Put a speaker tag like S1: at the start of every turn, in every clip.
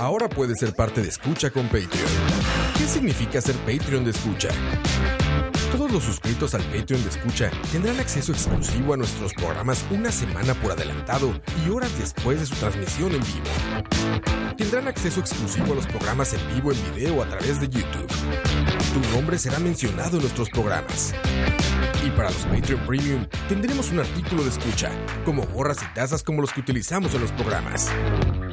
S1: Ahora puedes ser parte de Escucha con Patreon. ¿Qué significa ser Patreon de Escucha? Todos los suscritos al Patreon de Escucha tendrán acceso exclusivo a nuestros programas una semana por adelantado y horas después de su transmisión en vivo. Tendrán acceso exclusivo a los programas en vivo en video a través de YouTube. Tu nombre será mencionado en nuestros programas. Y para los Patreon Premium tendremos un artículo de escucha, como gorras y tazas como los que utilizamos en los programas.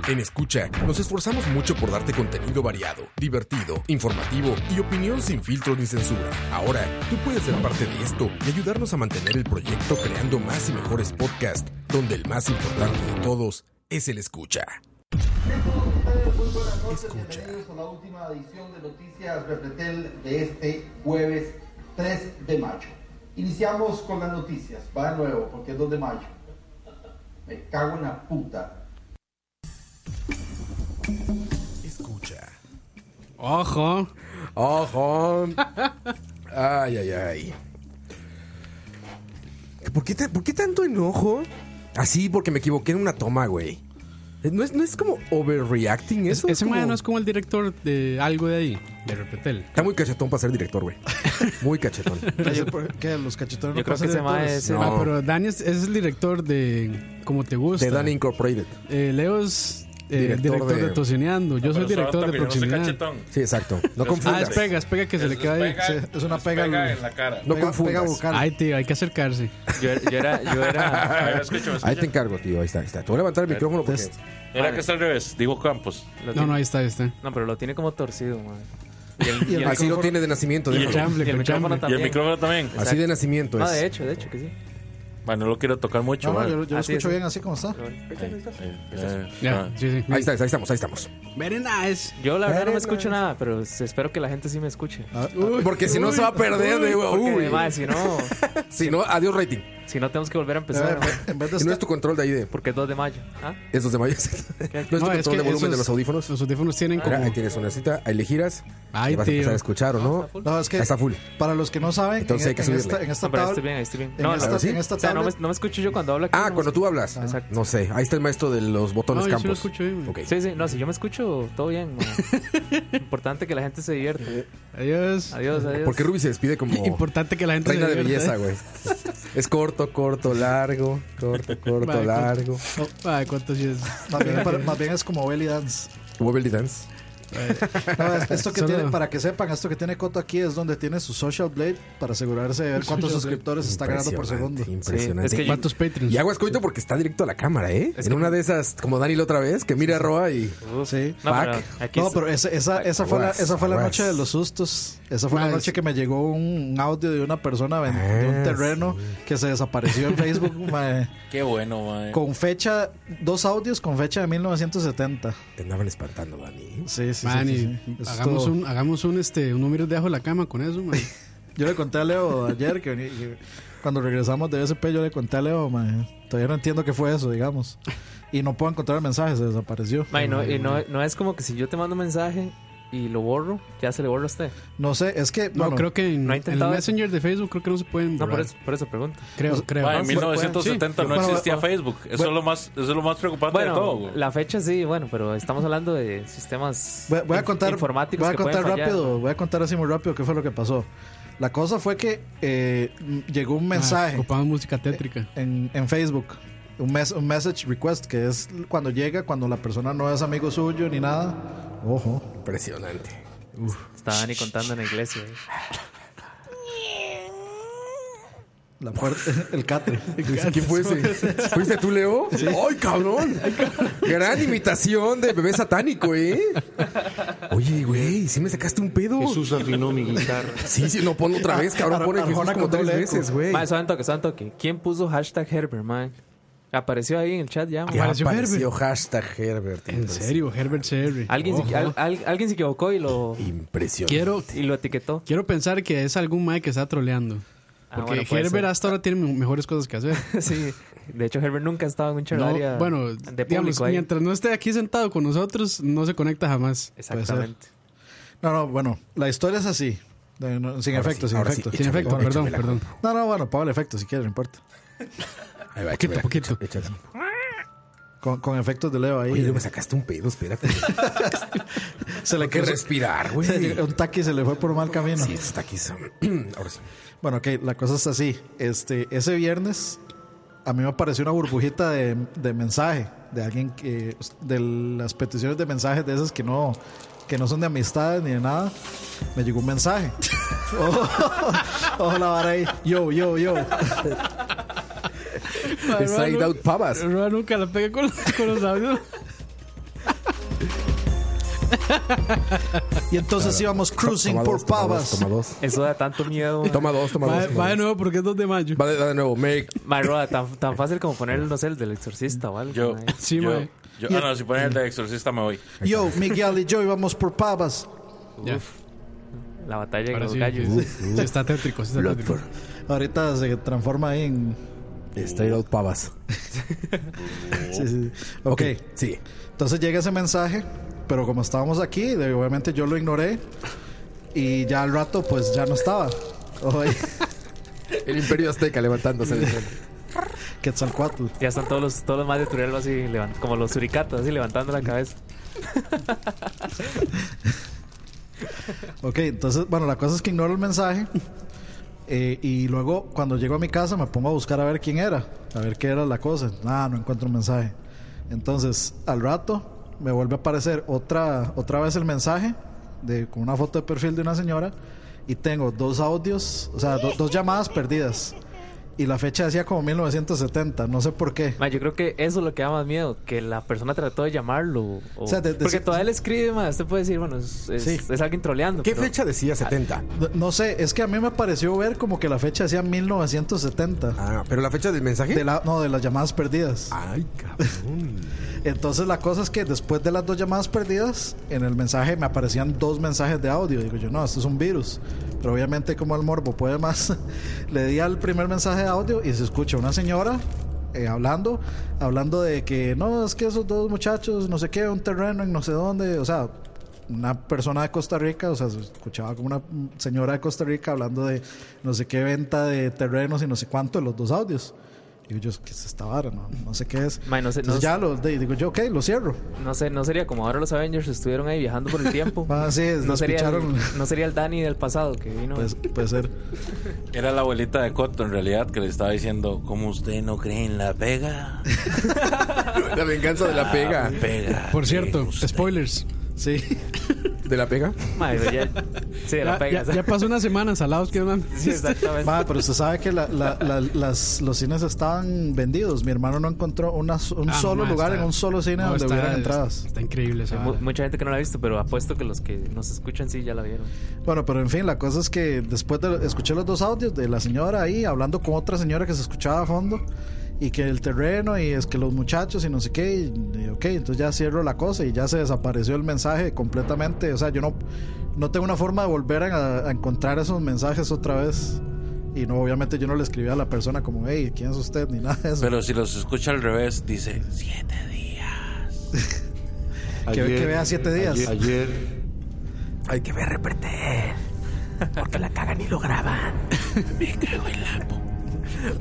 S1: En Escucha nos esforzamos mucho por darte contenido variado, divertido, informativo y opinión sin filtros ni censura. Ahora, tú puedes ser parte de esto y ayudarnos a mantener el proyecto creando más y mejores podcasts, donde el más importante de todos es el Escucha.
S2: Muy buenas noches, bienvenidos a la última edición de Noticias Repretel de este jueves 3 de mayo. Iniciamos con las noticias, va de nuevo, porque es 2 de mayo. Me cago en la puta.
S1: Escucha.
S3: Ojo.
S1: ¡Ojo! Ay, ay, ay. ¿Por qué, ta- por qué tanto enojo? Así, porque me equivoqué en una toma, güey. Eh, ¿No es, no es como overreacting
S3: Es-
S1: eso?
S3: ese
S1: como-
S3: man no es como el director de algo de ahí, de Repetel.
S1: Está muy cachetón para ser director, güey. Muy cachetón.
S4: Yo- ¿Qué? ¿Los cachetones
S5: Yo creo que
S4: pasan
S5: ese mae
S4: directores?
S5: es el-
S1: No.
S3: Ah, pero Dani es, es el director de Como Te Gusta.
S1: De Dan Incorporated.
S3: Eh, Leo es eh,
S1: Director
S3: director,
S1: de-
S3: de... Tocineando. Yo soy
S6: Ah, Pero
S3: director
S6: solo
S3: de
S6: también, no soy
S3: Proximidad.
S6: cachetón.
S1: Sí, exacto. No
S3: Ah,
S1: confundas.
S3: es pega, es pega que se
S6: Es-
S3: le
S6: es
S3: queda ahí.
S6: pega-
S4: Sí, es una
S6: es
S4: pega,
S6: pega
S4: güey.
S6: en la cara.
S1: No
S4: Pega-
S1: confundas.
S4: pega vocal.
S3: Ay, tío, hay que acercarse.
S5: Yo, yo era, yo
S6: A ver,
S5: era.
S6: escúchame, escúchame.
S1: Ahí te encargo, tío. Ahí está, ahí está. Te voy a levantar el micrófono porque...
S4: Test.
S6: Era que está al revés, digo Campos.
S5: lo
S3: No,
S5: tiene-
S3: no, ahí está, ahí está.
S5: no, pero lo tiene como torcido, man. Y el, y el
S1: Así lo
S5: micrófono-
S1: tiene de nacimiento,
S6: Y-
S1: déjalo.
S3: Chamble,
S5: y el
S3: con
S5: micrófono
S3: chamble.
S6: Y el
S5: También.
S6: micrófono también.
S1: Así de nacimiento
S5: Ah, de
S1: es.
S5: hecho, de hecho que sí.
S6: Bueno, no lo quiero tocar mucho.
S4: No, no,
S6: ¿vale?
S4: yo, yo lo
S5: Así
S4: escucho
S5: es.
S4: bien así como está.
S6: Eh, eh,
S3: Ya,
S6: ah.
S3: sí, sí.
S1: Ahí está, ahí estamos, ahí estamos.
S3: Very nice.
S5: Yo la verdad no
S1: Very
S5: me escucho
S1: nice.
S5: nada, pero s- espero que la gente sí me escuche.
S1: Porque si no se va a perder, de-
S5: Porque
S1: Ah. uy.
S5: además, si no,
S1: Si no, adiós rating.
S5: si no tenemos que volver a
S4: A ver,
S5: empezar, man,
S4: en vez de
S1: Si no es tu control de ahí de...
S5: porque es 2 de mayo. ¿Ah?
S1: Esos de mayo. no es tu
S3: No,
S1: control
S3: es que
S1: de volumen de
S3: esos-
S1: los audífonos.
S3: Los audífonos tienen
S1: Mira,
S3: como.
S1: ahí tienes una cita, ahí le giras.
S3: Ay,
S1: y vas a
S3: tío.
S1: empezar a escuchar o no.
S4: No, es que
S1: Está full.
S4: para los que no saben,
S1: Entonces
S4: en,
S1: hay que
S4: en
S1: subirle.
S4: esta, en esta
S5: No, pero ahí estoy
S4: tabla-
S5: bien, ahí estoy bien.
S4: en
S5: No, no,
S4: esta,
S1: ¿sí?
S4: en esta
S5: o sea, no me,
S4: tabla-
S5: no me escucho yo cuando hablo aquí.
S1: Ah,
S5: no me
S1: cuando tú hablas.
S5: Exacto.
S1: No sé. Ahí está el maestro de los botones
S3: No, yo sí lo
S1: campos.
S3: escucho bien, güey.
S1: Ok.
S5: Sí, sí, no, si yo me escucho, todo bien. man. Importante que la gente se divierta.
S3: Adiós.
S5: Adiós, adiós.
S1: Porque Ruby se despide como
S3: Importante que la gente.
S1: reina
S3: se
S1: de
S3: divierta,
S1: belleza,
S3: ¿eh?
S1: güey. Es corto, corto, largo. Corto, corto,
S3: Vale,
S1: largo.
S3: Oh, Ay, cuánto sí es.
S4: más, bien, para- más bien es como belly dance.
S1: Wobbly Dance.
S4: No, es- esto que
S3: Solo-
S4: tiene, para que sepan, esto que tiene Coto aquí es donde tiene su social blade para asegurarse de ver cuántos
S3: Social
S4: suscriptores está ganando por segundo.
S1: Impresionante, Impresionante.
S5: Sí, es que yo-
S3: ¿Cuántos Patreons?
S1: Y hago escuito porque está directo a la cámara, ¿eh?
S5: Es
S1: en
S5: que-
S1: una de esas, como Dani la otra vez, que mira a Roa y.
S5: Uf.
S4: Sí.
S5: No, pero
S1: Fuck.
S5: aquí
S4: No,
S5: es-
S4: pero esa, esa, esa, fue la,
S1: aguas,
S4: esa fue la
S1: aguas.
S4: noche de los sustos. Esa fue la
S3: Más.
S4: noche que me llegó un audio de una persona ven- de
S1: Ah,
S4: un terreno que se desapareció en Facebook mae,
S6: Qué bueno, man.
S4: con fecha, dos audios con fecha de 1970.
S1: Te andaban espantando, Dani.
S4: Sí, sí, sí,
S3: Man, y
S4: sí, sí. Eso es
S3: hagamos,
S4: todo.
S3: un, hagamos un, este, un número de ajo de la cama con eso, man.
S4: Yo le conté a Leo ayer que, vení- que cuando regresamos de BSP yo le conté a Leo, mae, todavía no entiendo qué fue eso, digamos. Y no puedo encontrar el mensaje, se desapareció.
S5: Ma, y no, y no, no es como que si yo te mando un mensaje y lo borro, ya se le borra a usted.
S4: No sé, es que...
S3: No,
S4: bueno,
S3: creo que en,
S5: no ha
S3: en el
S5: intentado-
S3: Messenger de Facebook creo que no se pueden
S5: No,
S3: borrar.
S5: por eso, por eso pregunto.
S3: Creo, creo.
S6: en 1970 no
S4: Bueno,
S6: existía
S4: bueno,
S6: Facebook. Eso, es lo más, eso es lo más preocupante
S5: Bueno,
S6: de todo. güey.
S5: la fecha sí, bueno, pero estamos hablando de sistemas
S4: Voy, voy a
S5: inf-
S4: contar,
S5: informáticos
S4: voy a
S5: que pueden
S4: contar
S5: fallar,
S4: rápido,
S5: ¿no?
S4: voy a contar así muy rápido qué fue lo que pasó. La cosa fue que eh, m- llegó
S3: Ah,
S4: un mensaje
S3: Ocupaban música tétrica.
S4: en, en Facebook, un, mes, un message request, que es cuando llega, cuando la persona no es amigo suyo ni nada. Ojo.
S1: Impresionante.
S5: Estaba Dani contando en la iglesia. ¿eh?
S4: La puerta, el catre.
S1: ¿Quién fue ese? ¿Fuiste tú, Leo? ¡Ay, cabrón! Gran imitación de bebé satánico, ¿eh? Oye, güey, sí me sacaste un pedo.
S7: Jesús afinó mi guitarra.
S1: Sí, sí, no, ponlo otra vez, cabrón.
S4: Ar-
S1: Pone Jesús
S4: Arjona
S1: como
S4: con
S1: tres
S4: doble eco.
S1: veces, güey.
S5: Ma, suave un toque, suave un toque. ¿Quién puso hashtag Herbert, man? Apareció ahí en el chat ya, ma.
S1: Ya
S3: Apareció
S1: apareció hashtag Herbert.
S3: En serio, Herbert CR.
S5: ¿Alguien,
S3: Ojo.
S5: se, al- al- alguien se equivocó y lo,
S1: Impresionante.
S3: Quiero,
S5: y lo etiquetó.
S3: quiero pensar que es algún Mike que está troleando.
S5: Ah,
S3: Porque
S5: bueno, puede
S3: Herbert
S5: ser.
S3: hasta ahora tiene me- mejores cosas que hacer.
S5: sí. De hecho, Herbert nunca ha estado en un chat
S3: No,
S5: área
S3: bueno,
S5: de
S3: digamos,
S5: público ahí.
S3: mientras no esté aquí sentado con nosotros, no se conecta jamás.
S5: Exactamente.
S4: No, no, bueno, la historia es así. De- no, sin
S1: Ahora
S4: efecto,
S1: sí,
S4: sin
S1: ahora
S4: efecto.
S1: sí,
S3: Sin
S1: échame
S3: efecto,
S1: la-
S3: perdón,
S1: échame la
S3: perdón.
S1: culpa.
S4: No, no, bueno, paga el efecto si quieres, no importa.
S1: Ahí va,
S3: Poquito,
S1: échamela,
S3: poquito.
S1: échamela.
S4: Con, con efectos de Leo ahí. eh,
S1: Oye, me sacaste un pedo, espérate.
S4: se le
S1: Hay que
S4: quedó
S1: respirar, güey.
S4: Un taqui se le fue por mal camino.
S1: Sí, está aquí. son- Ahora sí.
S4: Bueno, ok, la cosa está así. Este, ese viernes a mí me apareció una burbujita de, de mensaje de alguien que. de las peticiones de mensajes de esas que no. Que no son de amistades ni de nada, me llegó un mensaje. Ojo, ojo la vara ahí. Yo, yo, yo.
S1: De Side Out Pavas.
S3: Roa nunca la pega con los, con los audios.
S4: Y entonces íbamos cruising
S1: Toma
S4: por
S1: dos, toma
S4: pavas.
S1: dos, Toma dos.
S5: Eso da tanto miedo.
S1: Toma dos, toma
S3: Va,
S1: dos. toma
S3: va de
S1: dos.
S3: nuevo porque es 2 de mayo.
S1: Va de, va de nuevo. Make.
S5: Mae, Roa, tan, tan fácil como poner, no sé, el del exorcista o algo.
S6: Yo.
S5: mae.
S3: Sí,
S6: yo,
S3: mae.
S6: yo- ah, no, si ponen el de exorcista me voy.
S4: Yo, Miguel y yo íbamos por pavas.
S3: Ya,
S5: La batalla de
S3: ahora
S5: los
S3: sí.
S5: gallos.
S3: Sí, está tétrico. Sí, está tétrico.
S1: Bloodford.
S4: Ahorita se transforma ahí en.
S1: Oh. Straight Out Pavas.
S4: Sí, sí.
S1: Ok,
S4: Ok.
S1: sí.
S4: Entonces llega ese mensaje, pero como estábamos aquí, de- obviamente yo lo ignoré y ya al rato pues ya no estaba. Hoy,
S1: El Imperio Azteca levantándose. de frente.
S4: Quetzalcoatl.
S5: Ya están todos los, todos los más de Turelva así, levant- como los suricatos, así levantando la cabeza.
S4: Ok, entonces, bueno, la cosa es que ignoro el mensaje eh, y luego cuando llego a mi casa me pongo a buscar a ver quién era, a ver qué era la cosa. Nada, no encuentro un mensaje. Entonces, al rato me vuelve a aparecer otra, otra vez el mensaje de, con una foto de perfil de una señora y tengo dos audios, o sea, do- dos llamadas perdidas. Y la fecha decía como 1970, no sé por qué.
S5: Mae, yo creo que eso es lo que da más miedo, que la persona trató de llamarlo. O,
S4: O sea, de- de-
S5: porque todavía le escribe, mae, usted puede decir, bueno, es, es-
S4: Sí.
S5: es alguien troleando.
S1: ¿Qué
S5: pero-
S1: fecha decía 70?
S4: No sé, es que a mí me pareció ver como que la fecha decía 1970.
S1: Ah, pero la fecha del mensaje.
S4: De la, no, de las llamadas perdidas.
S1: Ay, cabrón.
S4: Entonces la cosa es que después de las dos llamadas perdidas, en el mensaje me aparecían dos mensajes de audio. Digo yo, no, esto es un virus. Pero obviamente como el morbo puede más, le di al primer mensaje de audio y se escucha una señora eh, hablando, hablando de que no, es que esos dos muchachos, no sé qué, un terreno en no sé dónde, o sea... Una persona de Costa Rica, o sea, se escuchaba como una señora de Costa Rica hablando de no sé qué venta de terrenos y no sé cuánto de los dos audios. Digo yo, ¿qué es esta vara? No, no sé qué es.
S5: Mae, no sé-
S4: Entonces
S5: no-
S4: ya Ah, lo, de- digo yo, ok, lo cierro.
S5: No sé, no sería como ahora los Avengers estuvieron ahí viajando por el tiempo.
S4: Ah, sí,
S5: no,
S4: los
S5: sería
S4: picharon.
S5: el, no sería el Danny del pasado que vino.
S4: Pues, puede ser.
S6: Era la abuelita de Cotto en realidad que le estaba diciendo, ¿cómo usted no cree en la pega? Ah,
S1: La venganza de la pega.
S6: Pega.
S3: Por cierto,
S6: Usted-
S3: spoilers.
S4: Sí.
S1: ¿De la pega?
S5: Mae, pero ya, sí, de la
S3: Ya,
S5: pega.
S3: ya- ya pasó una semana, salados que man.
S5: Sí,
S3: Pues-
S5: exactamente.
S4: Ma, pero usted sabe que la- la- la- las, los cines estaban vendidos. Mi hermano no encontró una, un
S3: Ah, no,
S4: solo
S3: ma,
S4: lugar
S3: está-
S4: en un solo cine
S3: no,
S4: donde
S3: está-
S4: hubieran entradas.
S3: Está increíble esa
S5: Hay mu-
S3: vara.
S5: mucha gente que no la ha visto, pero apuesto que los que nos escuchan sí ya la vieron.
S4: Bueno, pero en fin, la cosa es que después de escuché los dos audios de la señora ahí hablando con otra señora que se escuchaba a fondo y que el terreno y es que los muchachos y no sé qué, y, y ok, entonces ya cierro la cosa y ya se desapareció el mensaje completamente, o sea, yo no, no tengo una forma de volver a, a encontrar esos mensajes otra vez y no, obviamente yo no le escribí a la persona como, hey, ¿quién es usted? ni nada de eso.
S6: Pero si los escucha al revés, dice, siete días.
S4: que,
S8: Ayer-
S4: que vea siete días.
S8: Ayer, ayer
S1: Hay que ver reperter. Porque la cagan y lo graban. Me cago en Lapo.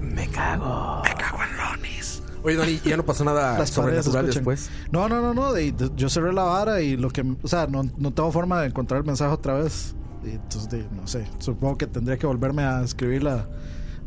S1: Me cago. Me cago en Lonis. Oye, Dani, ¿ya no pasó nada
S4: las paredes
S1: sobrenatural
S4: escuchan.
S1: después?
S4: No, no, no, no. de- de- yo cerré la vara y lo que. O sea, no, no tengo forma de encontrar el mensaje otra vez. Y entonces, de- no sé. Supongo que tendría que volverme a escribir la,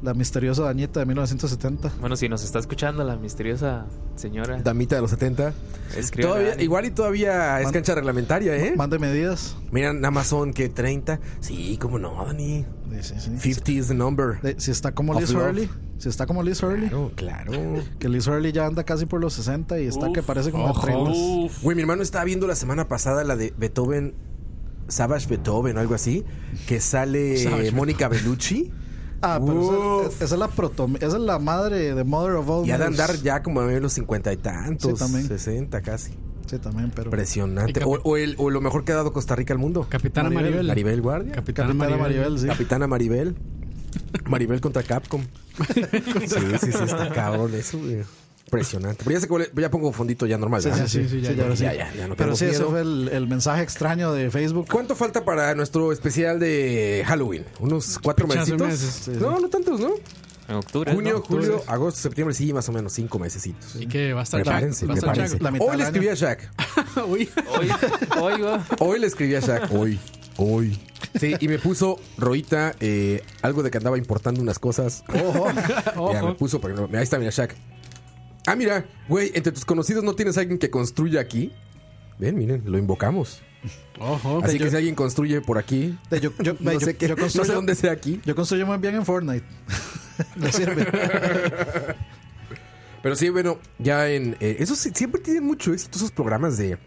S4: la misteriosa dañita de 1970.
S5: Bueno, si nos está escuchando la misteriosa señora,
S1: Damita de los 70.
S5: escribe.
S1: Todavía, igual y todavía es
S4: Man-
S1: cancha reglamentaria, ¿eh?
S4: Mande medidas.
S1: Mira, nada más son que 30. Sí, cómo no, Dani.
S4: Sí, sí, sí.
S1: 50 is the number.
S4: De- si está como
S1: Of
S4: Liz
S1: love.
S4: Hurley. Si está como Liz Hurley.
S1: Claro, claro.
S4: Que Liz Hurley ya anda casi por los 60 y está que parece como de treintas.
S6: Uf.
S1: Güey, mi hermano estaba viendo la semana pasada la de Beethoven, Savage Beethoven o algo así, que sale
S3: Savage
S1: eh, Mónica Bellucci
S4: Ah, pero esa,
S1: Uf.
S4: esa es la proto, esa es la madre de Mother of All
S1: y ha de
S4: Mothers.
S1: andar ya como en los cincuenta y tantos,
S4: Sí, también.
S1: 60 casi.
S4: Sí, también, pero.
S1: Impresionante.
S3: Y
S1: O,
S3: capi-
S1: o el- o lo mejor que ha dado Costa Rica al mundo.
S3: Capitana
S4: Maribel.
S3: Maribel.
S1: Maribel Guardia.
S3: Capitana,
S4: Capitana
S3: Maribel.
S4: Maribel, sí.
S1: Capitana Maribel. Maribel contra Capcom. sí, sí, sí, está cabrón eso, güey. Impresionante. Pero ya, sé cuál es- ya pongo fondito ya normal.
S4: Sí,
S1: ¿verdad?
S4: sí, sí, sí, ya,
S1: ya,
S4: ahora sí.
S1: ya, ya, ya no
S4: Pero
S1: tengo
S4: sí,
S1: miedo.
S4: eso fue el, el mensaje extraño de Facebook.
S1: ¿Cuánto falta para nuestro especial de Halloween? ¿Unos cuatro
S3: Pichazo
S1: meses?
S3: meses, sí,
S1: No, no tantos, ¿no?
S5: En octubre. ¿no?
S1: Junio,
S5: Octubre.
S1: julio, agosto, septiembre, sí, más o menos cinco mesecitos.
S3: Así que va a estar
S1: Prepárense,
S3: chaco, va a estar
S1: prepárense.
S4: La mitad
S1: Hoy le
S4: del
S1: escribí a Shaq.
S3: chaco. Uy.
S5: Hoy, hoy va.
S1: Hoy le escribí a Shaq. Hoy. Hoy. Sí, y me puso Roita eh, algo de que andaba importando unas cosas. Ojo. Ya me puso, pero no- ahí está, mira, Shaq. Ah, mira, güey, entre tus conocidos no tienes alguien que construya aquí. Ven, miren, lo invocamos.
S3: Ojo.
S1: Así que
S4: yo-
S1: si alguien construye por aquí,
S4: Yo, yo, yo-
S1: no,
S4: yo-
S1: sé qué-
S4: yo
S1: no
S4: construyo,
S1: sé dónde sea aquí.
S4: yo construyo muy bien en Fortnite. Le sirve.
S1: Pero sí, bueno, ya en. eh, eso sí, siempre tienen mucho éxito esos programas de,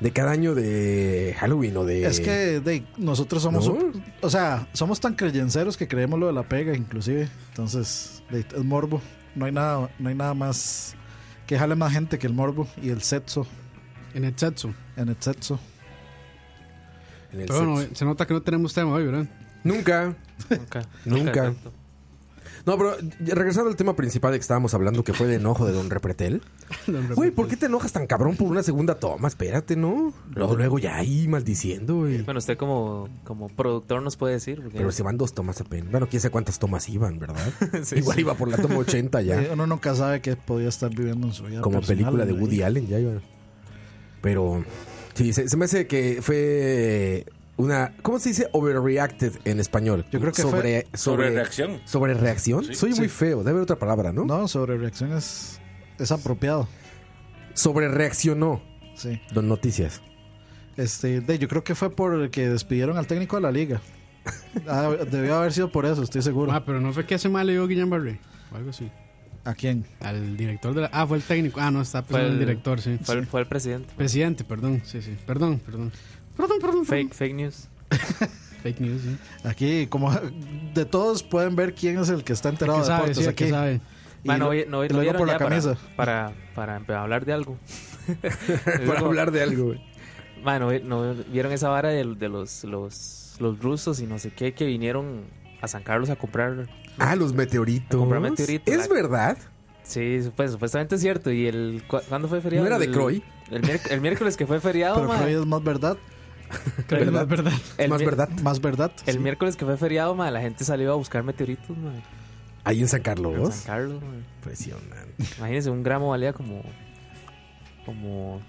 S1: de cada año de Halloween o de.
S4: es que de- nosotros somos,
S1: No.
S4: un- o sea, somos tan creyenceros que creemos lo de la pega, inclusive. Entonces, de- es morbo. No hay nada, no hay nada más que jale más gente que el morbo y el sexo.
S3: En el chatsu.
S4: En el sexo.
S1: en el
S3: Pero bueno,
S1: sexo.
S3: se nota que no tenemos tema hoy, ¿verdad?
S1: Nunca.
S5: Nunca.
S1: Nunca. No, pero ya regresando al tema principal de que estábamos hablando, que fue el enojo de Don Repretel. Güey, ¿por qué te enojas tan cabrón por una segunda toma? Espérate, ¿no? Luego, luego ya ahí maldiciendo, güey.
S5: Bueno, usted como, como productor nos puede decir. Porque
S1: Pero se van dos tomas apenas. Bueno, quién sabe cuántas tomas iban, ¿verdad? Igual iba por la toma 80
S4: Eh,
S1: ya.
S4: Uno nunca sabe qué podía estar viviendo en su vida.
S1: como
S4: personal,
S1: película de
S4: güey.
S1: Woody Allen, ya iba. Pero sí, se, se me hace que fue una. ¿Cómo se dice overreacted en español?
S4: Yo creo que fue-
S1: sobre,
S6: Sobrereacción.
S1: ¿Sobre reacción? Soy muy feo, debe haber otra palabra, ¿no?
S4: No, sobre reacción es, es apropiado.
S1: Sobre reaccionó
S4: Sí.
S1: Don Noticias.
S4: Este, de, yo creo que fue por el que despidieron al técnico de la liga. Ah, debió haber sido por eso, estoy seguro.
S3: Ah, pero no fue que hace mal le dio Guillén Barré. O algo así.
S4: ¿A quién?
S3: Al director de la. Ah, fue el técnico. Ah, no, está
S5: Fue
S3: pensando en el
S5: el-
S3: director, sí.
S5: Fue, el- fue el presidente.
S3: Presidente, perdón. Sí, sí. Perdón, perdón. Perdón, perdón.
S5: Fake,
S3: perdón.
S5: fake news.
S3: Fake news, sí.
S4: Aquí, como de todos pueden ver quién es el que está enterado
S3: ¿Qué
S4: de
S3: sabe?
S4: deportes
S3: Sí,
S4: aquí.
S3: ¿qué sabe?
S4: Y
S5: Bueno,
S4: lo-
S5: hoy, no, hoy
S4: y
S5: lo
S4: luego
S5: vieron
S4: por la
S5: ya para-
S4: camisa.
S5: Para, para, empe- hablar de algo.
S1: Para hablar de algo, güey.
S5: Bueno, no, vieron esa vara de, de los, los, los rusos y no sé qué que vinieron a San Carlos a comprar.
S1: Ah, los meteoritos.
S5: A comprar meteoritos.
S1: Es
S5: La-
S1: verdad.
S5: Sí, pues, supuestamente es cierto. ¿Y el cu- cuándo fue feriado?
S1: ¿No era de
S5: El-
S1: Croy?
S5: El, miérc- el miércoles que fue feriado,
S4: Pero
S5: ma.
S4: Freud es más verdad,
S3: Creo que no es verdad.
S5: El
S1: más
S5: mi-
S1: verdad.
S4: más verdad.
S5: El
S4: sí.
S5: miércoles que fue feriado, ma, la gente salió a buscar meteoritos, ma,
S1: Ahí en San
S5: en
S1: Carlos.
S5: San Carlos, ma.
S1: Impresionante.
S5: Imagínense, un gramo valía como. como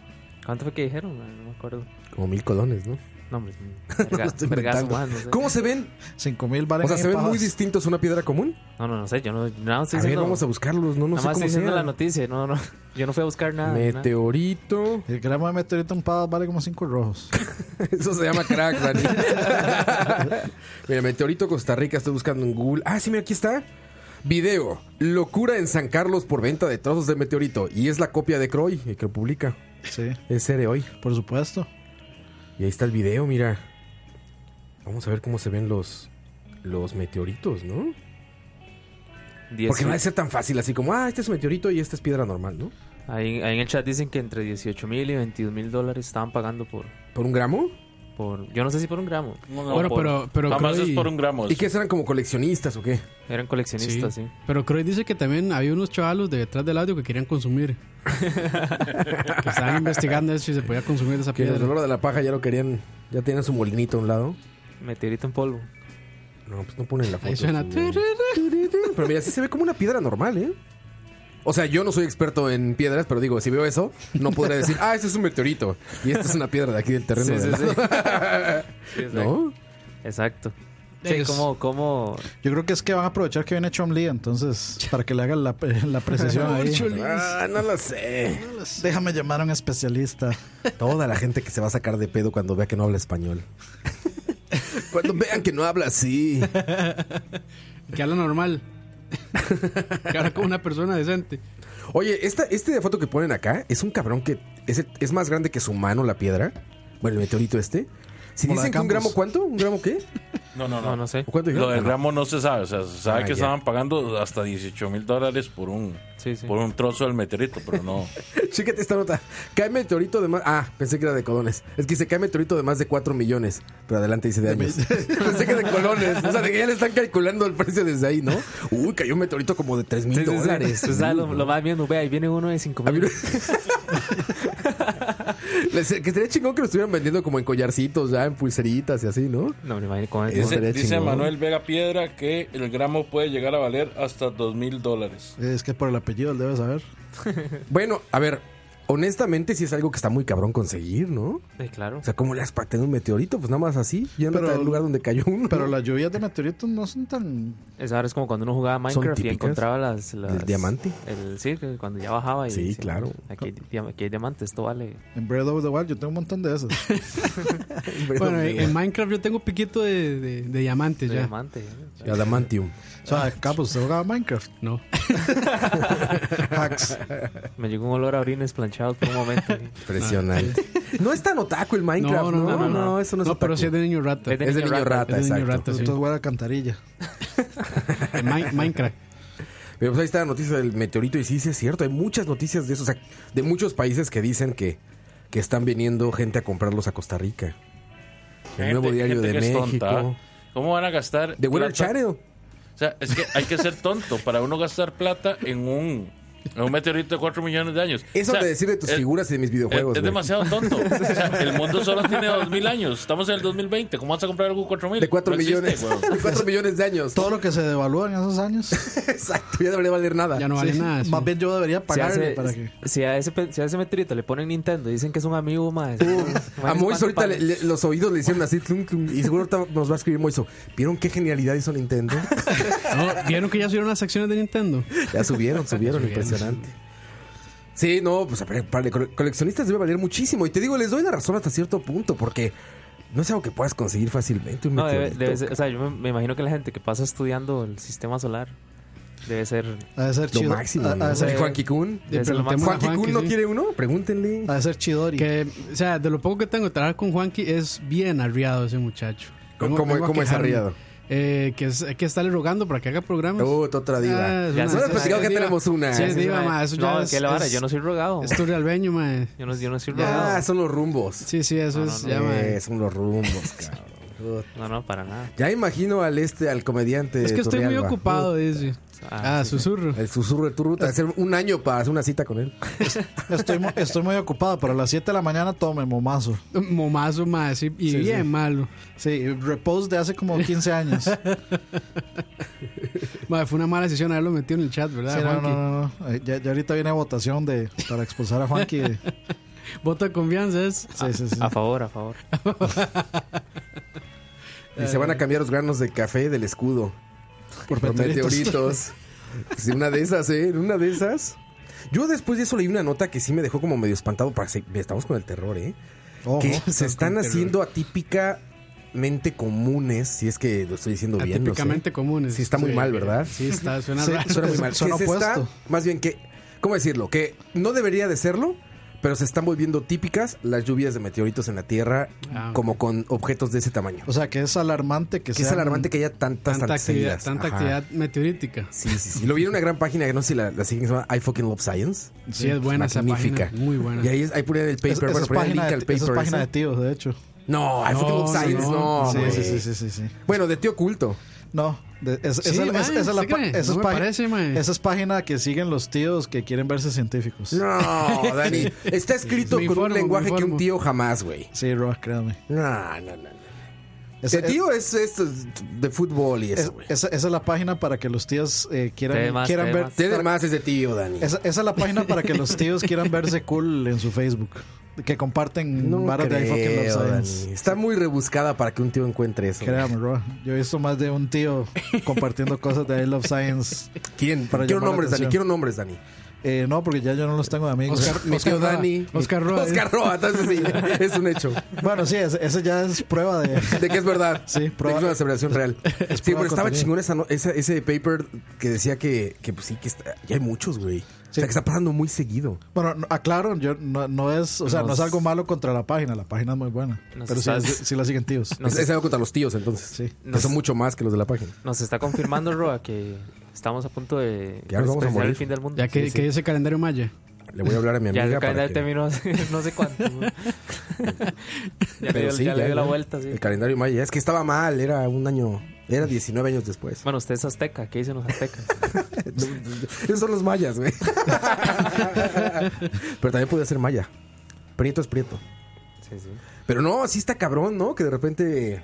S5: ¿Cuánto fue que dijeron? ma? No me acuerdo.
S1: Como mil colones, ¿no?
S5: No, hombre,
S1: Lo
S5: verga-
S1: estoy
S5: vergazo,
S1: inventando.
S5: ma, no sé.
S1: ¿Cómo se ven?
S4: Cinco mil valen
S1: O sea,
S4: ahí
S1: ¿se ven muy
S4: pajas.
S1: distintos una piedra común?
S5: No, no, no sé, yo no. Nada, más estoy
S1: a ver,
S5: diciendo-
S1: vamos a buscarlos. No, no
S5: nada
S1: sé
S5: más estoy
S1: cómo
S5: diciendo la
S1: sean.
S5: noticia, no, no. Yo no fui a buscar nada. nada.
S1: Meteorito.
S4: El gramo de meteorito en pajas vale como cinco rojos.
S1: Eso se llama crack, Dani. mira, Meteorito Costa Rica, estoy buscando en Google. Ah, sí, mira, aquí está. Video. Locura en San Carlos por venta de trozos de meteorito. Y es la copia de Croy el que lo publica.
S4: Sí,
S1: Ese de hoy.
S4: por supuesto.
S1: Y ahí está el video, mira. Vamos a ver cómo se ven los, los meteoritos, ¿no?
S5: Diez-
S1: Porque no debe ser tan fácil así como, ah, este es meteorito y esta es piedra normal, ¿no?
S5: ahí, ahí en el chat dicen que entre 18 mil y 22 mil dólares estaban pagando por,
S1: ¿Por un gramo?
S5: por. Yo no sé si por un gramo.
S6: No, no,
S5: O
S3: Bueno,
S5: por-
S3: pero. pero
S6: Nada más
S3: Croy-
S6: es por un gramo.
S5: Pues
S1: ¿Y qué serán como coleccionistas o qué?
S5: Eran coleccionistas, sí.
S3: Pero Croy dice que también había unos chavalos de detrás del audio que querían consumir. que estaban investigando eso y se podía consumir de esa
S1: Que el
S3: piedra.
S1: olor de la paja ya lo querían, ya tenían su molinito a un lado.
S5: Meteorito en polvo.
S1: No, pues no ponen la foto.
S3: Ahí suena.
S1: su- Pero mira, sí se ve como una piedra normal, ¿eh? O sea, yo no soy experto en piedras, pero digo, si veo eso, no podré decir, ah, este es un meteorito y esta es una piedra de aquí del terreno.
S5: Sí,
S1: de
S5: sí,
S1: lado".
S5: Sí, exacto.
S1: ¿No?
S5: Exacto. Sí,
S3: Ellos-
S5: como, como.
S4: Yo creo que es que van a aprovechar que viene Chom Lee, entonces, para que le hagan la, la precisión ahí.
S1: Ah, no lo sé.
S4: Déjame llamar a un especialista.
S1: Toda la gente que se va a sacar de pedo cuando vea que no habla español. Cuando vean que no habla así.
S3: Que habla normal. que habla como una persona decente.
S1: Oye, esta, este de foto que ponen acá es un cabrón que es, es más grande que su mano la piedra. Bueno, el meteorito este. Si
S4: Como la
S1: dicen
S4: de
S1: que un gramo
S4: Campos.
S1: cuánto, un gramo qué?
S6: No, no,
S5: No,
S6: no.
S5: no sé.
S1: ¿O cuánto
S6: Lo del
S1: dijeron?
S6: gramo no se sabe. O sea, se sabe
S1: Ah,
S6: que
S1: ya.
S6: estaban pagando hasta 18 mil dólares por un,
S5: Sí, sí.
S6: por un trozo del meteorito, pero no.
S1: Chécate esta nota. Cae meteorito de más. Ah, pensé que era de colones. Es que se cae meteorito de más de 4 millones. Pero adelante dice de años. pensé que de colones. O sea, de que ya le están calculando el precio desde ahí, ¿no? Uy, cayó un meteorito como de 3 mil
S5: Sí, sí, sí.
S1: dólares.
S5: O sea, Pues, ah, lo, lo más viendo, ve, ahí viene uno de 5
S1: A mí no-
S5: mil.
S1: Les- que sería chingón que lo estuvieran vendiendo como en collarcitos, ya en pulseritas y así, ¿no?
S5: No, me imagino con,
S6: Dice,
S9: Estaría
S6: dice
S9: chingón.
S6: Manuel Vega Piedra que el gramo puede llegar a valer hasta dos mil dólares.
S4: Es que por el apellido él debe saber.
S1: Bueno, a ver, honestamente sí es algo que está muy cabrón conseguir, ¿no?
S5: Eh, claro.
S1: O sea, ¿cómo le has partido un meteorito? Pues nada más así, yéndote
S4: Pero-
S1: al lugar donde cayó uno.
S4: Pero las lluvias de meteoritos no son tan.
S5: Esa ahora es como cuando uno jugaba Minecraft y
S1: típicas
S5: encontraba las, las-
S1: del diamante.
S5: El, sí, que cuando ya bajaba. Y,
S1: Sí, claro.
S5: Aquí hay, diam- aquí hay diamante, esto vale.
S4: En Breath of the Wild yo tengo un montón de esas.
S3: Bueno, en Minecraft yo tengo piquito de, de, de diamantes ya.
S5: Diamante. eh.
S1: Adamantium.
S4: O sea, capos, se jugaba Minecraft.
S3: No.
S4: Hacks.
S5: Me llegó un olor a orines planchados por un momento. eh.
S1: Impresionante. No es tan otaku el Minecraft, ¿no? No, no, eso no es
S3: pero
S1: otaku.
S3: sí es de niño rata.
S5: Es de
S1: Es de niño rata,
S3: Es de niño
S1: exacto.
S3: rata, sí.
S4: Entonces huele a cantarilla.
S3: En Mi- Minecraft.
S1: Pero pues ahí está la noticia del meteorito y sí, sí es cierto. Hay muchas noticias de eso, o sea, de muchos países que dicen que, que están viniendo gente a comprarlos a Costa Rica. El
S6: Gente-
S1: Nuevo Diario
S6: gente
S1: de
S6: que es
S1: México.
S6: tonta. ¿Cómo van a gastar?
S1: The Weather
S6: plata?
S1: Channel.
S6: O sea, es que hay que ser tonto para uno gastar plata en un, en un meteorito de 4 millones de años.
S1: Eso
S6: O sea,
S1: de decir de tus
S6: es-
S1: figuras y de mis
S6: Es, es
S1: videojuegos. güey.
S6: demasiado tonto. O sea, el mundo solo tiene 2000 años. Estamos en el 2020. ¿Cómo vas a comprar algo de 4000?
S1: De 4
S6: No existe,
S1: millones.
S6: huevón.
S1: de 4 millones de años.
S4: Todo lo que se devalúa en esos años.
S1: Exacto, ya debería valer nada.
S3: Ya no vale
S4: Sí,
S3: nada. sí.
S4: Más bien yo debería
S5: Si, a
S4: pagarle
S5: ese-
S4: para que.
S5: si a ese, pe- si a ese meteorito le ponen Nintendo, dicen que es un amigo más.
S1: A Moiso ahorita le- le- los oídos le hicieron así tlum, tlum, y seguro ahorita nos va a escribir Moiso. ¿Vieron qué genialidad hizo Nintendo?
S3: No, ¿Vieron que ya subieron las acciones de Nintendo?
S1: Ya subieron, subieron, impresionante. Sí, no, pues para- para cole- coleccionistas debe valer muchísimo. Y te digo, les doy la razón hasta cierto punto, porque no es algo que puedas conseguir fácilmente un
S5: No, debe,
S1: meteorito.
S5: debe ser- o sea, yo me, me imagino que la gente que pasa estudiando el sistema solar debe ser.
S4: Ha de ser
S1: Lo
S4: chido.
S1: máximo.
S3: Ah,
S4: Ha- ha
S1: ¿no?
S4: de ser-
S1: Juan Kikun.
S5: debe ser lo
S3: preguntémosle
S5: máximo.
S1: Juan
S3: a Juanqui,
S1: Kikun no
S3: sí.
S1: quiere uno, pregúntenle.
S3: Ah,
S4: ha de ser chidori.
S3: Que, o sea, de lo poco que tengo de trabajar con Juanqui, es bien arriado ese muchacho.
S1: ¿Cómo-
S3: Vengo-
S1: cómo-
S3: vengo a
S1: cómo es
S3: quejarme.
S1: arriado?
S3: Eh, que es, hay que estarle rogando para que haga programas.
S1: Uh, otra diva.
S3: Ah, es una-
S5: Ya se
S1: no
S5: es
S1: hemos
S5: una-
S1: platicado que
S3: diva.
S1: tenemos una.
S3: Ah, Sí, es
S1: ¿eh?
S3: diva, ma, eso
S5: no,
S3: ya es-
S5: que la vara,
S3: es-
S5: yo no soy rogado.
S3: Es turrialbeño, mae.
S5: Yo no, yo no soy rogado.
S1: Ah, son los rumbos.
S3: Sí, sí, eso
S5: No,
S3: es.
S5: no,
S3: ya,
S1: Eh,
S3: mae.
S1: son los rumbos, cabrón.
S5: No, no, para nada.
S1: Ya imagino al este, al comediante.
S3: Es que estoy muy
S1: Turrialba.
S3: ocupado, dice.
S5: Ah,
S3: Ah, susurro.
S1: El susurro de tu ruta. Hacer un año para hacer una cita con él.
S4: Estoy, mu- estoy muy ocupado, pero a las 7 de la mañana tome momazo.
S3: Momazo, mae, sí, y
S4: Sí, sí.
S3: bien malo.
S4: Sí, repose de hace como 15 años.
S3: Ah,
S4: Sí,
S3: Mae, fue una mala decisión haberlo metido en el chat, ¿verdad?
S4: no, no,
S3: Juanqui?
S4: no, no. Eh, Ya, ya ahorita viene votación de, para expulsar a Juanqui. de-
S3: Voto de confianza es.
S4: Sí, sí, sí.
S3: Ah,
S5: A favor, a favor.
S1: Y se van a cambiar los granos de café del escudo. Por, meteoritos. Sí, una de esas, ¿eh? En Una de esas. Yo después de eso leí una nota que sí me dejó como medio espantado. Para que se- estamos con el terror, ¿eh?
S4: Ojo.
S1: que se están haciendo atípicamente comunes, si es que lo estoy diciendo bien. no sé.
S3: Típicamente comunes.
S1: Sí, está muy mal, ¿verdad?
S3: Sí, está, suena
S4: Sí,
S3: raro.
S1: Suena muy mal.
S4: Suena
S1: Que se está-
S4: opuesto.
S1: más bien que, ¿cómo decirlo? Que no debería de serlo, pero se están volviendo típicas las lluvias de meteoritos en la Tierra,
S3: Ah, ok.
S1: como con objetos de ese tamaño.
S4: O sea, que es alarmante que
S1: Que es
S4: sean-
S1: alarmante que haya tantas
S3: Tanta
S1: tantas
S3: actividad,
S1: seguidas.
S3: tanta
S1: Ajá.
S3: actividad meteorítica.
S1: Sí, sí, sí. Lo vi en una gran página que no sé si la, la siguen, que se llama I fucking love science.
S3: Sí, es buena esa
S1: Magnífica.
S3: página. Muy buena.
S1: Y ahí, es- ahí ponían el paper,
S4: Es-
S1: bueno,
S4: esa es
S1: ponían el
S4: página,
S1: link
S4: de,
S1: al
S4: esa es
S1: paper.
S4: página
S1: ese.
S4: de tíos, de hecho.
S1: No, I
S3: No,
S1: fucking love
S3: no,
S1: science,
S3: no.
S1: no.
S4: sí,
S1: güey.
S4: sí, sí, sí, sí, sí.
S1: Bueno, de tío culto.
S4: No, de- es-
S3: Sí,
S4: esa es-
S3: mae,
S4: esa es la
S3: ¿usted
S4: pa-
S3: cree?
S4: esa es
S3: No me
S4: pa-
S3: parece, mae.
S4: esa es página que siguen los tíos que quieren verse científicos.
S1: No, Dani. Está escrito
S3: Me
S1: con
S3: informo,
S1: un
S3: me
S1: lenguaje que un
S3: informo.
S1: tío jamás, güey.
S4: Sí, Rob, créame.
S1: No, no, no. no.
S4: Esa-
S1: El tío es, es, de fútbol y
S4: es-
S1: eso, güey.
S4: esa, esa es la página para que los tíos eh,
S5: Te
S4: quieran,
S5: más,
S4: quieran
S5: te
S4: ver.
S5: más.
S1: Tiene más ese tío, Dani.
S4: Esa, esa es la página para que los tíos quieran verse cool en su Facebook. Que comparten
S1: No
S4: varas de I fucking love
S1: creo,
S4: science.
S1: Dani. Está muy rebuscada para que un tío encuentre eso. güey.
S4: Créame, Roa. Yo he visto más de un tío compartiendo cosas de I Love Science.
S1: ¿Quién?
S4: Para
S1: quiero
S4: llamar la
S1: nombres, Dani.
S4: atención.
S1: Quiero nombres, Dani.
S4: Eh, no, porque ya yo no los tengo de amigos.
S3: Oscar-
S1: Mi tío
S3: Roa.
S1: Dani.
S3: Oscar Roa.
S1: Oscar Roa, entonces sí, es un hecho.
S4: Bueno, sí, ese, ese ya es prueba de.
S1: De que es verdad.
S4: Sí,
S1: De que es
S4: probable.
S1: una celebración real.
S4: es
S1: sí, pero
S4: probable
S1: estaba
S4: contenido.
S1: chingón esa, no- esa- ese paper que decía que, que pues sí, que está- ya hay muchos, güey. O sea, que está pasando muy seguido.
S4: Bueno, no- aclaro, yo no, no es, o sea, no
S5: Nos-
S4: es algo malo contra la página, la página es muy buena.
S5: Nos
S4: pero sí,
S5: estás-
S4: sí- sí la siguen tíos.
S5: No
S1: es,
S5: sé.
S1: es algo contra los tíos, entonces.
S4: Sí.
S1: Que son mucho más que los de la página.
S5: Nos está confirmando, Roa, que estamos a punto de
S1: Que ya nos vamos a
S5: presenciar
S1: morir.
S5: el fin del mundo.
S3: Ya que,
S5: Sí, sí.
S3: que dice calendario maya.
S1: Le voy a hablar a mi
S5: Ya
S1: amiga.
S5: el
S1: para
S5: calendario
S1: que-
S5: terminó hace no sé cuánto. güey. ya le
S1: Pero
S5: dio,
S1: sí,
S5: ya le
S1: ya,
S5: dio la
S1: ya.
S5: vuelta, sí.
S1: El calendario maya. Es que estaba mal, era un año. Era 19 años después.
S5: Bueno, usted es azteca, ¿qué dicen los aztecas?
S1: Esos son los mayas, güey. Pero también podía ser maya. Prieto es prieto.
S5: Sí, sí.
S1: Pero no, sí está cabrón, ¿no? Que de repente.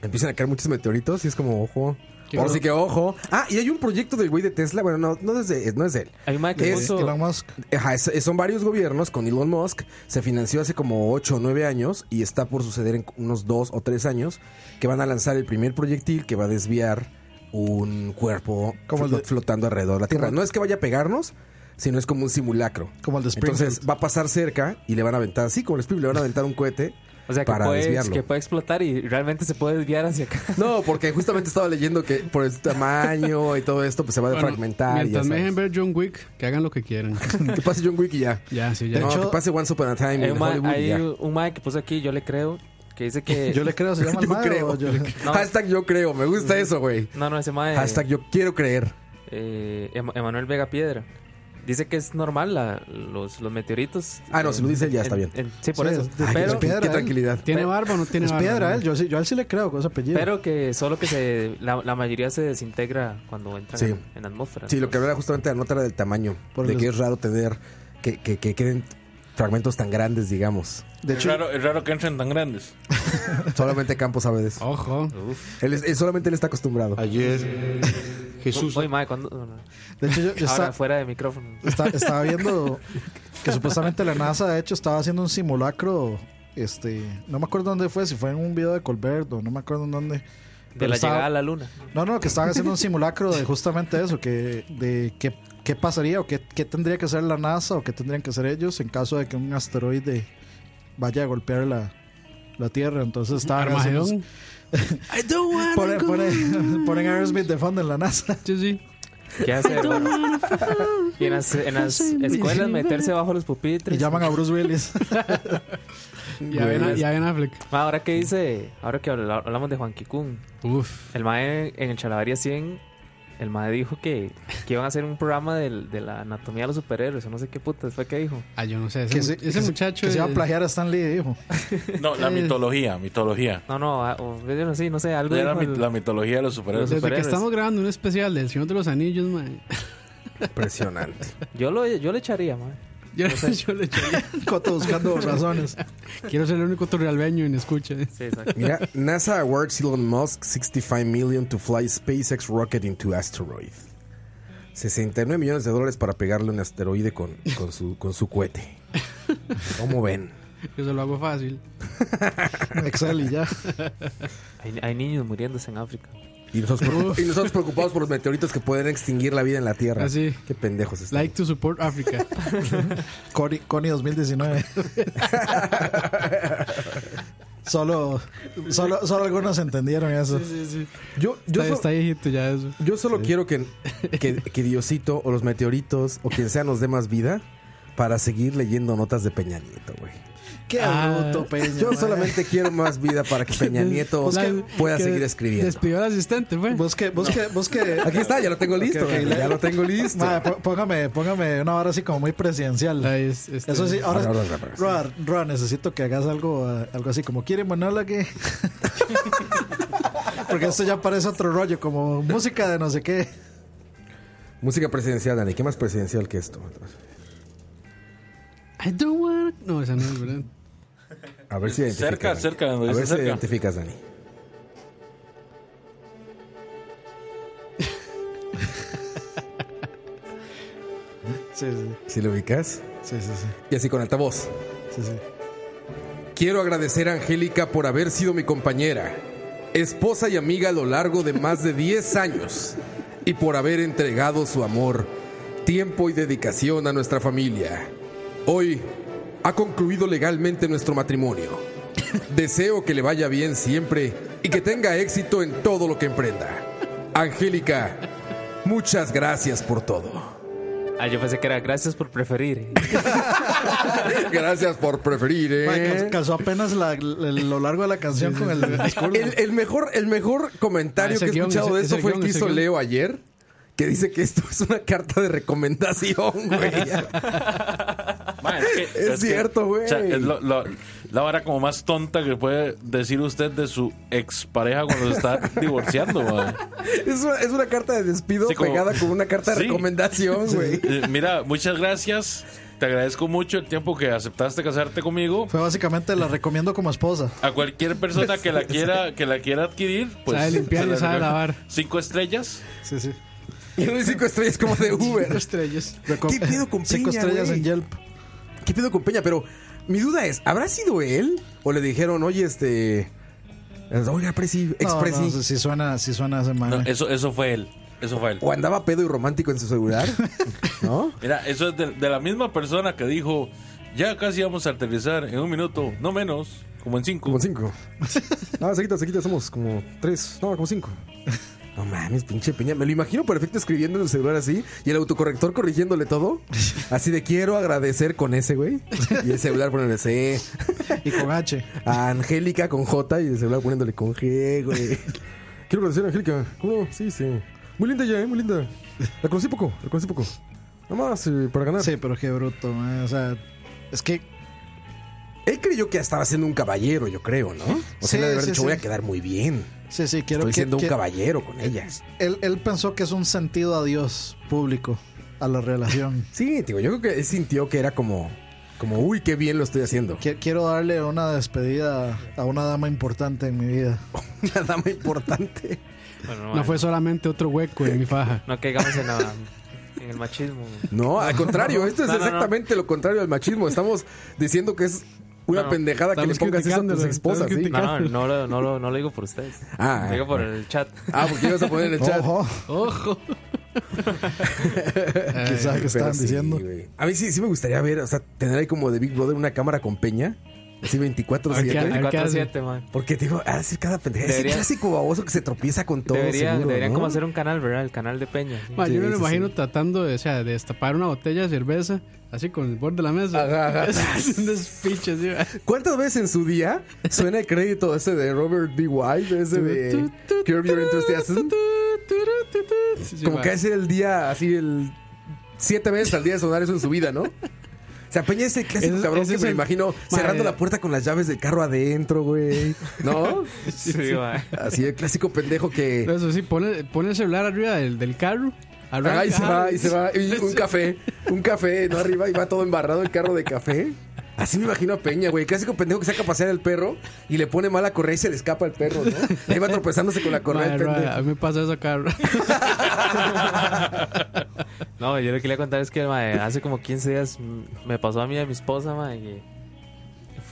S1: Empiezan a caer muchos meteoritos y es como, ojo.
S3: Qué
S1: Ahora
S3: horror.
S1: sí que ojo. Ah, y hay un proyecto del güey de Tesla. Bueno, no, no, es de- no es de él.
S5: Hay un mae que
S1: Es-
S5: puso-
S4: Elon Musk.
S1: Ajá, es- son varios gobiernos con Elon Musk. Se financió hace como 8 o 9 años y está por suceder en unos 2 o 3 años que van a lanzar el primer proyectil que va a desviar un cuerpo
S4: Como el
S1: flot-
S4: de-
S1: flotando alrededor de la Tierra. No es que vaya a pegarnos, sino es como un simulacro.
S4: Como el de
S1: Entonces
S4: Springfield.
S1: va a pasar cerca y le van a aventar, así como el Springfield, le van a aventar un cohete
S5: O sea, que
S1: para
S5: puede,
S1: desviarlo.
S5: que puede explotar y realmente se puede desviar hacia acá.
S1: No, porque justamente estaba leyendo que por el tamaño y todo esto pues se va a
S3: Bueno,
S1: fragmentar. y ya
S3: Mientras me
S1: sabes.
S3: dejen ver John Wick, que hagan lo que quieran.
S1: Que pase John Wick y ya.
S3: ya, sí,
S1: De
S3: ya.
S1: no,
S4: hecho-
S1: que pase Once Upon a Time
S5: Hay
S1: en
S5: un mae-
S1: Hollywood. y
S5: hay
S1: ya.
S5: un mae que puso aquí, yo le creo, que dice que...
S4: Yo le creo, se llama el
S1: Yo
S4: mae,
S1: creo.
S4: o yo- Eh.
S5: No.
S1: Hashtag yo creo. Me gusta eso, güey.
S5: No, no, ese mae...
S1: Hashtag yo quiero creer.
S5: eh, Em- Emanuel Vega Piedra. Dice que es normal la- los, los meteoritos.
S1: Ah, no, si lo dice él ya
S5: En-
S1: está bien.
S5: en- sí, por
S4: Sí,
S5: eso.
S4: es de-
S1: Ay,
S5: pero,
S1: qué,
S4: piedra,
S1: qué
S4: ¿eh?
S1: tranquilidad.
S3: ¿Tiene barba o no tiene
S4: Es
S3: barba?
S4: piedra, él. Yo, sí- yo a él sí le creo con ese apellido.
S5: pero que solo que se... La, la mayoría se desintegra cuando entran
S1: Sí.
S5: en, en la atmósfera.
S1: Sí, lo que hablaba justamente la nota era del tamaño.
S4: Por
S1: de
S4: los-
S1: que es raro tener que, que, que queden fragmentos tan grandes, digamos.
S4: de
S6: Es
S4: hecho,
S6: raro, es raro que entren tan grandes.
S1: Solamente Campos sabe de
S4: Oh.
S1: eso.
S3: Ojo.
S1: Él es- él- solamente él está acostumbrado.
S2: Ayer Jesús
S5: Oye, mae, cuando... no, no.
S4: de hecho yo, yo
S5: Ahora,
S4: esta-
S5: fuera de micrófono.
S4: esta- estaba viendo que supuestamente la NASA, de hecho, estaba haciendo un simulacro. Este, no me acuerdo dónde fue, si fue en un video de Colberto, no me acuerdo en dónde.
S5: De
S4: Pero
S5: la
S4: estaba-
S5: llegada a la luna.
S4: No, no, que estaban haciendo un simulacro de justamente eso, que de qué, qué pasaría o qué, qué tendría que hacer la NASA o qué tendrían que hacer ellos en caso de que un asteroide vaya a golpear la, la Tierra. Entonces estaban haciendo-
S3: Armagedón. I
S4: pues.
S3: don't wanna
S4: Ponen,
S3: go.
S4: ponen, ponen Aerosmith de fondo en la NASA.
S3: Sí, sí.
S5: ¿Qué hacer? bueno? Y en las, en las escuelas meterse bajo los
S4: Y
S5: pupitres.
S4: llaman a Bruce Willis.
S3: Y a Ben-
S5: Güey.
S3: y a Ben Affleck.
S5: Ma, Ahora que dice, ahora que habla- hablamos de Juan Kikun,
S3: Uf.
S5: el MAE en el Chalabaria 100, el MAE dijo que, que iban a hacer un programa del- de, la anatomía de los superhéroes, o no sé qué putas fue que dijo.
S3: Ah, yo no sé. Ese,
S4: que se-
S3: ese
S4: que se-
S3: muchacho.
S4: que se va a
S3: es-
S4: plagiar a Stan Lee, dijo.
S6: No, la
S3: Eh.
S6: mitología, mitología.
S5: No, no, ah, o- yo no sé, no sé, algo
S6: Era
S5: dijo
S6: mi-
S5: el-
S6: la mitología de los superhéroes.
S3: desde que
S5: Los- superhéroes.
S3: estamos grabando un especial del Señor de los Anillos, man.
S1: Impresionante.
S5: yo, lo, yo le echaría, mae.
S3: Yo, yo le
S4: Coto buscando razones.
S3: Quiero ser el único turrialbeño en escucha.
S5: Sí, exacto.
S1: Mira, NASA awards Elon Musk 65 million to fly SpaceX rocket into asteroid. 69 millones de dólares para pegarle un asteroide con, con su, con su cohete. ¿Cómo ven?
S3: Yo se lo hago fácil.
S4: Excel y ya.
S5: Hay, hay niños muriéndose en África.
S1: Y nosotros, preocup- y nosotros preocupados por los meteoritos que pueden extinguir la vida en la Tierra.
S3: Ah, sí.
S1: Qué pendejos están.
S3: Like to support Africa.
S4: Connie, Connie 2019. solo, solo, solo algunos entendieron eso.
S1: Yo, yo,
S3: Yo está,
S1: so-
S3: está viejito ya eso.
S1: yo solo quiero que, que, que Diosito o los meteoritos o quien sea nos dé más vida para seguir leyendo notas de Peña Nieto, güey.
S4: Qué
S3: Ah,
S4: bruto, Peña.
S1: Yo
S4: man.
S1: solamente quiero más vida para que Peña Nieto
S4: Busca-
S1: pueda
S3: Pues que
S1: seguir escribiendo.
S3: Despidió al asistente, fue.
S4: Busque, busque, busque.
S1: Aquí está, ya lo tengo listo.
S4: Ok, ok,
S1: güey,
S4: la-
S1: Ya lo tengo listo.
S4: Madre, po- póngame, póngame una hora así como muy presidencial.
S3: Ahí es- este-
S4: Eso sí, ahora,
S1: Ahora, ahora, ahora, sí.
S4: Roa, Roa, necesito que hagas algo, eh, algo así como quieren monólogo. Porque esto ya parece otro rollo, como música de no sé qué.
S1: Música presidencial, Dani. ¿Qué más presidencial que esto?
S3: I don't wanna- No, esa no es verdad.
S1: A ver si identificas.
S6: Cerca,
S1: Dani.
S6: cerca, donde
S1: A
S6: dice
S1: ver si
S6: cerca.
S1: identificas, Dani.
S4: Sí, sí,
S1: Si lo ubicas.
S4: sí, sí, sí,
S1: Y así con altavoz.
S4: sí, sí.
S1: Quiero agradecer a Angélica por haber sido mi compañera, esposa y amiga a lo largo de más de 10 años y por haber entregado su amor, tiempo y dedicación a nuestra familia. Hoy ha concluido legalmente nuestro matrimonio. Deseo que le vaya bien siempre y que tenga éxito en todo lo que emprenda. Angélica, muchas gracias por todo.
S5: Ah, yo pensé que era gracias por preferir.
S1: Gracias por preferir. ¿eh?
S4: Madre, cal- calzó apenas la- la- lo largo de la canción con el discurso.
S1: El, el mejor, el mejor
S3: Ah,
S1: comentario
S3: ese
S1: que he
S3: guión,
S1: escuchado
S3: ese-
S1: de esto
S3: ese
S1: fue el
S3: guión,
S1: que
S3: ese
S1: hizo
S3: guión.
S1: Leo ayer, que dice que esto es una carta de recomendación, güey.
S6: Ma, es, que-
S1: Es cierto, güey.
S6: o sea, es lo- lo- la vara como más tonta que puede decir usted de su expareja cuando se está divorciando, ma.
S1: Es una, es una carta de despido
S6: Sí, como-
S1: pegada con una carta de
S6: Sí.
S1: recomendación, güey.
S6: Eh, Mira, muchas gracias. Te agradezco mucho el tiempo que aceptaste casarte conmigo.
S4: Fue básicamente la recomiendo como esposa.
S6: A cualquier persona que la quiera, que la quiera adquirir, pues.
S3: Sabe limpiar
S6: se
S3: y
S6: la
S3: sabe
S6: recomiendo.
S3: lavar.
S6: Cinco estrellas.
S4: Sí, sí.
S1: Y uno de cinco estrellas como de Uber.
S3: estrellas.
S4: Reco-
S1: ¿Qué pedo con
S4: Cinco
S1: piña,
S4: estrellas
S1: güey?
S4: en Yelp.
S1: ¿Qué pedo con Peña? Pero mi duda es, ¿habrá sido él? ¿O le dijeron, oye, este... Oiga, Presi, ex
S4: No,
S1: Presi"?
S4: no, sí, sí suena, sí suena ese
S6: No,
S4: man.
S6: eso, eso fue él. Eso fue él.
S1: ¿O andaba pedo y romántico en su celular? ¿No?
S6: Mira, eso es de, de la misma persona que dijo, ya casi vamos a aterrizar en un minuto, no menos, como en cinco.
S1: Como cinco. No, seguidas, seguidas, somos como tres. No, como cinco. No mames, pinche peña. Me lo imagino perfecto escribiendo en el celular así y el autocorrector corrigiéndole todo. Así de quiero agradecer con ese, güey. Y el celular poniéndole C.
S4: Y con H.
S1: A Angélica con J y el celular poniéndole con G, güey. Quiero agradecer a Angélica. ¿Cómo? Sí, sí. Muy linda ya, ¿eh? Muy linda. La conocí poco, la conocí poco. Nada más eh, para ganar.
S4: Sí, pero qué bruto, man. O sea, es que
S1: Él creyó que estaba siendo un caballero, yo creo, ¿no? O sea,
S4: Sí,
S1: le debe haber
S4: sí,
S1: dicho,
S4: sí.
S1: voy a quedar muy bien.
S4: Sí, sí, quiero
S1: Estoy
S4: que,
S1: siendo
S4: que-
S1: un caballero con ella.
S4: Él, él pensó que es un sentido a Dios público a la relación.
S1: Sí, digo, yo creo que él sintió que era como, como, uy, qué bien lo estoy haciendo.
S4: Qui- Quiero darle una despedida a una dama importante en mi vida.
S1: Una dama importante.
S5: Bueno,
S3: No fue solamente otro hueco en mi faja.
S5: No caigamos en, la- en el machismo.
S1: No, al contrario, esto es
S5: No, no, no.
S1: exactamente lo contrario al machismo. Estamos diciendo que es una
S5: No,
S1: pendejada que le
S3: estamos
S1: pongas eso a tus
S3: criticándolo,
S1: esposas,
S3: estamos
S1: ¿sí?
S5: No, no, no, lo- no, lo- no lo digo por ustedes.
S1: Ah.
S5: lo digo por el chat.
S1: Ah, porque ibas a poner en el chat.
S4: Ojo,
S3: Ojo.
S4: quizás que
S1: Pero
S4: estaban
S1: sí,
S4: diciendo.
S1: güey. a mí sí, sí me gustaría ver, o sea, tener ahí como de Big Brother una cámara con peña. Así 24
S3: Ay, qué-
S1: 7
S3: ay.
S5: 24-7, man.
S1: Porque te digo, a decir cada pendeja. Es el
S5: Debería-
S1: clásico baboso que se tropieza con todo.
S5: Debería,
S1: seguro,
S5: deberían
S1: ¿no?
S5: como hacer un canal, ¿verdad? El canal de Peña. sí.
S3: Ma, yo me
S1: Sí,
S3: lo
S1: sí,
S3: imagino
S1: sí.
S3: tratando de, o sea, de destapar una botella de cerveza, así con el borde de la mesa.
S1: Ajá, ajá.
S3: Es un despiche, así, ma.
S1: ¿Cuántas veces en su día suena el crédito ese de Robert D. White, ese de Curb Your Enthusiasm?
S3: Sí, sí,
S1: Como
S3: ma.
S1: que ese era el día, así el... Siete veces al día de sonar eso en su vida, ¿no? Se apeña ese clásico
S3: Ese-
S1: cabrón
S3: ese
S1: que
S3: es
S1: me
S3: el-
S1: imagino cerrando
S3: Madre.
S1: la puerta con las llaves del carro adentro, güey. ¿No?
S5: Sí, man.
S1: Así el clásico pendejo
S3: Pero
S1: que...
S3: Eso sí, pone, pone el celular arriba del, del carro.
S1: Ah, y se
S3: arranca,
S1: va, y se va. Y un café, un café, ¿no? Arriba y va todo embarrado el carro de café. Así me imagino a Peña, güey. El clásico pendejo que saca a pasear el perro y le pone mala correa y se le escapa el perro, ¿no? Y ahí va tropezándose con la correa
S3: Ma,
S1: el pendejo.
S3: ra, a mí me pasa eso acá. ra.
S5: No, yo lo que quería contar es que mae, hace como 15 días mm, me pasó a mí y a mi esposa, mae, que,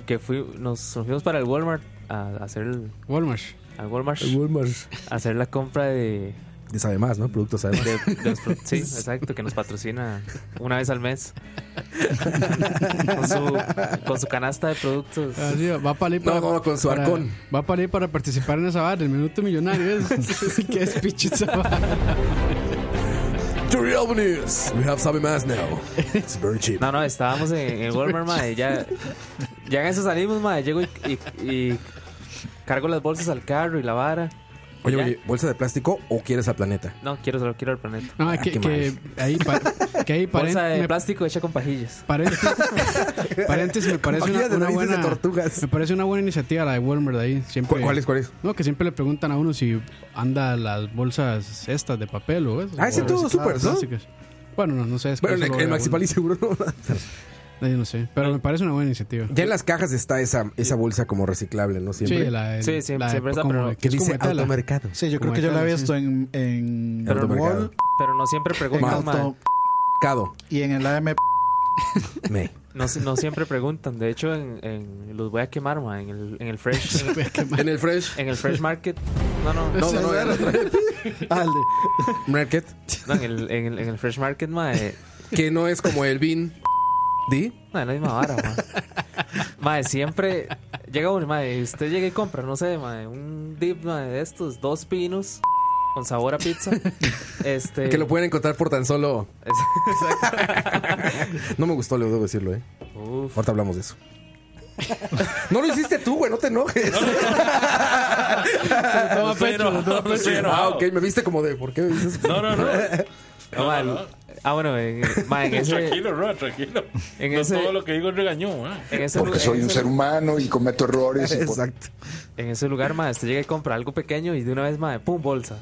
S5: que fui, nos, nos fuimos para el Walmart a, a hacer el-
S3: Walmart.
S5: al Walmart
S1: Walmart.
S5: a hacer la compra de,
S1: De sabe más, ¿no? Productos además.
S5: de- de los pro- sí, exacto, que nos patrocina una vez al mes con su, con su canasta de productos.
S3: Así, Ah, va para allí para,
S1: No, no, con su
S3: para-
S1: arcón.
S3: Va para allí para participar en esa barra, el minuto millonario. Es, qué despiche esa barra.
S1: To real news. We have sabe más now. It's very cheap.
S5: No, no, estábamos en, en Walmart, madre. Ya, ya en eso salimos, madre. Llego y, y- y cargo las bolsas al carro y la vara.
S1: Oye,
S5: Ya.
S1: oye, ¿bolsa de plástico o quieres al planeta?
S5: No, quiero solo quiero el planeta.
S3: No,
S1: Ah,
S3: que,
S1: qué
S3: que ahí, pa- que ahí
S5: Bolsa
S3: paren-
S5: de
S3: me-
S5: plástico hecha con pajillas.
S3: Paréntesis, paréntesis, me parece
S1: Compañía
S3: una,
S1: de
S3: una
S1: narices
S3: buena
S1: de tortugas.
S3: Me parece una buena iniciativa la de Walmart ahí, siempre.
S1: ¿Cu- ¿Cuál es? ¿Cuál es?
S3: No, que siempre le preguntan a uno si anda las bolsas estas de papel o eso.
S1: Ah, ese
S3: o
S1: todo súper, ¿no?
S3: plásticas. Bueno, no, no sé. es que
S1: Bueno,
S3: eso lo
S1: en,
S3: veo
S1: en Maxipali seguro no.
S3: Walmart. Ahí no sé, pero me parece una buena iniciativa.
S1: Ya en las cajas está esa, esa bolsa como reciclable, ¿no? Siempre.
S3: Sí, la,
S5: Sí, sí,
S3: la-
S5: siempre está, pero- "Ah,
S1: que
S3: es como
S1: dice
S3: de tela.
S1: automercado.
S4: Sí, yo creo
S3: Como
S4: que yo la he
S3: tal, sí.
S4: visto en, en
S1: Pero no
S4: Wall,
S5: Pero no siempre
S4: en
S5: preguntan, madre.
S4: Auto
S1: Cado.
S4: y en el AM.
S1: Me.
S5: No, si- no siempre preguntan. De hecho, en, en- los voy a quemar, madre. En el, en el Fresh. en el-
S1: En el Fresh.
S5: En el Fresh Market. No, no.
S1: No, no, no, era otra vez.
S4: Ah, el de-
S1: Market.
S5: no, en, el, en, el, en el Fresh Market, madre.
S1: Que no es como el Bean. ¿Di?
S5: Madre, la misma vara, madre. Madre, siempre llega uno, madre, y usted llega y compra, no sé, madre, un dip, madre, de estos, dos pinos con sabor a pizza. Este.
S1: Que lo pueden encontrar por tan solo. No me gustó, le debo decirlo, ¿eh?
S5: Uf,
S1: Ahorita hablamos de eso. No lo hiciste tú, güey, no te enojes.
S6: No estoy enojado, no estoy
S1: Ah,
S6: enojado.
S1: ok, me viste como de, ¿por qué me dices?
S6: No, no, no.
S5: no, madre, Ah, bueno, en, madre, en ese.
S6: Tranquilo, Roa, tranquilo.
S5: En
S6: no
S5: ese-
S6: todo lo que digo es regañón. ah.
S5: En ese,
S10: porque
S5: lu-
S10: soy
S5: en
S10: un
S5: ese-
S10: ser humano y cometo errores. y por-
S1: Exacto.
S5: en ese lugar, madre, usted llega y compra algo pequeño y de una vez, madre, pum, bolsa.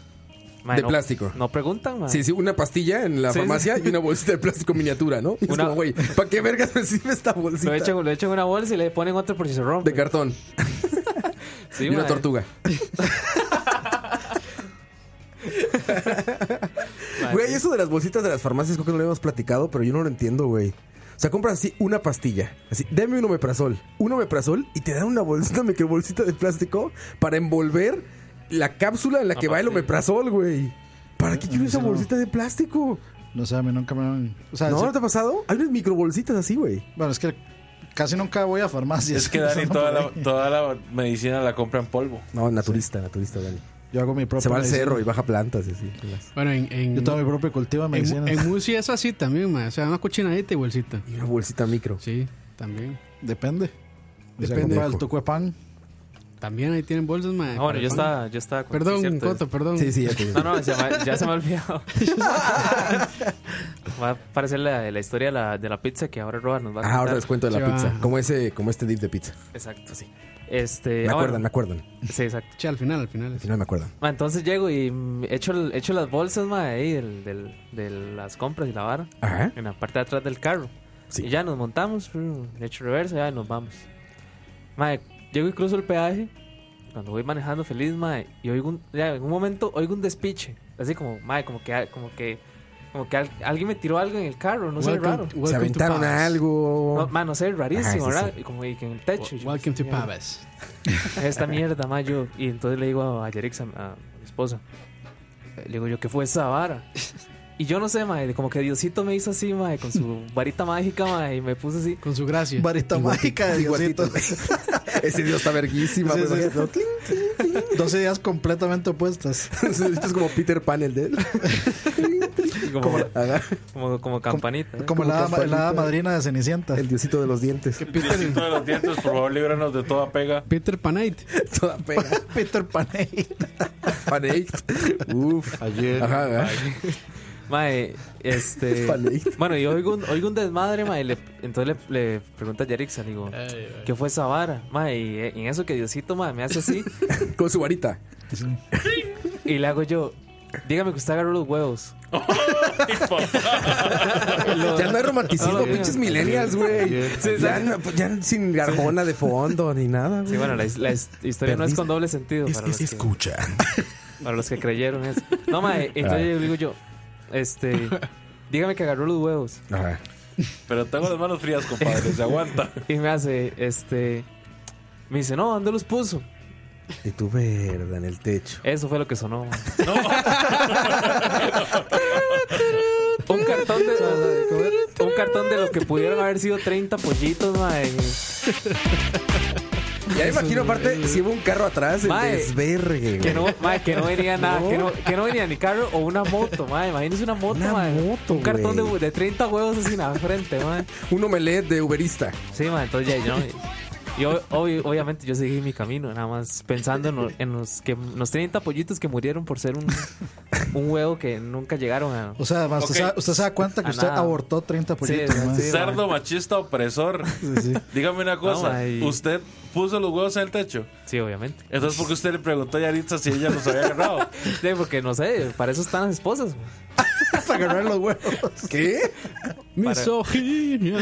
S5: Mae,
S1: De
S5: no-
S1: plástico.
S5: No preguntan, mae.
S1: Sí, sí, una pastilla en la
S5: Ah. Sí, sí.
S1: farmacia y una bolsita de plástico miniatura, ¿no? Y es
S5: Una-
S1: como, güey, ¿para qué vergas me sirve esta
S5: Lo
S1: bolsita?
S5: echan, lo echan en una bolsa y le ponen otro por si se rompe.
S1: De cartón
S5: Sí,
S1: y una
S5: mae.
S1: tortuga.
S5: Mae,
S1: Güey,
S5: sí.
S1: eso de las bolsitas de las farmacias creo que no lo habíamos platicado, pero yo no lo entiendo, güey. O sea, compras así una pastilla. Así, deme un omeprazol. Un omeprazol y te dan una bolsita, una microbolsita de plástico para envolver la cápsula en la que va el omeprazol, güey. ¿Para qué quiero esa bolsita de plástico?
S4: No sé, a mí nunca me han. O sea,
S1: ¿No?
S4: sí-
S1: ¿No te ha pasado? Hay unas microbolsitas así, güey.
S4: bueno, es que casi nunca voy a farmacias.
S6: Es que Dani toda la, toda la medicina la compra en polvo.
S1: No, naturista, naturista, Dani.
S4: Yo hago mi propia.
S1: Se va al
S4: medicina.
S1: cerro y baja plantas y así.
S3: Bueno, en, en,
S4: Yo tengo mi propio cultivo de
S3: en,
S4: medicina.
S3: en Musi es así también, mae. O sea, una cochinadita y bolsita.
S1: Y una bolsita micro.
S3: Sí, también.
S4: Depende. O sea,
S1: Depende.
S4: compra el tuco de pan.
S3: También ahí tienen bolsas, mae.
S5: Ah, bueno,
S3: para
S5: yo
S3: pan.
S5: estaba, yo estaba. con- sí,
S3: Perdón,
S5: cierto,
S3: Coto, perdón.
S1: Sí, sí, ya te digo.
S5: No, no, se me- ya se me ha olvidado. va a parecer la, la historia de la, de la pizza que ahora Roa nos va
S1: Ah,
S5: a contar.
S1: ahora les cuento de la
S3: Sí, va.
S1: pizza. Como ese, como este dip de pizza.
S5: Exacto, sí. Este,
S1: Me
S5: ah,
S1: acuerdan,
S5: bueno,
S1: me acuerdan.
S5: Sí, exacto.
S3: Che, al final, al final.
S1: Al final me acuerdan.
S5: Ma, entonces llego y mm, echo, el- echo las bolsas, ma, ahí del- del- de las compras y la vara
S1: Ajá.
S5: en la parte de atrás del carro.
S1: Sí.
S5: Y ya nos montamos, mm, le echo reversa, ya y nos vamos. Ma, llego y cruzo el peaje. Cuando voy manejando feliz, ma, y oigo un, ya, en un momento oigo un despiche. Así como, ma, como que, como que, como que al- alguien me tiró algo en el carro, no sé,
S3: Welcome-
S5: raro.
S3: welcome
S1: Se
S3: to
S1: aventaron
S3: Pavas.
S1: algo.
S5: No, ma, no sé, rarísimo,
S1: Ajá, sí,
S5: ¿verdad? Y como y que en el techo. yo,
S3: Welcome to
S5: mierda,
S3: Pavas.
S5: Esta mierda, ma, yo. Y entonces le digo a, a Yerix, a, a mi esposa. eh, Le digo yo, ¿qué fue esa vara? Y yo no sé, ma, como que Diosito me hizo así, ma, con su varita mágica, ma, y me puso así.
S3: Con su gracia.
S4: Varita mágica de
S1: Igualito.
S4: Diosito.
S1: Ese dios está verguísima,
S4: Sí,
S1: güey.
S4: sí.
S1: Imagínate, clink.
S4: 12 ideas completamente opuestas.
S1: Esto es como Peter Pan, el de él.
S5: y como,
S1: Como la-
S5: como, como campanita. ¿eh?
S4: Como
S1: Como
S4: la, hada-
S1: campanita.
S4: la hada madrina de Cenicienta.
S1: el diosito de los dientes.
S6: Diosito de los dientes, por favor, líbranos de toda pega.
S3: Peter Panite.
S1: Toda pega.
S4: Peter Panay.
S1: Panaked. Uf.
S11: Ayer.
S1: Ajá, ajá.
S5: Mae, este.
S1: Panate.
S5: bueno, y oigo un, oigo un desmadre, mae. le- entonces le, le pregunto a Yerix, le digo, ¿qué fue esa vara? Mae, y, eh, y en eso que Diosito, mae, me hace así.
S1: Con su varita.
S5: y le hago yo, dígame que usted agarró los huevos.
S6: Ay, papá.
S5: Lo-
S1: Ya no hay romanticismo,
S5: No, no,
S1: pinches
S5: no.
S1: millennials, güey. Ya, no- pues ya sin gargona de fondo ni nada, güey.
S5: Sí, bueno, la, la his- historia no es con doble sentido. para los que-
S1: escucha.
S5: Para los que creyeron eso. No, mae,
S1: Ah.
S5: entonces yo digo yo, este, dígame que agarró los huevos.
S1: Ajá.
S6: Pero tengo las manos frías, compadre. Se aguanta.
S5: Y me hace, este, me dice, no, ¿dónde los puso?
S1: Y tu verda en el techo.
S5: Eso fue lo que sonó. mae. un cartón de, un cartón de lo que pudieron haber sido 30 pollitos, mae.
S1: Ya me imagino, aparte, si hubo un carro atrás, el
S5: Mae.
S1: desvergue,
S5: Que
S1: güey.
S5: no, mae, que no venía nada, Que, no, que no venía ni carro o una moto, mae. Imagínense una moto,
S1: Una
S5: mae.
S1: moto,
S5: un cartón de,
S1: güey.
S5: de 30 huevos así en la frente, mae.
S1: Un omelette de uberista.
S5: Sí, ma, entonces ya yo. Yo, obvio- obviamente, yo seguí mi camino, nada más pensando en, lo- en los que los 30 pollitos que murieron por ser un, un huevo que nunca llegaron a.
S4: O sea, además, usted,
S6: Ok.
S4: sa- usted se da cuenta que
S5: A
S4: usted
S5: nada.
S4: abortó 30 pollitos.
S5: Sí,
S4: man.
S5: sí.
S6: Cerdo machista opresor.
S4: Sí, sí.
S6: Dígame una
S5: No,
S6: cosa.
S5: mae.
S6: usted puso los huevos en el techo.
S5: Sí, obviamente.
S6: Entonces, ¿por qué usted le preguntó a Yaritza si ella los había agarrado?
S5: Sí, porque no sé, para eso están las esposas. ma.
S4: Para agarrar los huevos.
S1: ¿Qué?
S3: Misoginia.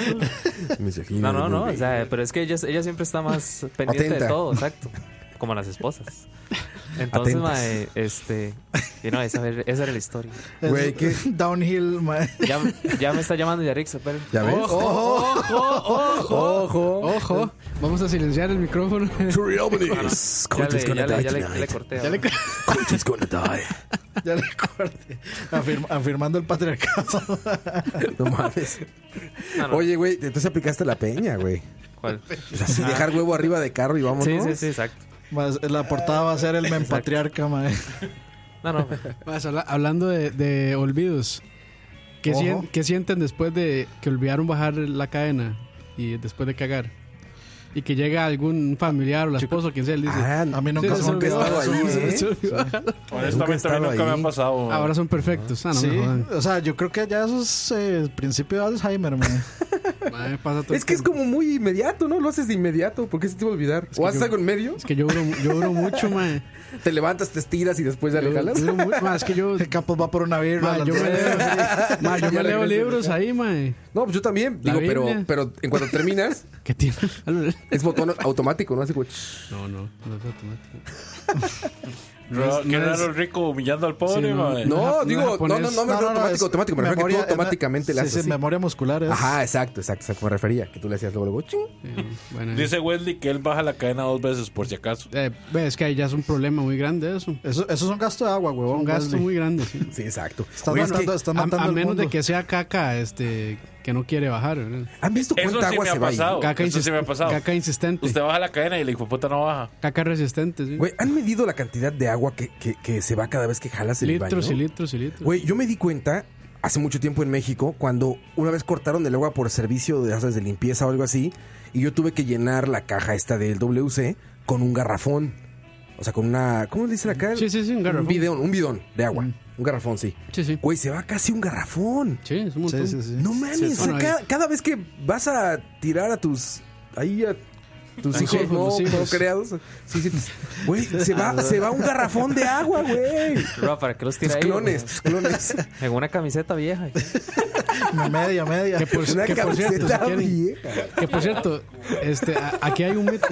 S5: No, no, no. O sea, pero es que ella, ella siempre está más pendiente
S1: Atenta.
S5: de todo, exacto. Como las esposas. Entonces,
S1: Atentas.
S5: ma, eh, este. Y no, esa, era- esa era la historia.
S1: Güey,
S4: Es-
S1: ¿qué?
S4: Downhill, man.
S5: Ya, ya me está llamando Yarix, pero.
S1: ¿Ya ves?
S3: Ojo, ojo, ojo.
S1: Ojo.
S3: Ojo. Vamos a silenciar el micrófono.
S1: Three ovnis.
S5: Ya
S1: Coach
S5: le,
S1: is gonna
S5: ya le-
S1: die
S5: ya le- ya le
S1: tonight.
S5: corté.
S3: Ya le-
S5: ma.
S1: Coach is gonna die.
S4: Ya le corté. Afirma- afirmando el patriarcado.
S1: No mames.
S5: No, no,
S1: Oye, güey, entonces aplicaste la peña, güey.
S5: ¿cuál?
S1: O sea, sin dejar huevo arriba de carro y vámonos.
S5: Sí, sí, sí, exacto.
S4: Más, la portada va a ser el men patriarca, man.
S5: No, no.
S3: Vas, habla- hablando de, de olvidos, ¿qué,
S4: Ojo.
S3: sien- qué sienten después de que olvidaron bajar la cadena y después de cagar? Y que llega algún familiar o la esposa o quien sea, él dice:
S1: Ah,
S4: A mí
S3: "Sí,
S4: nunca
S3: se
S4: se me
S1: nunca he
S3: olvidó,
S1: estado
S3: se
S1: ahí,
S3: me-
S1: ¿eh?
S3: se me olvidó bajar".
S1: Nunca he
S6: Honestamente, a mí
S1: estado
S6: nunca me
S1: ahí.
S6: ha pasado. mae.
S3: Ahora son perfectos. Ah, no me
S4: Sí,
S3: jodan.
S4: o sea, yo creo que ya eso es eh, el principio de Alzheimer, man.
S3: Mae, pasa todo el
S1: Es que es
S3: tiempo.
S1: como muy inmediato, ¿no? Lo haces de inmediato. ¿Por qué se te va a olvidar? o haces
S3: yo-
S1: algo en medio,
S3: Es que yo duro, yo duro mucho, mae.
S1: te levantas, te estiras y después ya
S3: Yo
S1: le jalas.
S3: duro mucho, mae, Es que yo,
S4: El campo va por una birra.
S3: mae,
S4: la-
S3: Pues, yo me leo, mae, yo
S1: Ya
S3: me leo
S1: regresé.
S3: libros ahí, mae.
S1: No, pues yo también.
S3: La
S1: Digo, pero,
S3: Biblia.
S1: pero en cuanto terminas,
S3: ¿Qué tiene?
S1: es botón automático, ¿no? Así como...
S3: No, no, no es automático.
S6: Ro- Qué raro el rico humillando al pobre,
S3: Sí, no.
S6: mae.
S1: No,
S3: Una-
S1: digo,
S3: una
S1: no, no, no, me
S3: japonés.
S1: refiero a automático,
S4: es
S1: automático. Me refiero a que tú
S4: memoria-
S1: automáticamente le
S4: sí,
S1: haces
S4: sí,
S1: así.
S4: memoria muscular es.
S1: Ajá, exacto, exacto, exacto. Me refería que tú le hacías luego, luego, ching.
S3: Sí, bueno,
S6: Dice Wesley que él baja la cadena dos veces por si acaso.
S3: eh, ve, es que ahí ya es un problema muy grande eso.
S4: Eso, eso es un gasto de agua, huevón.
S3: Un gasto
S4: Wesley.
S3: muy grande, sí.
S1: Sí, exacto.
S4: Estás
S1: Oye, es
S4: matando,
S1: que-
S4: estás
S3: A,
S4: matando
S3: a
S4: al
S3: menos de
S4: mundo.
S3: que sea caca, este, que no quiere bajar. ¿verdad?
S1: ¿Han visto
S6: Eso
S1: cuánta
S6: sí
S1: agua
S6: me
S1: se
S6: ha
S1: va ahí?
S6: pasado.
S3: Caca,
S6: Eso sí me ha
S3: insist-
S6: pasado.
S3: caca insistente.
S6: Usted baja la cadena y la hijueputa no baja.
S3: Caca resistente, sí.
S1: Güey, ¿han medido la cantidad de agua que, que- que se va cada vez que jalas el
S3: litros
S1: baño?
S3: y litros y litros.
S1: Güey, yo me di cuenta hace mucho tiempo en México cuando una vez cortaron el agua por servicio de, ya sabes, de limpieza o algo así y yo tuve que llenar la caja esta del WC con un garrafón. O sea, con una... ¿Cómo le dicen acá?
S3: Sí, sí, sí, un garrafón.
S1: bidón, un bidón de agua. Un garrafón, sí.
S3: Sí, sí.
S1: Güey, se va casi un garrafón.
S3: Sí, es un
S4: Sí,
S3: montón.
S4: sí, sí.
S1: No mames,
S3: Sí,
S1: o sea,
S3: bueno, ahí.
S1: cada, cada vez que vas a tirar a tus. Ahí a tus
S3: Sí,
S1: hijos no,
S3: los
S1: no
S3: hijos.
S1: creados. Sí, sí, tus- Güey, se va, se va un garrafón de agua, güey.
S5: Roa, ¿para qué los
S1: Tus
S5: tira ahí?
S1: clones, tus clones.
S5: güey? En una camiseta vieja.
S4: Media, media.
S3: Que por,
S1: Una
S3: que por cierto, si
S1: camiseta
S3: quieren-
S1: vieja.
S3: que por cierto, este, a- aquí hay un mito.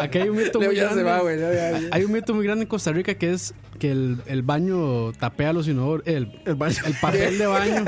S3: aquí hay un mito
S1: Leo
S3: muy
S1: ya se
S3: grande.
S1: va, güey. Leo ya-
S3: A- Hay un mito muy grande en Costa Rica que es que el, el baño tapea los inodoros. El, el, papel de baño.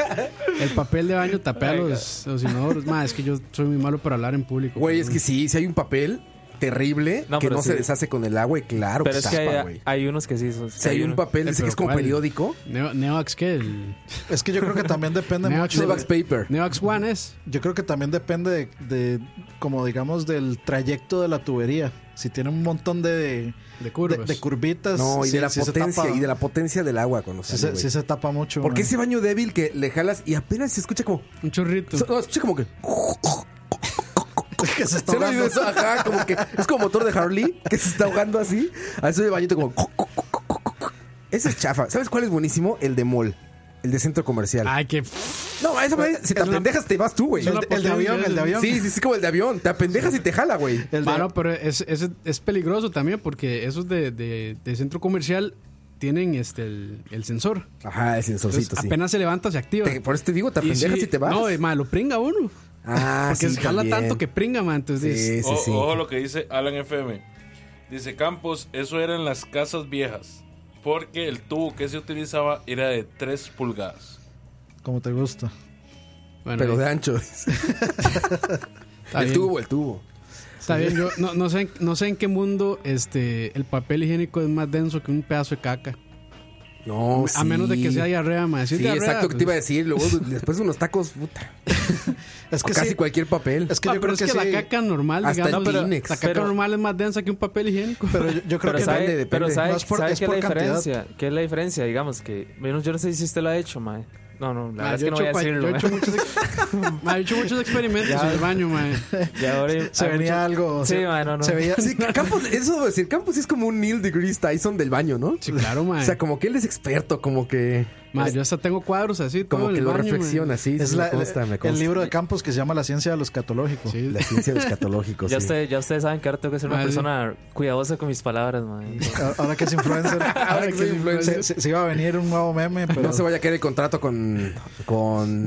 S3: El papel de baño tapea los, los inodoros. Ma, es que yo soy muy malo para hablar en público.
S1: Güey, es que sí, si hay un papel terrible
S5: No,
S1: que
S5: pero
S1: no
S5: sí.
S1: se deshace con el agua y claro
S5: Pero
S1: que
S5: es que
S1: tapa,
S5: hay,
S1: güey.
S5: hay unos que sí. Son,
S1: Si hay un papel,
S3: Eh,
S1: dice que
S3: pero
S1: es como
S3: ¿cuál?
S1: periódico.
S3: Neo- Neox, ¿qué? El-
S4: Es que yo creo que también depende
S3: Neo-
S4: mucho.
S1: Nevax Paper.
S3: Neox One es.
S4: Yo creo que también depende de, de, como digamos, del trayecto de la tubería. Si tiene un montón de,
S3: De
S4: de,
S3: curvas.
S4: de curvitas.
S1: No, y
S4: sí-
S1: de la
S4: sí se
S1: potencia,
S4: tapa-
S1: y de la potencia del agua cuando
S4: sí
S1: sale,
S4: se,
S1: güey.
S4: sí se tapa mucho.
S1: Porque
S4: man.
S1: ese baño débil que le jalas y apenas se escucha como.
S3: Un chorrito.
S1: so- No, escucha como que.
S4: Es que se está
S1: ¿Se han
S4: ahogando.
S1: oído eso? Ajá, como que es como motor de Harley que se está ahogando así. A eso de bañito como. Ese es chafa. ¿Sabes cuál es buenísimo? El de mall. El de centro comercial.
S3: Ay, que.
S1: no, eso me- si te
S4: es una-
S1: apendejas te vas tú, güey.
S4: Es una El de avión, el de avión.
S1: Sí, sí, sí, como el de avión. Te apendejas y te jala, güey.
S4: El de-
S3: Bueno, pero es, es, es peligroso también porque esos de, de, de centro comercial tienen este el, el sensor.
S1: Ajá, el
S3: Entonces,
S1: sensorcito, sí.
S3: apenas se levanta, se activa.
S1: Te- por eso te digo, te
S3: Y
S1: apendejas
S3: sí,
S1: y te vas.
S3: No, ma, lo pringa uno.
S1: ah,
S3: porque
S1: sí,
S3: jala
S1: también.
S3: tanto que Oh, pringa, man. Entonces,
S1: Sí, sí,
S6: O-
S1: sí.
S6: Ojo lo que dice Alan FM. Dice Campos, eso era en las casas viejas. Porque el tubo que se utilizaba era de 3 pulgadas.
S4: Como te gusta.
S3: bueno,
S1: Pero
S3: ahí-
S1: de ancho.
S3: está
S1: el
S3: bien.
S1: tubo, el tubo.
S3: Está bien, yo no, no, sé, en- no sé en qué mundo este el papel higiénico es más denso que un pedazo de caca.
S1: No,
S3: A menos de que
S1: Oh, sí.
S3: sea diarrea, man. Si es
S1: Sí,
S3: diarrea,
S1: exacto, que
S3: pues-
S1: te iba a decir. Luego, después de unos tacos, puta.
S4: Es que
S1: casi
S4: sí.
S1: cualquier papel.
S4: Es que
S3: Ah,
S4: yo
S3: pero
S4: creo
S3: es
S4: que,
S3: que,
S4: sí.
S3: la caca normal,
S1: Hasta
S3: digamos,
S1: el
S3: la-
S1: Kleenex.
S3: la caca
S5: Pero-
S3: normal es más densa que un papel higiénico.
S4: Pero yo, yo creo
S5: Pero
S4: que
S5: sabe,
S1: depende,
S5: pero
S1: depende.
S5: sabe,
S4: No es por-
S5: sabe
S4: es
S5: qué es la
S4: por cantidad.
S5: diferencia. ¿Qué es la diferencia? Digamos que. Yo no, yo no sé si usted lo ha hecho, mae. No, no, la
S3: Ma,
S5: verdad es
S3: yo,
S5: que
S3: he
S5: no voy a
S3: hecho, cua- yo he
S5: decirlo. mae.
S1: ¿eh?
S3: hecho muchos, ex- ma, he hecho muchos experimentos en el baño, man.
S5: Y ahora hay
S4: se venía
S5: mucho-
S4: algo.
S5: Sí,
S4: se-
S5: mae, no, no.
S4: Se veía.
S1: Sí, Campos, eso debo decir, Campos es como un Neil deGrasse Tyson del baño, ¿no?
S3: Sí, claro, man.
S1: O sea, como que él es experto, como que
S3: Ma, yo hasta tengo cuadros así, todo
S1: como
S3: en
S1: que
S3: el
S1: lo
S3: baño, ma.
S1: reflexiona, sí,
S4: es
S1: sí,
S4: la-
S1: me consta, me
S4: el
S1: consta.
S4: libro de Campos que se llama La ciencia de lo escatológico.
S3: Sí,
S1: La ciencia de los catológicos.
S5: Ya,
S1: sí.
S5: usted- ya ustedes saben que ahora tengo que ser una
S3: Madre.
S5: persona cuidadosa con mis palabras, mae.
S4: A- Ahora que es influencer.
S1: Ahora que soy influencer.
S4: Se, se- se iba a venir un nuevo meme, pero.
S1: No se vaya a caer el contrato con, con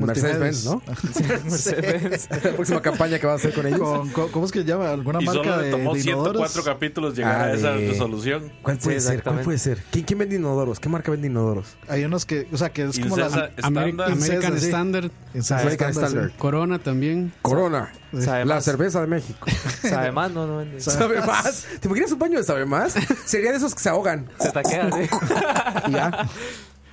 S1: Mercedes-Benz,
S4: Multimedios.
S1: ¿no?
S5: Mercedes.
S1: La próxima campaña que va a hacer con ellos.
S4: Con- co- ¿Cómo es que se llama? ¿Alguna
S6: Y
S4: marca
S6: solo
S4: de,
S6: le tomó
S4: de
S6: 104
S4: inodoros?
S6: capítulos llegar
S1: Ah,
S6: a esa
S1: de-
S6: resolución.
S1: ¿Cuál puede ser?
S5: Sí,
S1: ¿Cuál
S5: exactamente.
S1: puede ser? ¿Quién, quién vende inodoros? ¿Qué marca vende inodoros?
S4: Hay unos que, o sea, que es como
S6: Incesa-
S4: la
S3: Ameri-
S6: estándar.
S3: American
S4: Sí, sí, sí.
S3: Standard,
S1: American Standard.
S3: Corona también.
S1: Corona.
S5: O sea,
S1: La
S5: además,
S1: cerveza de México.
S5: o sea, además no, no vende. Se
S1: ¿Sabe más? ¿Te imaginas un baño de saber más? Sería de esos que se ahogan.
S5: taquea, sí.
S1: Y ya.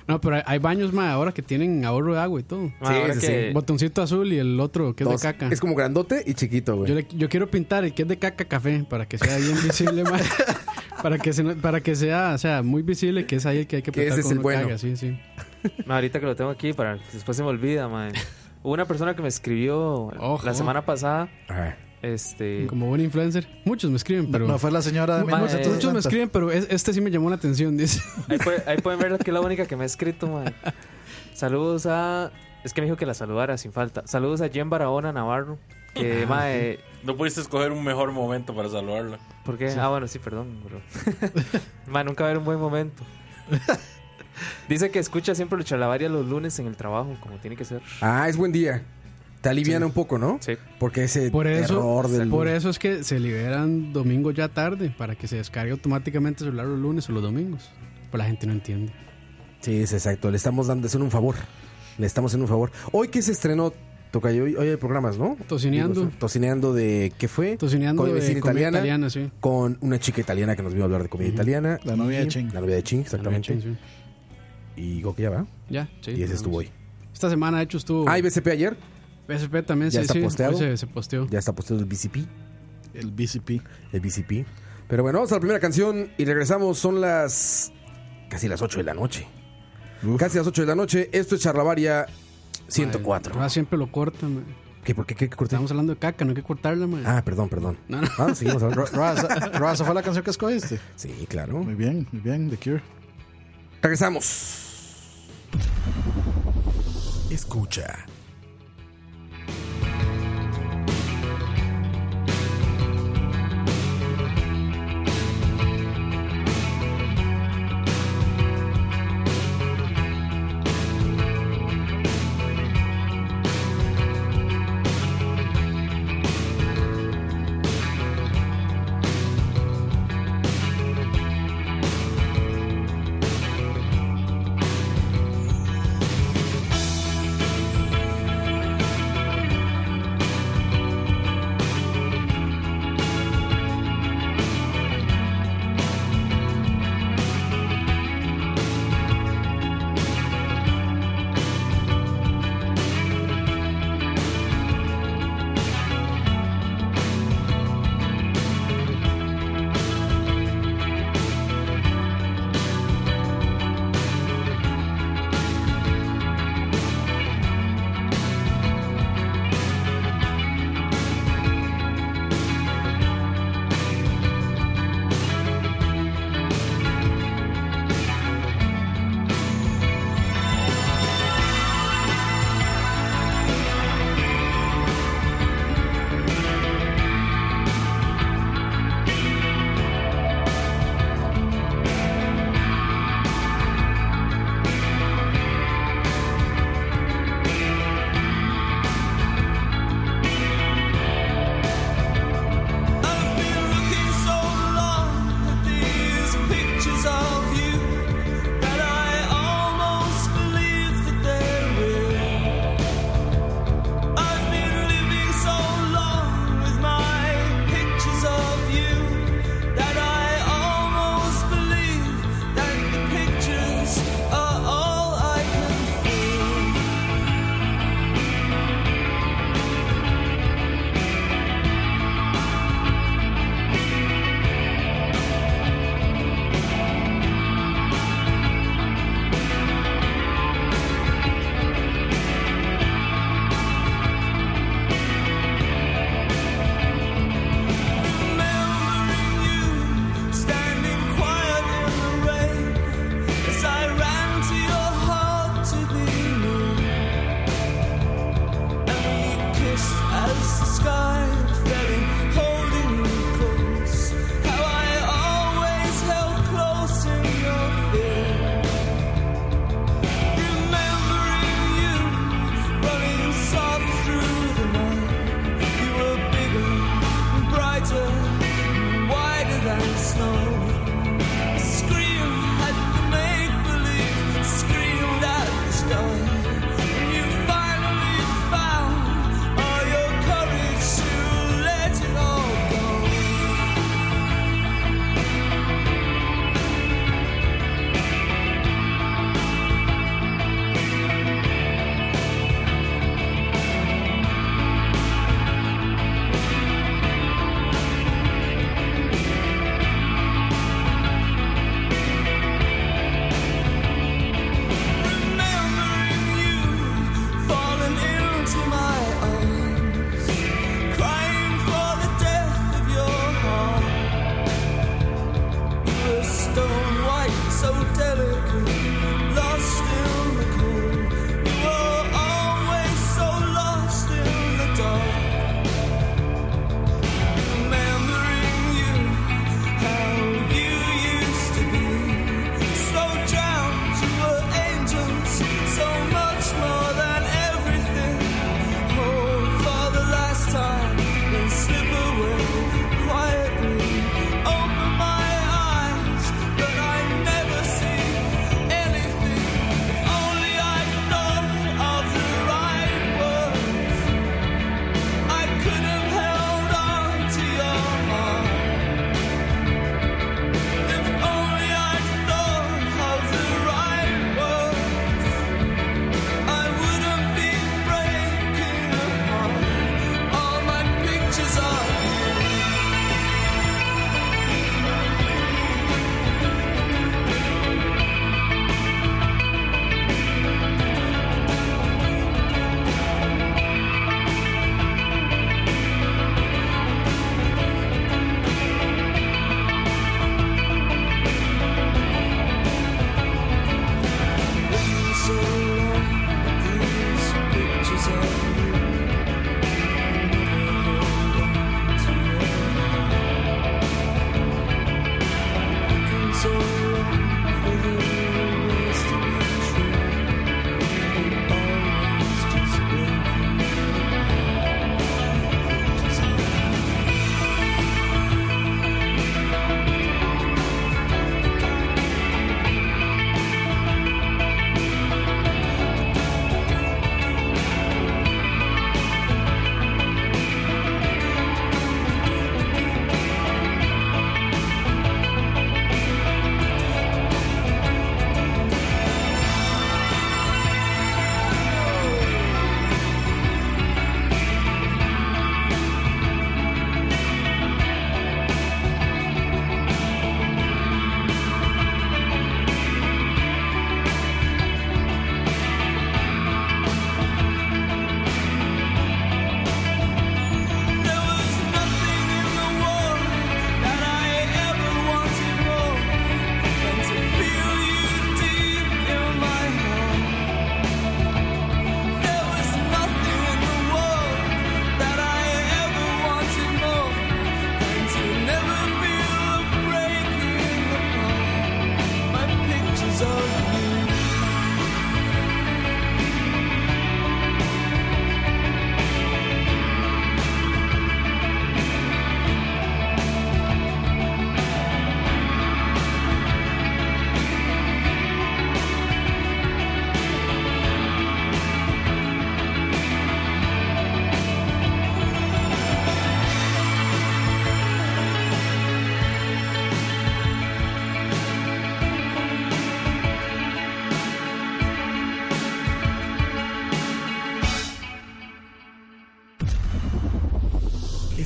S3: No, pero hay, hay baños, más ahora que tienen ahorro de agua y todo.
S5: Mae, ahora
S1: sí,
S5: que-
S3: Botoncito azul y el otro que es
S1: Dos.
S3: de caca.
S1: Es como grandote y chiquito, güey.
S3: Yo, le- yo quiero pintar el que es de caca café para que sea bien visible, mae. Para que, se, no- para que sea, o sea, muy visible que es ahí el que hay que
S1: Que
S3: pintar
S1: ese es
S3: cuando
S1: el bueno.
S3: caga, sí, sí.
S5: Ma, ahorita que lo tengo aquí para después se me olvida, mae. Hubo una persona que me escribió
S3: Ojo.
S5: la semana pasada,
S1: Ajá.
S5: este
S3: Como buen influencer. Muchos me escriben, pero...
S4: No fue la señora de
S5: Ma,
S3: muchos,
S4: 1990.
S3: muchos me escriben, pero es- este sí me llamó la atención, dice.
S5: ahí, puede- ahí pueden ver que es la única que me ha escrito, mae. Saludos a Es que me dijo que la saludara sin falta. Saludos a Jen Barahona Navarro. Que, mae,
S6: No pudiste escoger un mejor momento para saludarla.
S5: ¿Por qué? Ah, bueno, sí, perdón, bro. Ma, nunca va a haber un buen momento. Dice que escucha siempre los chalabaria los lunes en el trabajo, como tiene que ser.
S1: Ah, es buen día. Te aliviana un poco, ¿no?
S5: Sí.
S1: Porque ese
S3: Por eso,
S1: error del.
S3: por eso es que se liberan domingo ya tarde para que se descargue automáticamente el celular los lunes o los domingos. Pues la gente no entiende.
S1: Sí, es exacto. Le estamos dando haciendo un favor. Le estamos haciendo un favor. Hoy que se estrenó, Tocayo, hoy, hoy hay programas, ¿no?
S3: Tocineando.
S1: Digo, tocineando de. ¿Qué fue?
S3: Tocineando
S1: Con-
S3: de
S1: decir
S3: comida italiana, sí.
S1: Con una chica italiana que nos vino a hablar de comida italiana.
S4: La
S1: y-
S4: novia de Ching.
S1: La novia de Ching, exactamente.
S3: Sí.
S1: Y creo que ya va.
S3: Ya, sí.
S1: y ese
S3: nada
S1: estuvo
S3: más.
S1: hoy.
S3: Esta semana, de hecho, estuvo.
S1: Ah, ¿y BCP ayer.
S3: BSP también
S1: ¿Ya
S3: sí,
S1: está
S3: sí, hoy
S1: posteado?
S3: se, se posteó.
S1: Ya está posteado el BCP.
S4: El BCP.
S1: El BCP. Pero bueno, vamos a la primera canción y regresamos. Son las. casi las 8 de la noche. Casi las 8 de la noche. Esto es Charlavaria 104.
S3: Ah, siempre lo cortan. man.
S1: ¿Qué, ¿Por qué, qué cortamos?
S3: Estamos hablando de caca, no hay que cortarla, man.
S1: Ah, perdón, perdón.
S3: No, no.
S1: Ah, seguimos hablando.
S4: Roa, esa- Roa, esa fue la canción que este. escogiste.
S1: Sí, claro.
S4: Muy bien, muy bien, The Cure.
S1: Regresamos.
S10: Escucha.
S12: Escucha,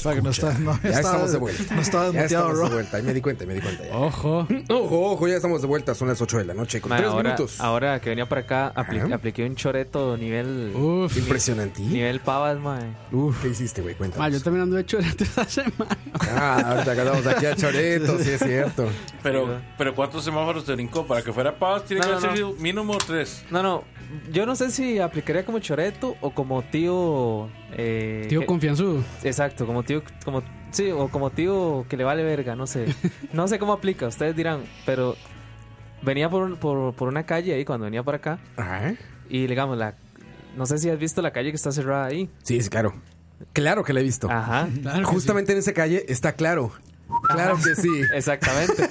S12: Oh,
S4: Para que no está, no
S1: Ya
S4: está-
S1: estamos de vuelta.
S4: No estaba
S1: ya
S4: desmuteado,
S1: estamos de
S4: Rob.
S1: vuelta. Ahí me di cuenta, me di cuenta. ya.
S3: Ojo.
S1: Ojo, ojo, ya estamos de vuelta. Son las 8 de la noche con
S5: Mae,
S1: 3
S5: ahora,
S1: minutos.
S5: ahora que venía para acá, apli-
S1: Ajá.
S5: apliqué un choreto nivel.
S3: Uf.
S1: Impresionante.
S5: Nivel pavas, mae.
S1: Uf, ¿qué hiciste, güey? Cuéntanos.
S3: Ma, yo también ando hecho durante esta semana.
S1: Ah, ahorita que andamos aquí a Choreto, sí es cierto.
S6: Pero, pero ¿cuántos semáforos te brincó? Para que fuera paz, tiene
S5: No,
S6: que
S5: no,
S6: haber
S5: no.
S6: sido mínimo tres.
S5: No, no. Yo no sé si aplicaría como choreto o como tío. eh,
S3: Tío
S5: que-
S3: confianzudo.
S5: Exacto, como tío. Como, sí, o como tío que le vale verga, no sé. No sé cómo aplica, ustedes dirán. Pero venía por, un- por, por una calle ahí cuando venía para acá.
S1: Ajá.
S5: Y digamos, la, no sé si has visto la calle que está cerrada ahí.
S1: Sí, sí, claro. Claro que la he visto.
S5: Ajá.
S3: Claro que
S1: Justamente en esa calle está claro. Claro que sí.
S5: Exactamente.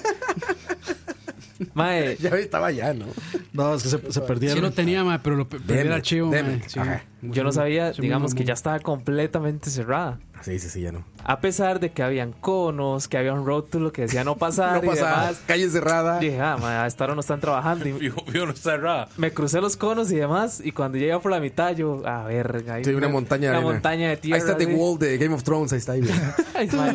S5: Mae,
S1: Ya estaba ya, ¿no?
S4: No, es que se, se
S3: sí. Sí
S4: perdieron.
S3: lo tenía, ma, pero lo pe- perdí el
S1: Deme,
S3: archivo, ma.
S1: deme.
S3: Sí.
S1: Ajá.
S5: yo no sabía,
S3: Soy muy
S5: digamos, que
S3: mamón.
S5: ya estaba completamente cerrada.
S1: Sí, sí, sí, ya no.
S5: A pesar de que habían conos, que había un rótulo que decía no
S1: No
S5: pasar y
S1: pasa,
S5: demás.
S1: calle cerrada.
S5: Dije, ah, mae, a esta hora no están trabajando. Y
S6: Fijo, fijo, no está errada.
S5: me crucé los conos y demás. Y cuando llegué por la mitad, yo, ah, verga. ahí
S1: Sí, una
S5: me-
S1: montaña de
S5: Una
S1: arena.
S5: montaña de tierra.
S1: Ahí está The
S5: así.
S1: Wall de Game of Thrones, ahí está ahí. güey.
S5: Ay, mae,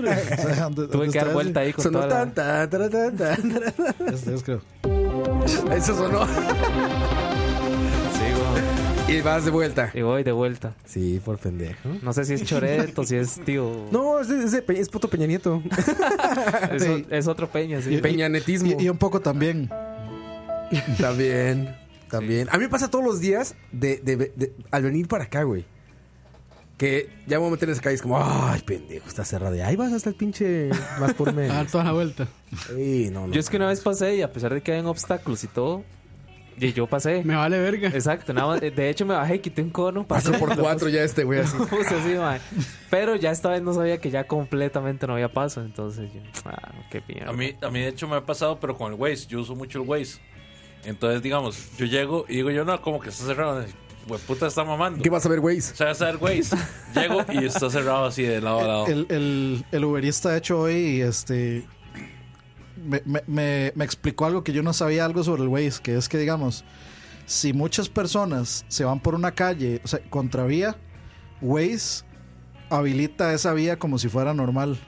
S5: Tuve
S4: ¿Dónde- dónde
S5: que dar
S4: está
S5: vuelta ahí con
S1: Sonó
S5: toda la-
S1: tan, tan, tan, tan, tan,
S4: ese? Este es, creo.
S1: tan. Eso sonó.
S5: Sí, güey.
S1: Y vas de vuelta.
S5: Y voy de vuelta.
S1: Sí, por pendejo.
S5: No sé si es choreto, si es tío.
S1: No, es, es, de Pe- es puto Peña Nieto.
S5: Es, o- es otro peña, sí.
S1: Peñanetismo.
S4: Y, y un poco también.
S1: También, también. A mí me pasa todos los días de, de- de- al venir para acá, güey. Que ya me voy a meter en esa calle, es como, ay, pendejo, está cerrada. Y Ahí vas hasta el pinche más por
S3: A dar
S1: menos.
S3: toda la vuelta.
S1: Sí, no, no.
S5: Ah, Yo es que una vez pasé y a pesar de que habían obstáculos y todo, y yo pasé.
S3: Me vale verga.
S5: Exacto, nada más. De hecho, me bajé y quité un cono. Pasé
S1: Pasó por cuatro ya este, güey, así.
S5: lo puse así, mae. Pero ya esta vez no sabía que ya completamente no había paso. Entonces yo, ah, qué mierda.
S6: A mí, a mí, de hecho, me ha pasado, pero con el Waze. Yo uso mucho el Waze. Entonces, digamos, yo llego y digo, yo no, como que está cerrado. Pues puta, está mamando.
S1: ¿Qué vas a ver, güey?
S6: O sea, vas a ver Waze. Llego y está cerrado así de lado a lado.
S4: El, el, el Uberista, de hecho, hoy este, me, me- me- me explicó algo que yo no sabía algo sobre el Waze, que es que, digamos, si muchas personas se van por una calle, o sea, contravía, Waze habilita esa vía como si fuera normal.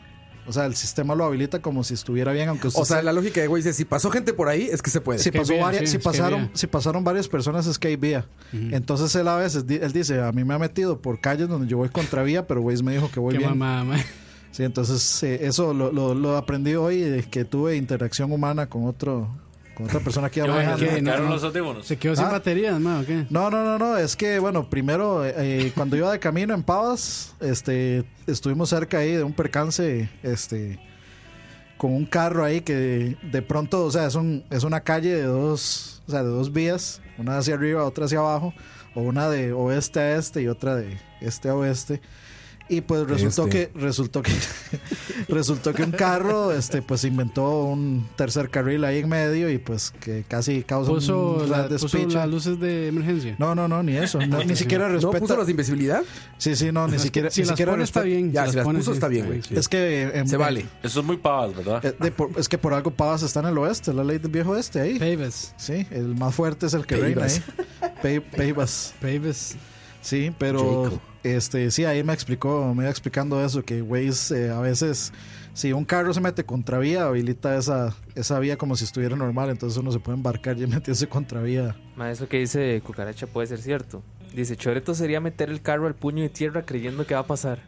S4: O sea, el sistema lo habilita como si estuviera bien, aunque usted
S1: O sea,
S4: sea-
S1: la lógica de güey es si pasó gente por ahí, es que se puede.
S4: si,
S3: que
S4: pasó
S3: vía,
S4: varias-
S3: sí,
S4: si
S3: es que
S4: pasaron,
S3: vía.
S4: si pasaron varias personas es que hay vía. Entonces él a veces, di- él dice, a mí me ha metido por calles donde yo voy contravía, pero Waze me dijo que voy
S3: Qué
S4: bien.
S3: mamá, ma.
S4: Sí, entonces eh, eso lo, lo, lo aprendí hoy, eh, que tuve interacción humana con otro con otra persona que iba
S3: Qué bueno,
S4: manejando.
S3: qué-
S6: Me
S3: no,
S6: quedaron
S3: no.
S6: los audífonos.
S3: Se quedó sin
S4: Ah.
S3: baterías, ma, ¿o qué?
S4: No, no, no, no, es que bueno, primero eh, eh, cuando iba de camino en Pavas, este estuvimos cerca ahí de un percance este con un carro ahí que de pronto, o sea, es un es una calle de dos, o sea, de dos vías, una hacia arriba, otra hacia abajo, o una de oeste a este y otra de este a oeste. Y pues resultó
S1: Este.
S4: que resultó que resultó que un carro este pues inventó un tercer carril ahí en medio y pues que casi causó
S3: Puso,
S4: un
S3: la- puso
S4: despiche.
S3: las luces de emergencia.
S4: No, no, no, ni eso. No,
S3: Este,
S4: ni siquiera
S1: ¿No puso
S4: respeta.
S1: las de invisibilidad?
S4: Sí, sí, no, ni siquiera.
S3: si
S4: ni
S3: las
S4: siquiera
S3: pone está
S4: respeta-
S3: bien.
S1: Ya, si las puso, está bien, güey.
S4: Es que. eh, en-
S1: Se vale.
S6: Eso es muy pavas, ¿verdad?
S4: eh, de por- es que por algo Pavas está en el oeste, la ley del viejo oeste ahí.
S3: Paves.
S4: Sí, el más fuerte es el que
S1: Peibas.
S4: reina ahí. Pe- Peibas.
S3: Paves.
S4: Sí, pero.
S1: Jacob.
S4: Este, sí, ahí me explicó, me iba explicando eso, que Waze eh, a veces, si un carro se mete contravía, habilita esa, esa vía como si estuviera normal, entonces uno se puede embarcar y meterse contravía.
S5: Mae, eso que dice Cucaracha puede ser cierto. Dice, choreto sería meter el carro al puño de tierra creyendo que va a pasar.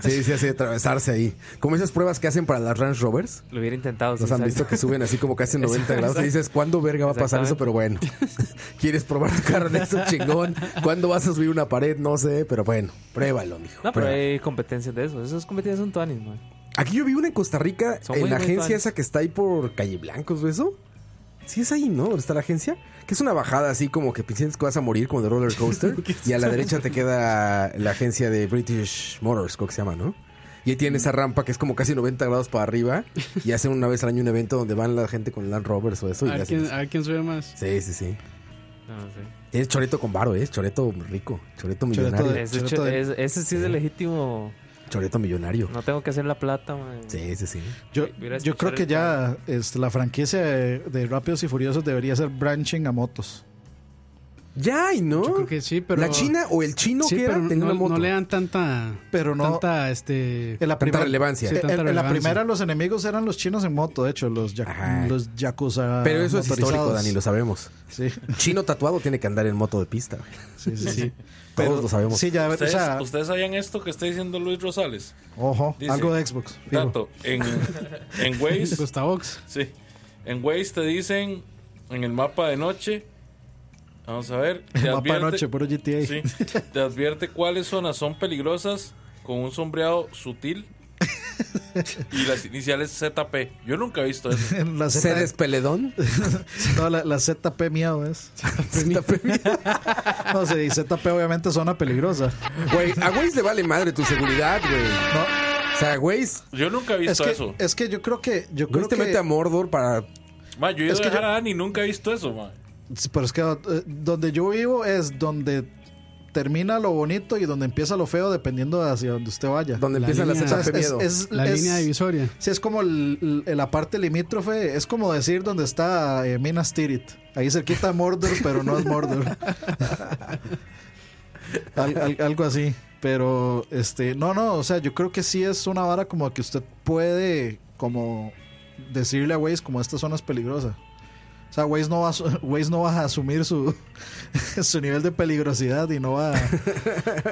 S1: Sí, sí, así de atravesarse ahí. Como esas pruebas que hacen para las Range Rovers.
S5: Lo hubiera intentado.
S1: Los
S5: sí,
S1: han
S5: exacto.
S1: visto que suben así como casi 90
S5: Exacto.
S1: grados. Y dices, ¿cuándo verga va a pasar eso? Pero bueno, ¿quieres probar tu carro en eso, chingón? ¿Cuándo vas a subir una pared? No sé, pero bueno, pruébalo, mijo.
S5: No, pero
S1: pruébalo.
S5: hay competencias de eso. Esas competencias son tuanis, mae.
S1: Aquí yo vi una en Costa Rica,
S5: Son
S1: en
S5: muy,
S1: la
S5: muy
S1: agencia
S5: planes.
S1: esa que está ahí por Calle Blancos o eso. Sí, es ahí, ¿no? ¿Dónde está la agencia? Que es una bajada así como que piensas que vas a morir como de roller coaster. y a la derecha te queda la agencia de British Motors, creo que se llama, ¿no? Y ahí tiene esa rampa que es como casi 90 grados para arriba. Y hacen una vez al año un evento donde van la gente con Land Rovers o eso. Y
S3: A
S1: le
S3: ver
S1: hacen
S3: Ah, quién,
S1: eso.
S3: a ver quién sube más.
S1: Sí, sí, sí.
S5: No, no sé.
S1: Tienes choreto con varo, ¿eh? Choreto rico. Choreto
S4: Choreto de-
S1: millonario. Choreto,
S5: Ese,
S4: Choreto
S5: cho-
S4: de-
S5: es- ese sí es el legítimo.
S1: millonario.
S5: No tengo que hacer la plata, mae.
S1: Sí, sí, sí.
S4: Yo,
S5: Hubiera
S4: yo creo
S5: escuchado
S4: que
S5: el
S4: ya este, la franquicia de, de Rápidos y Furiosos debería ser branching a motos.
S1: Ya, ¿y no?
S3: Yo creo que sí, pero-
S1: ¿La China o el chino
S3: Sí,
S1: que era?
S3: pero
S1: Tenía
S3: no,
S1: una moto.
S3: no le dan tanta.
S4: Pero no-
S3: Tanta, este.
S4: En
S1: Tanta
S4: la primer-
S1: relevancia.
S3: Sí,
S4: en-
S3: tanta
S4: en la
S3: relevancia.
S4: primera los enemigos eran los chinos en moto, de hecho, los, ya-
S1: Ajá.
S4: los yakuza.
S1: Pero eso es histórico,
S4: motorizados.
S1: Dani, lo sabemos.
S4: Sí,
S1: Chino tatuado tiene que andar en moto de pista. güey.
S4: sí, sí. sí.
S1: Todos lo sabemos.
S4: Sí, ya, o
S6: ¿Ustedes,
S4: sea,
S6: ustedes sabían esto que está diciendo Luis Rosales?
S4: ojo,
S6: Dice,
S4: algo de Xbox. fijo. Pues,
S6: Tanto, en, en Waze
S3: Gustavox.
S6: Sí. En Waze te dicen en el mapa de noche. Vamos a ver. te
S4: El mapa
S6: advierte-
S4: noche, puro GTA.
S6: sí, te advierte cuáles zonas son peligrosas con un sombreado sutil y las iniciales ZP. Yo nunca he visto eso.
S4: la,
S1: ¿Se
S4: Z,
S1: despeledón?
S4: no, la, la ZP miau es.
S1: Güey,
S4: No, sí, ZP obviamente zona peligrosa.
S1: a Waze le vale madre tu seguridad, güey.
S4: No,
S1: O sea, Waze,
S6: Yo nunca he
S4: es
S6: visto
S4: que,
S6: eso.
S4: es que yo creo que. Yo creo
S1: Waze te Pues este
S4: que
S1: mete a Mordor para...
S6: Ma, yo he ido
S4: es
S6: a
S4: que
S6: dejar
S4: yo-
S6: a Dani y nunca he visto eso, ma.
S4: Sí, Pero es que eh, donde yo vivo es donde termina lo bonito y donde empieza lo feo, dependiendo de hacia donde usted vaya.
S1: Donde
S3: La
S1: empiezan
S3: línea-
S1: las
S4: O sea, es,
S1: etapas de miedo.
S4: es- es-
S3: La
S4: es-
S3: línea divisoria.
S4: sí, es como el- el- la parte limítrofe, es como decir donde está eh, Minas Tirith. Ahí cerquita de Mordor, pero no es Mordor. Al- al- algo así. Pero, este, no, no, o sea, yo creo que sí es una vara como que usted puede, como, decirle a Waze como esta zona es peligrosa. O sea, Waze no va a, asu- Waze no va a asumir su, su nivel de peligrosidad y no va a,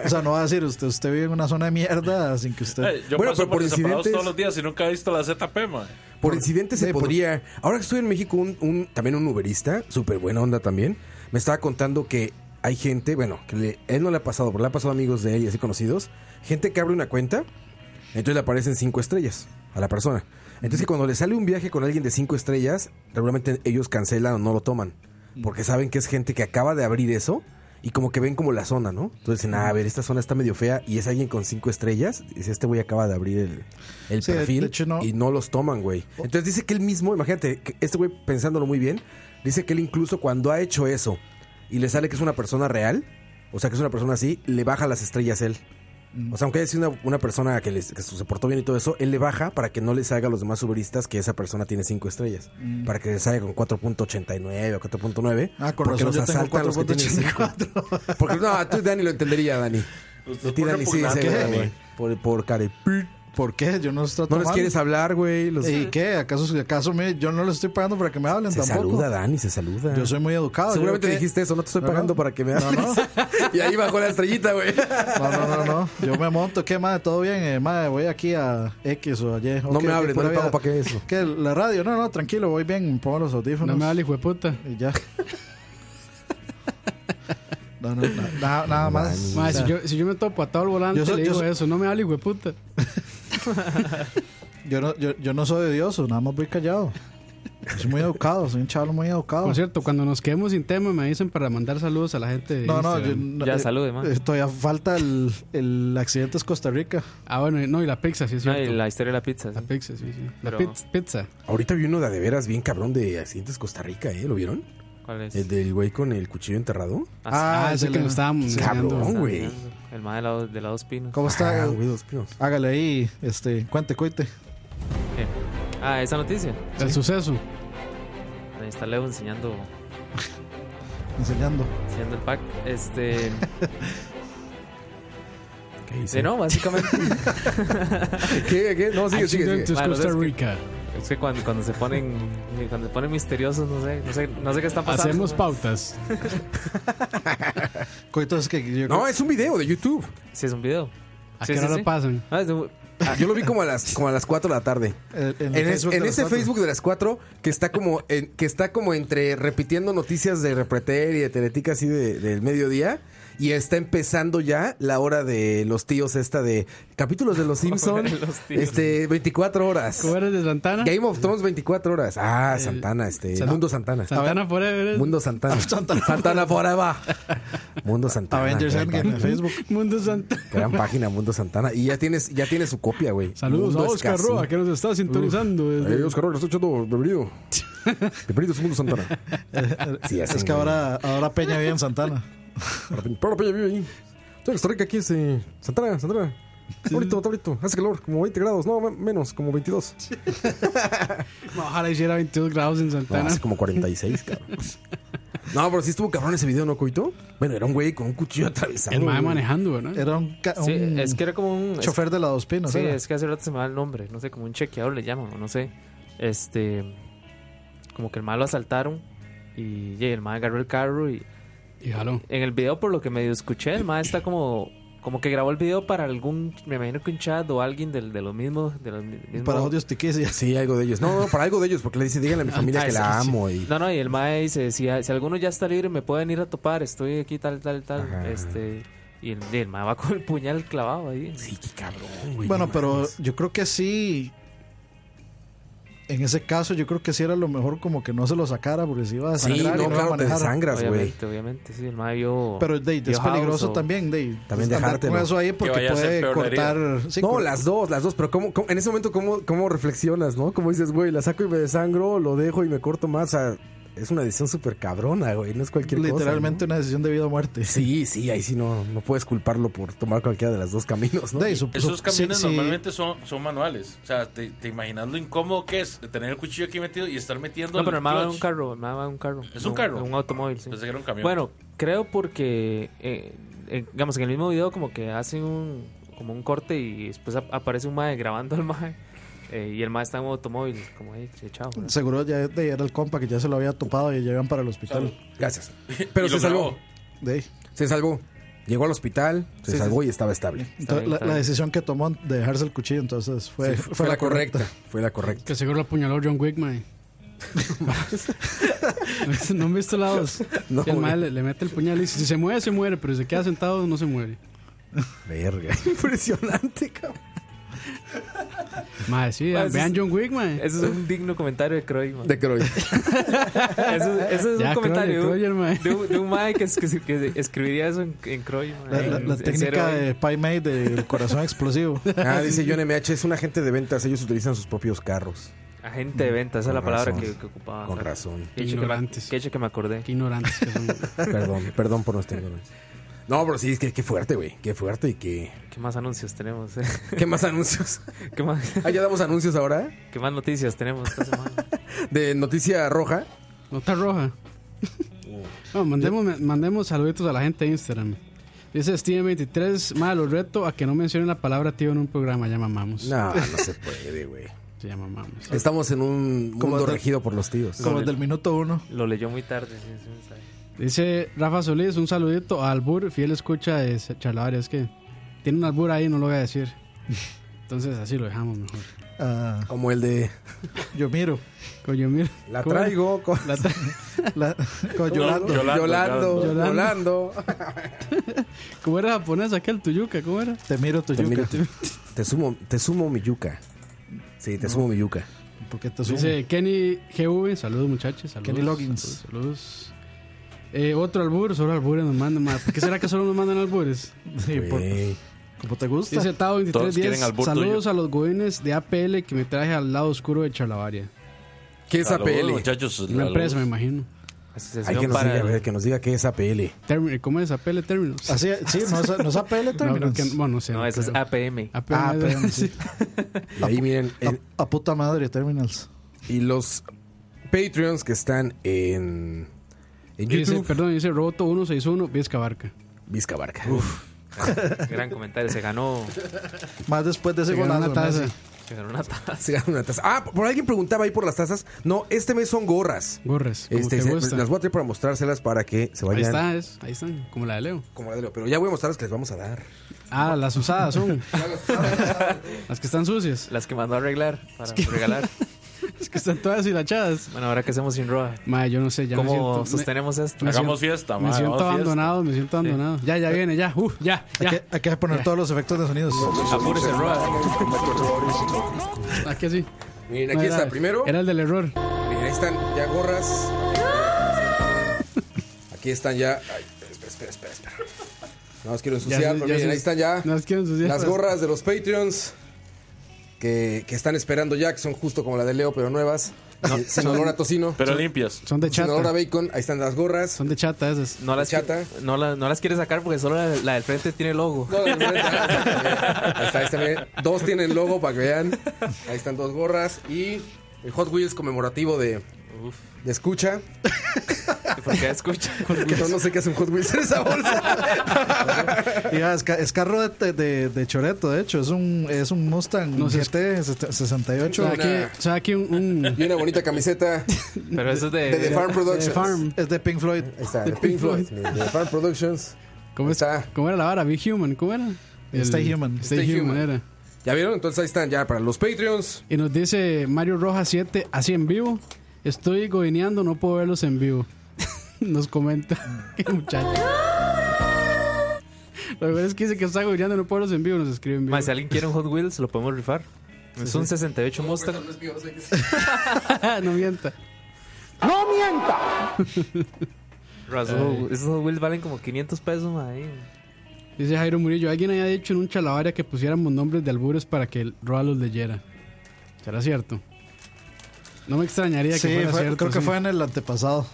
S4: O sea, no va a decir, usted, usted vive en una zona de mierda sin que usted...
S6: Eh, yo
S1: Bueno,
S6: paso
S1: pero
S6: por,
S1: por
S6: desamparados
S1: incidentes-
S6: todos los días y nunca he visto la ZP, ma.
S1: Por incidente se
S4: Sí, por-
S1: podría. Ahora que estoy en México, un, un- también un uberista, súper buena onda también, me estaba contando que hay gente, bueno, que le- él no le ha pasado, pero le ha pasado a amigos de él y así conocidos, gente que abre una cuenta, entonces le aparecen cinco estrellas a la persona. Entonces que cuando le sale un viaje con alguien de cinco estrellas, regularmente ellos cancelan o no lo toman, porque saben que es gente que acaba de abrir eso. Y como que ven como la zona, ¿no? Entonces dicen, "Ah, a ver, esta zona está medio fea y es alguien con cinco estrellas. Dice, este güey acaba de abrir el, el
S4: Sí, de-
S1: perfil
S4: de hecho, no-
S1: y no los toman, güey. Entonces dice que él mismo, imagínate, que este güey pensándolo muy bien, dice que él incluso cuando ha hecho eso y le sale que es una persona real, o sea que es una persona así, le baja las estrellas él.
S4: Mm.
S1: O sea, aunque haya sido una, una persona que, les- que se portó bien y todo eso, él le baja para que no les haga a los demás uberistas que esa persona tiene 5 estrellas. Para que les salga con 4.89 o 4.9.
S4: Mm. Ah, con
S1: porque
S4: razón, yo tengo
S1: asaltan los que tienen cinco.
S4: 4.84.
S1: Porque no, tú Dani lo entendería, Dani. De
S6: Usted
S1: ti,
S6: Pues, por
S1: Dani, sí,
S6: repugnante,
S1: seguro,
S6: Dani.
S1: güey. Por, por carepil.
S4: ¿Por qué? Yo no estoy
S1: No les
S4: tomando.
S1: quieres hablar, güey. Los...
S4: Pues, ¿Y qué? ¿Acaso, acaso mire, yo no les estoy pagando para que me hablen
S1: Se
S4: tampoco?
S1: saluda, Dani, se saluda.
S4: Yo soy muy educado.
S1: Seguramente
S4: yo que-
S1: dijiste eso, no te estoy
S4: No,
S1: pagando
S4: no.
S1: para que me
S4: No,
S1: hables.
S4: no.
S1: y ahí bajó la estrellita, güey.
S4: No, no, no, no. Yo me monto. ¿Qué, madre? ¿Todo bien? Eh, madre, voy aquí a X o a Y.
S1: No
S4: Ok,
S1: me
S4: ok,
S1: hables, no
S4: pura
S1: le pago
S4: vida.
S1: para que eso.
S4: ¿Qué? ¿La radio? No, no, tranquilo, voy bien. Pongo los audífonos.
S3: No me vale, hijo de puta.
S4: Y ya. No, no, na- nada, nada más.
S3: Madre, si, yo, si yo me topo atado al volante,
S4: Yo soy-
S3: le
S4: yo
S3: digo
S4: soy-
S3: eso. No me vale, hijo de puta.
S4: Yo no, yo, yo no soy odioso, nada más voy callado. Soy muy educado, soy un chaval muy educado.
S3: Por cierto, cuando nos quedemos sin tema, me dicen para mandar saludos a la gente. de
S4: no, no,
S3: Instagram.
S4: yo, no,
S5: Ya,
S4: eh,
S5: salude, man.
S4: eh, Todavía falta el, el accidente es Costa Rica.
S3: Ah, bueno, y- no, y la pizza, sí es
S5: No,
S3: cierto.
S5: y la historia de la pizza. sí.
S3: La pizza, sí, sí. La
S5: Pero-
S3: piz- pizza.
S1: Ahorita vi uno de a de veras bien cabrón de accidentes Costa Rica, ¿eh? ¿Lo vieron?
S5: ¿Cuál es?
S1: El del güey con el cuchillo enterrado.
S3: Ah,
S4: el
S3: ese
S4: de
S3: que
S4: la-
S3: nos estábamos
S1: Cabrón,
S3: enseñando.
S1: güey.
S5: El más de la, de la dos pinos.
S4: ¿Cómo está?
S1: Ah, güey, dos pinos.
S4: Hágale ahí, este, cuente, cuente.
S5: ¿Qué? Ah, esa noticia.
S3: El suceso.
S5: Ahí está Leo enseñando,
S4: Enseñando.
S5: enseñando el pack. Este.
S1: ¿Qué hice?
S5: sí, no, básicamente.
S1: ¿Qué, qué? No, sigue, sigue, sigue.
S3: Accidentes
S5: Bueno,
S3: Costa
S5: es que-
S3: Rica.
S5: es que cuando, cuando se ponen. eh, Cuando se ponen misteriosos, no sé. No sé, no sé qué está pasando.
S3: Hacemos
S5: ¿no?
S3: pautas.
S4: Coito es que yo
S1: No, es un video de YouTube.
S5: Sí, es un video.
S3: ¿A
S5: Sí,
S3: qué
S5: sí,
S3: hora
S5: sí.
S3: pasan?
S5: Ah, es de un-
S1: Yo lo vi como a las, como a las 4 de la tarde.
S4: eh, en, el
S1: En, es-
S4: Facebook
S1: en
S4: de las
S1: ese
S4: cuatro.
S1: Facebook de las 4 que está como en- que está como entre repitiendo noticias de Repretel y de Teletica así de- del mediodía y está empezando ya la hora de los tíos esta de capítulos de Los Simpson
S5: de los tíos.
S1: este 24 horas.
S3: ¿Cómo eres de Santana?
S1: Game of Thrones 24 horas. Ah, Santana este
S3: San-
S1: Mundo Santana.
S3: Santana Forever. ¿eh?
S1: Mundo Santana. Santana, forever. Mundo Santana.
S4: Avengers
S1: gran
S4: Endgame en
S1: página.
S4: Facebook.
S3: Mundo Santana.
S1: Gran página Mundo Santana y ya tienes ya tiene su copia, güey.
S3: Saludos
S1: Mundo
S3: a Oscar
S1: Escazú.
S3: Roa, que nos está sintonizando. desde-
S1: Eh, Oscar Robles, estoy echando bienvenido. Bienvenido a su mundo Santana. Sí, así,
S4: Es que
S1: güey.
S4: ahora, ahora Peña vive en Santana.
S1: Ahora Peña- ahora Peña vive ahí. Estoy en Costa Rica, aquí es eh, Santana, Santana. Ahorita, ahorita, hace calor, como 20 grados, no, me- menos, como 22.
S3: Ojalá hiciera 22 grados en
S1: No,
S3: Santana.
S1: hace como 46, cabrón. No, pero sí estuvo cabrón ese video, ¿no, Coito? Bueno, era un güey con un cuchillo atravesado.
S3: El mae
S1: güey.
S3: manejando, ¿verdad?
S4: Era un, ca-
S5: Sí,
S4: un
S5: es que era como un. es-
S4: chofer de la dos pinos.
S5: sí,
S4: era.
S5: es que hace rato se me va el nombre. No sé, como un chequeador le llaman, o no sé. Este. Como que el mal lo asaltaron. Y, y el mal agarró el carro y
S3: Y jaló.
S5: En el video, por lo que medio escuché, el mae está como... Como que grabó el video para algún... Me imagino que un chat o alguien del, de los mismos... De los mi- mismos-
S4: Para odios tiquicias.
S1: Sí, algo de ellos. No, no, para algo de ellos, porque le dice, díganle a mi familia
S5: Ah,
S1: que
S5: sí,
S1: la
S5: sí.
S1: amo. Y...
S5: No, no, y el mae dice, si, si alguno ya está libre, me pueden ir a topar. Estoy aquí, tal, tal, tal.
S1: Ajá.
S5: Este... Y el, y el mae va con el puñal clavado ahí.
S1: Sí, qué cabrón, güey.
S4: Bueno,
S1: no
S4: pero
S1: mames.
S4: yo creo que sí. En ese caso, yo creo que sí era lo mejor como que no se lo sacara porque se iba a
S1: Sí,
S4: sangrar y
S1: no,
S4: iba a
S1: claro, te
S4: manejar.
S1: desangras, güey.
S5: obviamente, obviamente, sí. El mae vio...
S4: Pero Dave,
S5: vio
S4: es
S5: House
S4: peligroso
S5: o-
S4: también, Dave.
S1: También
S4: Andar
S1: dejártelo.
S4: con eso ahí porque
S6: vaya a ser
S4: puede
S6: peor la herida.
S4: cortar. sí,
S1: No,
S4: cor-
S1: las dos, las dos, pero ¿cómo, cómo- en ese momento, ¿cómo, ¿cómo reflexionas, no? Como dices, güey, la saco y me desangro, lo dejo y me corto más. O sea, es una decisión súper cabrona, güey, no es cualquier cosa.
S4: literalmente
S1: ¿no?
S4: una decisión de vida o muerte.
S1: Sí, sí, ahí sí no, no puedes culparlo por tomar cualquiera de las dos caminos, ¿no?
S4: Dave, su-
S6: Esos
S4: su-
S6: camiones
S4: sí, sí.
S6: normalmente son, son manuales. O sea, te, te imaginas lo incómodo que es tener el cuchillo aquí metido y estar metiendo
S5: No, pero el
S6: el
S5: mae va en un
S6: clutch.
S5: carro. El mae va en un carro.
S6: ¿Es un carro?
S5: Un automóvil, sí.
S6: Pensé que era un camión.
S5: Bueno, creo porque, eh, eh, digamos, en el mismo video como que hacen un, como un corte y después ap- aparece un mae grabando al mae eh, y el mae está en un automóvil, como, hey, che, chao. ¿verdad?
S4: Seguro ya Dave, era el compa que ya se lo había topado y ya iban para el hospital.
S1: Gracias. Pero
S6: Y lo
S1: se salvó,
S6: grabó.
S4: Dave.
S1: se salvó. Llegó al hospital, se
S5: Sí, sí,
S1: salvó y estaba estable.
S5: Está bien,
S4: la,
S5: está
S4: la
S5: bien.
S4: decisión que tomó de dejarse el cuchillo entonces fue,
S1: Sí, fue, la correcta. Fue la correcta.
S3: Que seguro lo apuñaló John Wick, mae. no han visto la dos.
S1: No,
S3: Sí, el mae
S1: güey.
S3: le, le mete el puñal y dice, si se mueve, se muere, pero si se queda sentado, no se muere.
S1: Verga. Impresionante, cabrón.
S3: Mae, sí,
S5: Mae, eso
S3: vean
S5: es-
S3: John Wick, mae.
S5: Eso es un digno comentario de Croy, mae.
S1: De Croy.
S5: Eso, es- eso es
S3: Ya, Croy,
S5: un comentario de un-
S3: Croyer, mae.
S5: de, un, de un mae que, es- que, se- que escribiría eso en, en Croy, mae.
S4: La, la-
S5: En-
S4: la
S5: en
S4: técnica
S5: serio,
S4: de Pai May del corazón explosivo.
S1: Ah, dice John MH, es un agente de ventas, ellos utilizan sus propios carros.
S5: Agente de venta, esa
S1: Con
S5: es la palabra
S1: razón.
S5: que, que ocupaba.
S1: Con
S5: Croy.
S1: razón.
S5: Qué hecho que me-
S3: Ignorantes.
S5: qué hecho que me acordé.
S3: Qué ignorantes que son.
S1: Perdón, perdón por nuestra ignorancia. No, pero sí, es que qué fuerte, güey. Qué fuerte y qué.
S5: ¿Qué más anuncios tenemos? eh?
S1: ¿Qué más anuncios?
S5: ¿Qué más,
S1: Ah, ya damos anuncios ahora
S5: qué más noticias tenemos esta semana?
S1: de Noticia Roja.
S3: Nota roja. No, mandemos, mandemos saluditos a la gente de Instagram. Dice Steven23, mae, lo reto a que no mencionen la palabra tío en un programa, ya mamamos.
S1: No, no se puede, güey.
S3: Sí, ya mamamos.
S1: Estamos en un
S4: Como
S1: mundo
S4: de-
S1: regido por los tíos.
S4: Como el del minuto uno.
S5: Lo leyó muy tarde. sí, ese mensaje.
S3: Dice Rafa Solís, un saludito a Albur, fiel escucha de ese charlador. Es que tiene un Albur ahí, no lo voy a decir. Entonces así lo dejamos mejor.
S4: Ah,
S1: Como el de
S4: yo miro.
S3: Coño, mira.
S1: La
S3: ¿Cómo?
S1: traigo con
S3: La tra-
S4: La, con Yolando.
S1: Yolando, Yolando,
S3: Yolando.
S1: Yolando.
S3: ¿Cómo era japonés aquel Tuyuca? ¿Cómo era?
S4: Te miro tu
S1: Te miro.
S4: yuca.
S1: Te sumo, te sumo mi yuca. Sí, te sumo mi yuca.
S4: Porque te sumo.
S3: Dice Kenny GV, saludos muchachos. Saludos,
S4: Kenny Loggins.
S3: Saludos. saludos. Eh, otro albur, solo albures nos mandan más. ¿Por qué será que solo nos mandan albures?
S4: Sí, por-
S1: Güey.
S4: como te gusta.
S3: Dice Tao
S6: Todos quieren
S3: 2310.
S6: albur
S3: Saludos a los godines de APL que me traje al lado oscuro de Chalabaria.
S1: ¿Qué es
S6: Saludos,
S1: APL?
S6: muchachos.
S3: Una empresa, me imagino.
S1: Hay
S5: Asociación
S1: que nos
S5: para
S1: diga, a ver, que nos diga qué es APL.
S3: Termi- ¿Cómo es APL Terminals?
S4: Así, sí, no es, no es APL
S3: No, creo
S4: Terminals.
S3: que- bueno, no sé.
S5: No,
S3: no
S5: eso es
S3: creo.
S5: APM.
S3: APL.
S4: Ah, perdón, sí.
S1: Y ahí miren, el-
S4: A, a puta madre Terminals.
S1: y los Patreons que están en, en
S3: Dice,
S1: YouTube,
S3: perdón, dice Roboto 161, Viesca Barca.
S1: Vizca Barca.
S5: Gran comentario. Se ganó,
S4: Más después de ese
S3: Se ganó
S4: golazo.
S3: una taza.
S4: Messi.
S5: se ganó una taza.
S1: Se ganó una taza. Ah, por alguien preguntaba ahí por las tazas. No, este mes son gorras.
S3: Gorres. Como
S1: Este,
S3: te
S1: se-
S3: gusta.
S1: las voy a traer para mostrárselas para que se
S3: Ahí
S1: vayan.
S3: está, es, ahí están, como la de Leo.
S1: Como la de Leo, pero ya voy a mostrarles que les vamos a dar.
S3: Ah, las usadas son. las que están sucias,
S5: Las que mandó a arreglar para regalar.
S3: las que están todas hilachadas.
S5: Bueno, ahora que hacemos sin Roa.
S3: Madre, yo no sé, ya
S5: ¿Cómo
S3: me siento,
S5: sostenemos esto?
S3: me
S6: Hagamos fiesta,
S3: me- me,
S6: man,
S3: siento
S6: hagamos fiesta.
S3: abandonado, me siento abandonado. Ya, ya viene, ya, uh, ya,
S4: Hay
S3: ya.
S4: que, hay que poner todos los efectos de sonidos.
S5: Apúrese, Roa.
S3: Aquí así.
S1: Miren,
S3: No,
S1: aquí
S3: era-
S1: está primero.
S3: Era el del error.
S1: Miren, ahí están ya gorras. Aquí están ya. Ay, espera, espera, espera, espera. No los quiero
S3: Ya
S1: ensuciar,
S3: se-
S1: pero
S3: ya
S1: miren,
S3: se-
S1: ahí están ya.
S3: No, es que ensuciar,
S1: Las
S3: pues.
S1: gorras de los Patreons que, que están esperando ya, que son justo como la de Leo, pero nuevas. sin, sin olor a tocino.
S6: Pero limpias.
S3: Son de
S1: sin olor a
S3: chata.
S1: bacon. Ahí están las gorras.
S3: Son de chata esas.
S5: No las,
S1: Chata.
S5: no, la- no las quiere sacar porque solo la, la del frente tiene logo.
S1: No, de verdad, ya. Ahí está, ahí está, miren. Dos tienen logo para que vean. Ahí están dos gorras y el Hot Wheels conmemorativo de,
S5: Uf.
S1: de escucha.
S5: ¿Por qué escucha?
S1: Porque no, no sé qué hace un Hot Wheels en esa bolsa.
S4: Y ya, es, ca- es carro de, de- de- de choreto, de hecho. Es un, es un Mustang
S3: No sé, es-
S4: GT 68.
S3: ¿Sabe aquí, sabe aquí un, un-
S1: Y una bonita camiseta
S5: Pero eso es de.
S1: de The Farm
S3: de
S1: Productions.
S3: Farm?
S4: Es de Pink Floyd.
S1: Ahí está, de Pink Floyd. De The Farm Productions.
S3: ¿Cómo, es-
S1: Está.
S3: ¿Cómo era la vara? ¿Big Human? ¿Cómo era?
S4: Stay Human.
S3: Stay,
S1: Stay
S3: Human,
S1: Human.
S3: era.
S1: ¿Ya vieron? Entonces ahí están ya para los Patreons.
S3: Y nos dice Mario Rojas 7, así en vivo. Estoy goineando, no puedo verlos en vivo. nos comenta. Qué muchacho. Lo peor es que dice que está goineando, no puedo verlos en vivo. Nos escribe en vivo.
S5: Mae, si alguien quiere un Hot Wheels, lo podemos rifar. Es un 68 Mustang.
S3: no mienta.
S5: Razo, Esos Hot Wheels valen como 500 pesos, mae.
S3: Dice Jairo Murillo, alguien había dicho en un chalabaria que pusiéramos nombres de albures para que el Roa los leyera. ¿Será cierto? No me extrañaría
S4: Sí,
S3: que fuera
S4: fue-
S3: cierto.
S4: creo que
S3: sí.
S4: fue en el antepasado.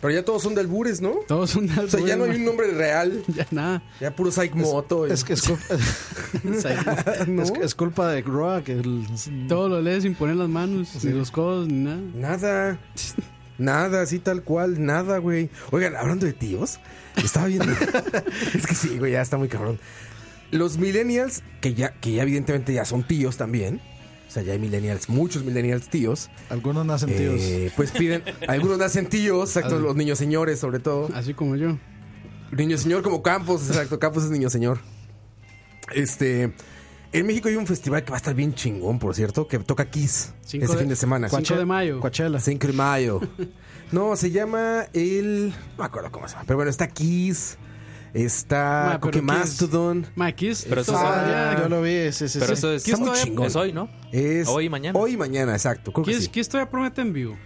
S1: Pero ya todos son de albures, ¿no?
S3: Todos son de
S1: O sea, ya no hay
S3: albures,
S1: un nombre real.
S3: ma. Ya nada.
S1: Ya puro Psych Moto. y-
S4: Es, que es, cul-
S1: ¿no?
S4: es- es culpa de Roa que el-
S3: Todo lo lees sin poner las manos, ni los codos, ni nada.
S1: Nada. Nada, así tal cual, nada, güey. Oigan, hablando de tíos, estaba viendo. es que sí, güey, ya está muy cabrón. Los millennials, que ya, que ya evidentemente ya son tíos también. O sea, ya hay millennials, muchos millennials tíos.
S4: algunos nacen tíos.
S1: eh, pues piden, algunos nacen tíos, exacto, los niños señores, sobre todo.
S3: Así como yo.
S1: Niño señor como Campos, exacto. Campos es niño señor. Este. En México hay un festival que va a estar bien chingón, por cierto, que toca Kiss
S3: Cinco
S1: este
S3: de-
S1: fin de semana.
S3: 5 de mayo.
S4: Coachella.
S1: 5 de mayo. No, se llama el. No me acuerdo cómo se llama. Pero bueno, está Kiss. Está
S3: Ma, Ah, pero
S1: Coque
S3: Kiss-
S1: Mastodon.
S3: Ma, Kiss,
S5: Pero eso
S3: todavía-
S4: Ah, yo lo vi, sí, sí,
S5: Pero
S4: sí.
S5: eso es.
S1: Está muy
S5: todavía-
S1: chingón.
S5: Es hoy, ¿no?
S1: Es
S5: Hoy y mañana.
S1: Hoy y mañana, exacto. Creo que
S3: Kiss,
S1: sí.
S3: Kiss todavía promete en vivo.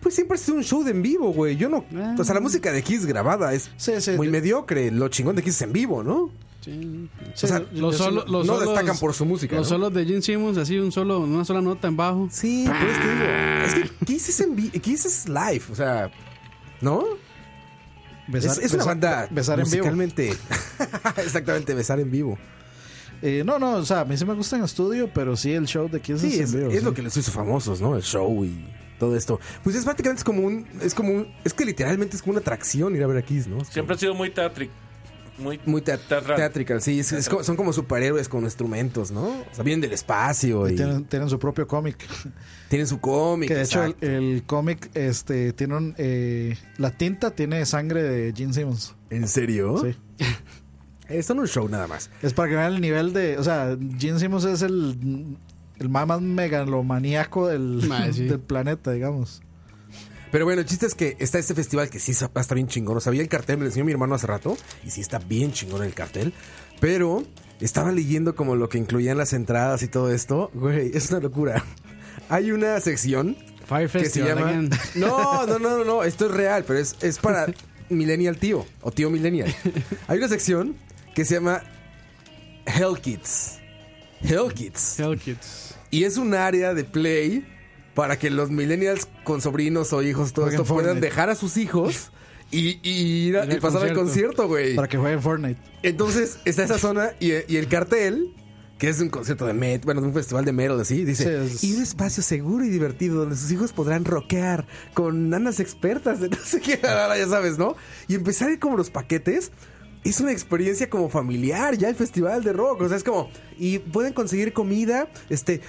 S1: Pues siempre es un show de en vivo, güey. Yo no.
S3: Ah.
S1: O sea, la música de Kiss grabada es
S4: Sí, sí,
S1: muy
S4: yo-
S1: mediocre. Lo chingón de Kiss es en vivo, ¿no?
S3: Sí.
S4: sí,
S1: o sea,
S4: yo-
S3: Los
S4: yo sí
S3: solo- los
S1: no
S3: solos-
S1: destacan por su música.
S3: Los
S1: ¿no?
S3: solos de Gene Simmons, así un solo, una sola nota en bajo.
S1: Sí, pues te digo. Es que Kiss es, en vi- Kiss es live, o sea, ¿no? es,
S4: besar-
S1: es una
S4: besar-
S1: banda
S4: besar en vivo.
S1: musicalmente. Exactamente, besar en vivo.
S4: Eh, no, no, o sea, a mí sí me gusta en estudio, pero sí el show de Kiss
S1: Sí,
S4: en
S1: es,
S4: vivo,
S1: es
S4: sí.
S1: lo que les hizo famosos, ¿no? El show y todo esto. Pues es prácticamente es como un. Es como un- Es que literalmente es como una atracción ir a ver a Kiss, ¿no?
S6: Siempre ha sido muy teatric. Muy,
S1: Muy te-
S6: teatral.
S1: teatral, sí. es- es como- son como superhéroes con instrumentos, ¿no? O sea, vienen del espacio y,
S4: Y tienen, tienen su propio cómic.
S1: tienen su cómic.
S4: Que de hecho el,
S1: exacto.
S4: el cómic este, tiene un, eh, la tinta tiene sangre de Gene Simmons.
S1: ¿En serio?
S4: Sí.
S1: Eh, son un show nada más.
S4: Es para que vean el nivel de. O sea, Gene Simmons es el, el más, más megalomaníaco del,
S3: Mae, sí.
S4: del planeta, digamos.
S1: Pero bueno, el chiste es que está este festival que sí está está bien chingón. O sea, vi el cartel, me lo enseñó mi hermano hace rato. Y sí está bien chingón el cartel. Pero estaba leyendo como lo que incluían las entradas y todo esto. Güey, es una locura. Hay una sección
S3: Fire
S1: que
S3: Festival.
S1: se llama...
S3: again.
S1: No, no, no, no, no, esto es real, pero es, es para Millennial Tío o Tío Millennial. Hay una sección que se llama Hell Kids. Hell Kids.
S3: Hell Kids.
S1: Y es un área de play para que los millennials con sobrinos o hijos, todo
S4: Jueguen
S1: esto, puedan
S4: Fortnite.
S1: dejar a sus hijos y, y ir a-
S3: Ir al
S1: y pasar al
S3: concierto.
S1: concierto, güey.
S4: Para que jueguen Fortnite.
S1: Entonces está esa zona y, y el cartel, que es un concierto de metal, bueno, de un festival de metal, así, dice:
S4: Sí, es-
S1: Y un espacio seguro y divertido donde sus hijos podrán rockear con nanas expertas de no sé qué, ahora ya sabes, ¿no? Y empezar a ir como los paquetes. Es una experiencia como familiar ya el festival de rock. O sea, es como. Y pueden conseguir comida, este.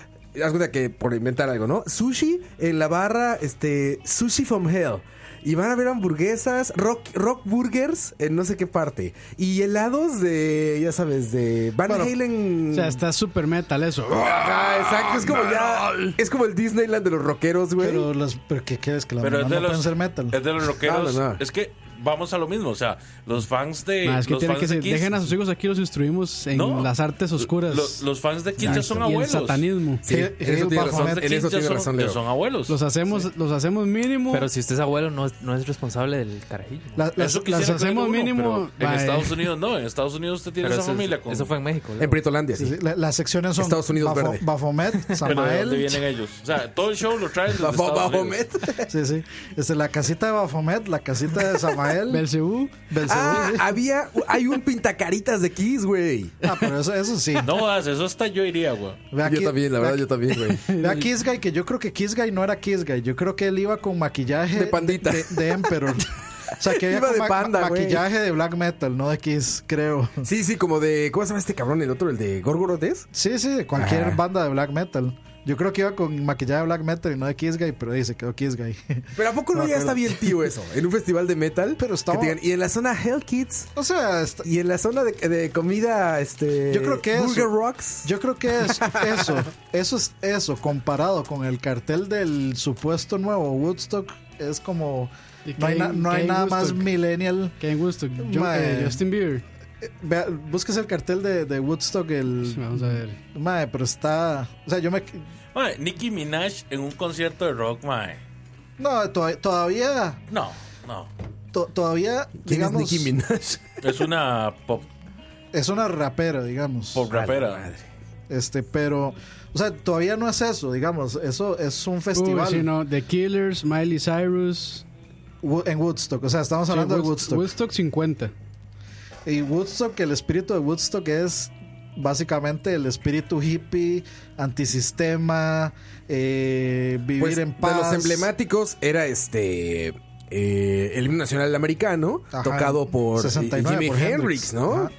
S1: Haz cuenta que por inventar algo, ¿no? Sushi en la barra, este. Sushi from hell. Y van a ver hamburguesas, rock, rock burgers en no sé qué parte. Y helados de, ya sabes, de Van
S4: Bueno,
S1: Halen.
S3: O sea, está super metal eso.
S1: Ajá, exacto. Es como ya. Es como el Disneyland de los rockeros, güey.
S4: Pero, los, pero ¿qué quieres? Que las
S6: Pero
S4: mamás
S6: es
S4: no
S6: de,
S4: pueden
S6: los,
S4: ser metal.
S6: es de los rockeros.
S1: No, no, no.
S6: Es que vamos a lo mismo. O sea, los fans de.
S3: Ma, es que
S6: los
S3: tienen
S6: fans
S3: que
S6: de
S3: ser-
S6: Kiss-
S3: dejen a sus hijos aquí los instruimos en
S6: No.
S3: las artes oscuras.
S6: lo- los fans de Kiss ya son
S3: y
S6: abuelos.
S3: el satanismo.
S1: Sí, en eso tiene razón.
S6: Fans de
S1: En
S6: Kiss
S1: eso
S6: ya
S1: tiene
S6: son-
S1: razón,
S6: ya
S1: Leo.
S6: son abuelos.
S3: Los hacemos, los hacemos mínimo.
S5: Pero si usted es abuelo, no es, no es responsable del carajillo. mae.
S4: La- las-
S6: Eso quisiera
S3: las hacemos
S6: creer uno,
S3: mínimo, eh.
S6: pero En
S3: mae.
S6: Estados Unidos no, en Estados Unidos usted tiene
S5: Pero
S6: esa
S5: eso, es-
S6: familia. con-
S5: eso fue en México.
S1: En Pretolandia,
S4: sí,
S1: sí.
S4: sí, la- las secciones son
S1: Estados Unidos verde.
S4: Bafomet,
S6: Pero ¿de dónde
S4: Samael.
S6: vienen ellos? O sea, todo el show lo traen desde
S1: Bajo-
S6: Estados
S1: bajo
S6: Unidos.
S1: Met.
S4: Sí, sí. Este, la casita de Bafomet, la casita de Rafael.
S3: Belcebú.
S1: Ah, había, hay un pintacaritas de Kiss, güey.
S4: Ah, pero eso, eso sí.
S6: No jodas, eso hasta yo iría, güey.
S4: Ve aquí-
S1: Yo también, la verdad, yo también, güey.
S4: Ve a Kiss Guy, que yo creo que Kiss Guy no era Kiss Guy. Yo creo que él iba con maquillaje.
S1: De pandita.
S4: De, de Emperor. O sea, que había
S1: Iba
S4: con
S1: de
S4: ma-
S1: panda, güey.
S4: maquillaje de black metal, no de Kiss, creo.
S1: Sí, sí, como de. ¿Cómo se llama este cabrón? El otro, el de Gorgorotes.
S4: Sí, sí, de cualquier
S1: Ajá.
S4: banda de black metal. Yo creo que iba con maquillaje de black metal y no de Kiss Guy, pero dice, quedó Kiss Guy.
S1: Pero ¿a poco no,
S4: No,
S1: ya
S4: pero-
S1: está bien, tío, eso? En un festival de metal.
S4: Pero estaba-
S1: que te digan, y en la zona Hell Kids.
S4: O sea, está-
S1: Y en la zona de, de comida, este.
S4: Yo creo que eso-
S1: Burger Rocks.
S4: yo creo que es eso, eso es eso, comparado con el cartel del supuesto nuevo Woodstock, es como...
S3: ¿Y
S4: No hay,
S3: qué-
S4: na- no
S3: qué
S4: hay
S3: hay
S4: nada
S3: gusto?
S4: más millennial.
S3: Qué gusto. Yo-
S4: Mae.
S3: eh, Justin Bieber.
S4: Vea, busques el cartel de, de Woodstock, el...
S3: Sí, Vamos a ver.
S4: Mae, pero está. O sea, yo me.
S6: Mae, Nicki Minaj en un concierto de rock, mae.
S4: No, to- todavía.
S6: No, no.
S4: to- todavía.
S1: ¿Quién
S4: digamos,
S1: es Nicki Minaj?
S6: Es una pop,
S4: es una rapera, digamos.
S6: pop rapera.
S1: madre.
S4: Este, pero. O sea, todavía no es eso, digamos. Eso es un festival
S3: Uy, sí, no, The Killers, Miley Cyrus.
S4: wo- en Woodstock. O sea, estamos hablando
S3: Sí,
S4: de
S3: Woodst-
S4: Woodstock.
S3: Woodstock 50.
S4: Y Woodstock, el espíritu de Woodstock es básicamente el espíritu hippie, antisistema, eh, vivir
S1: Pues,
S4: en paz.
S1: De los emblemáticos era este. eh, el himno nacional americano,
S4: Ajá,
S1: tocado por
S4: 69
S1: Jimi
S4: por
S1: Hendrix, ¿no?
S4: Ajá.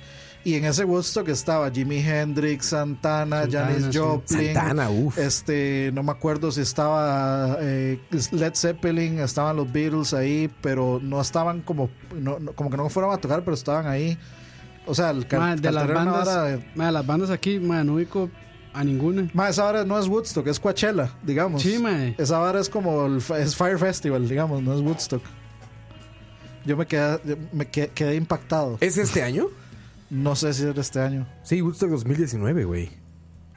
S4: Y en ese Woodstock estaba Jimi Hendrix, Santana,
S3: Santana,
S4: Janis
S3: sí.
S4: Joplin.
S1: Santana, uff.
S4: Este, no me acuerdo si estaba eh, Led Zeppelin, estaban los Beatles ahí, pero no estaban como, no- no- como que no fueron a tocar, pero estaban ahí. O sea, el car-
S3: Mae, de las
S4: cartel era una vara
S3: bandas.
S4: de-
S3: mae, las bandas aquí, mae, no ubico a ninguna.
S4: Ma, esa vara no es Woodstock, es Coachella, digamos.
S3: Sí, mae.
S4: Esa vara es como el f- es Fire Festival, digamos, no es Woodstock. Yo me quedé, yo me que- quedé impactado.
S1: ¿Es este año?
S4: No sé si era este año.
S1: Sí, Woodstock 2019, güey.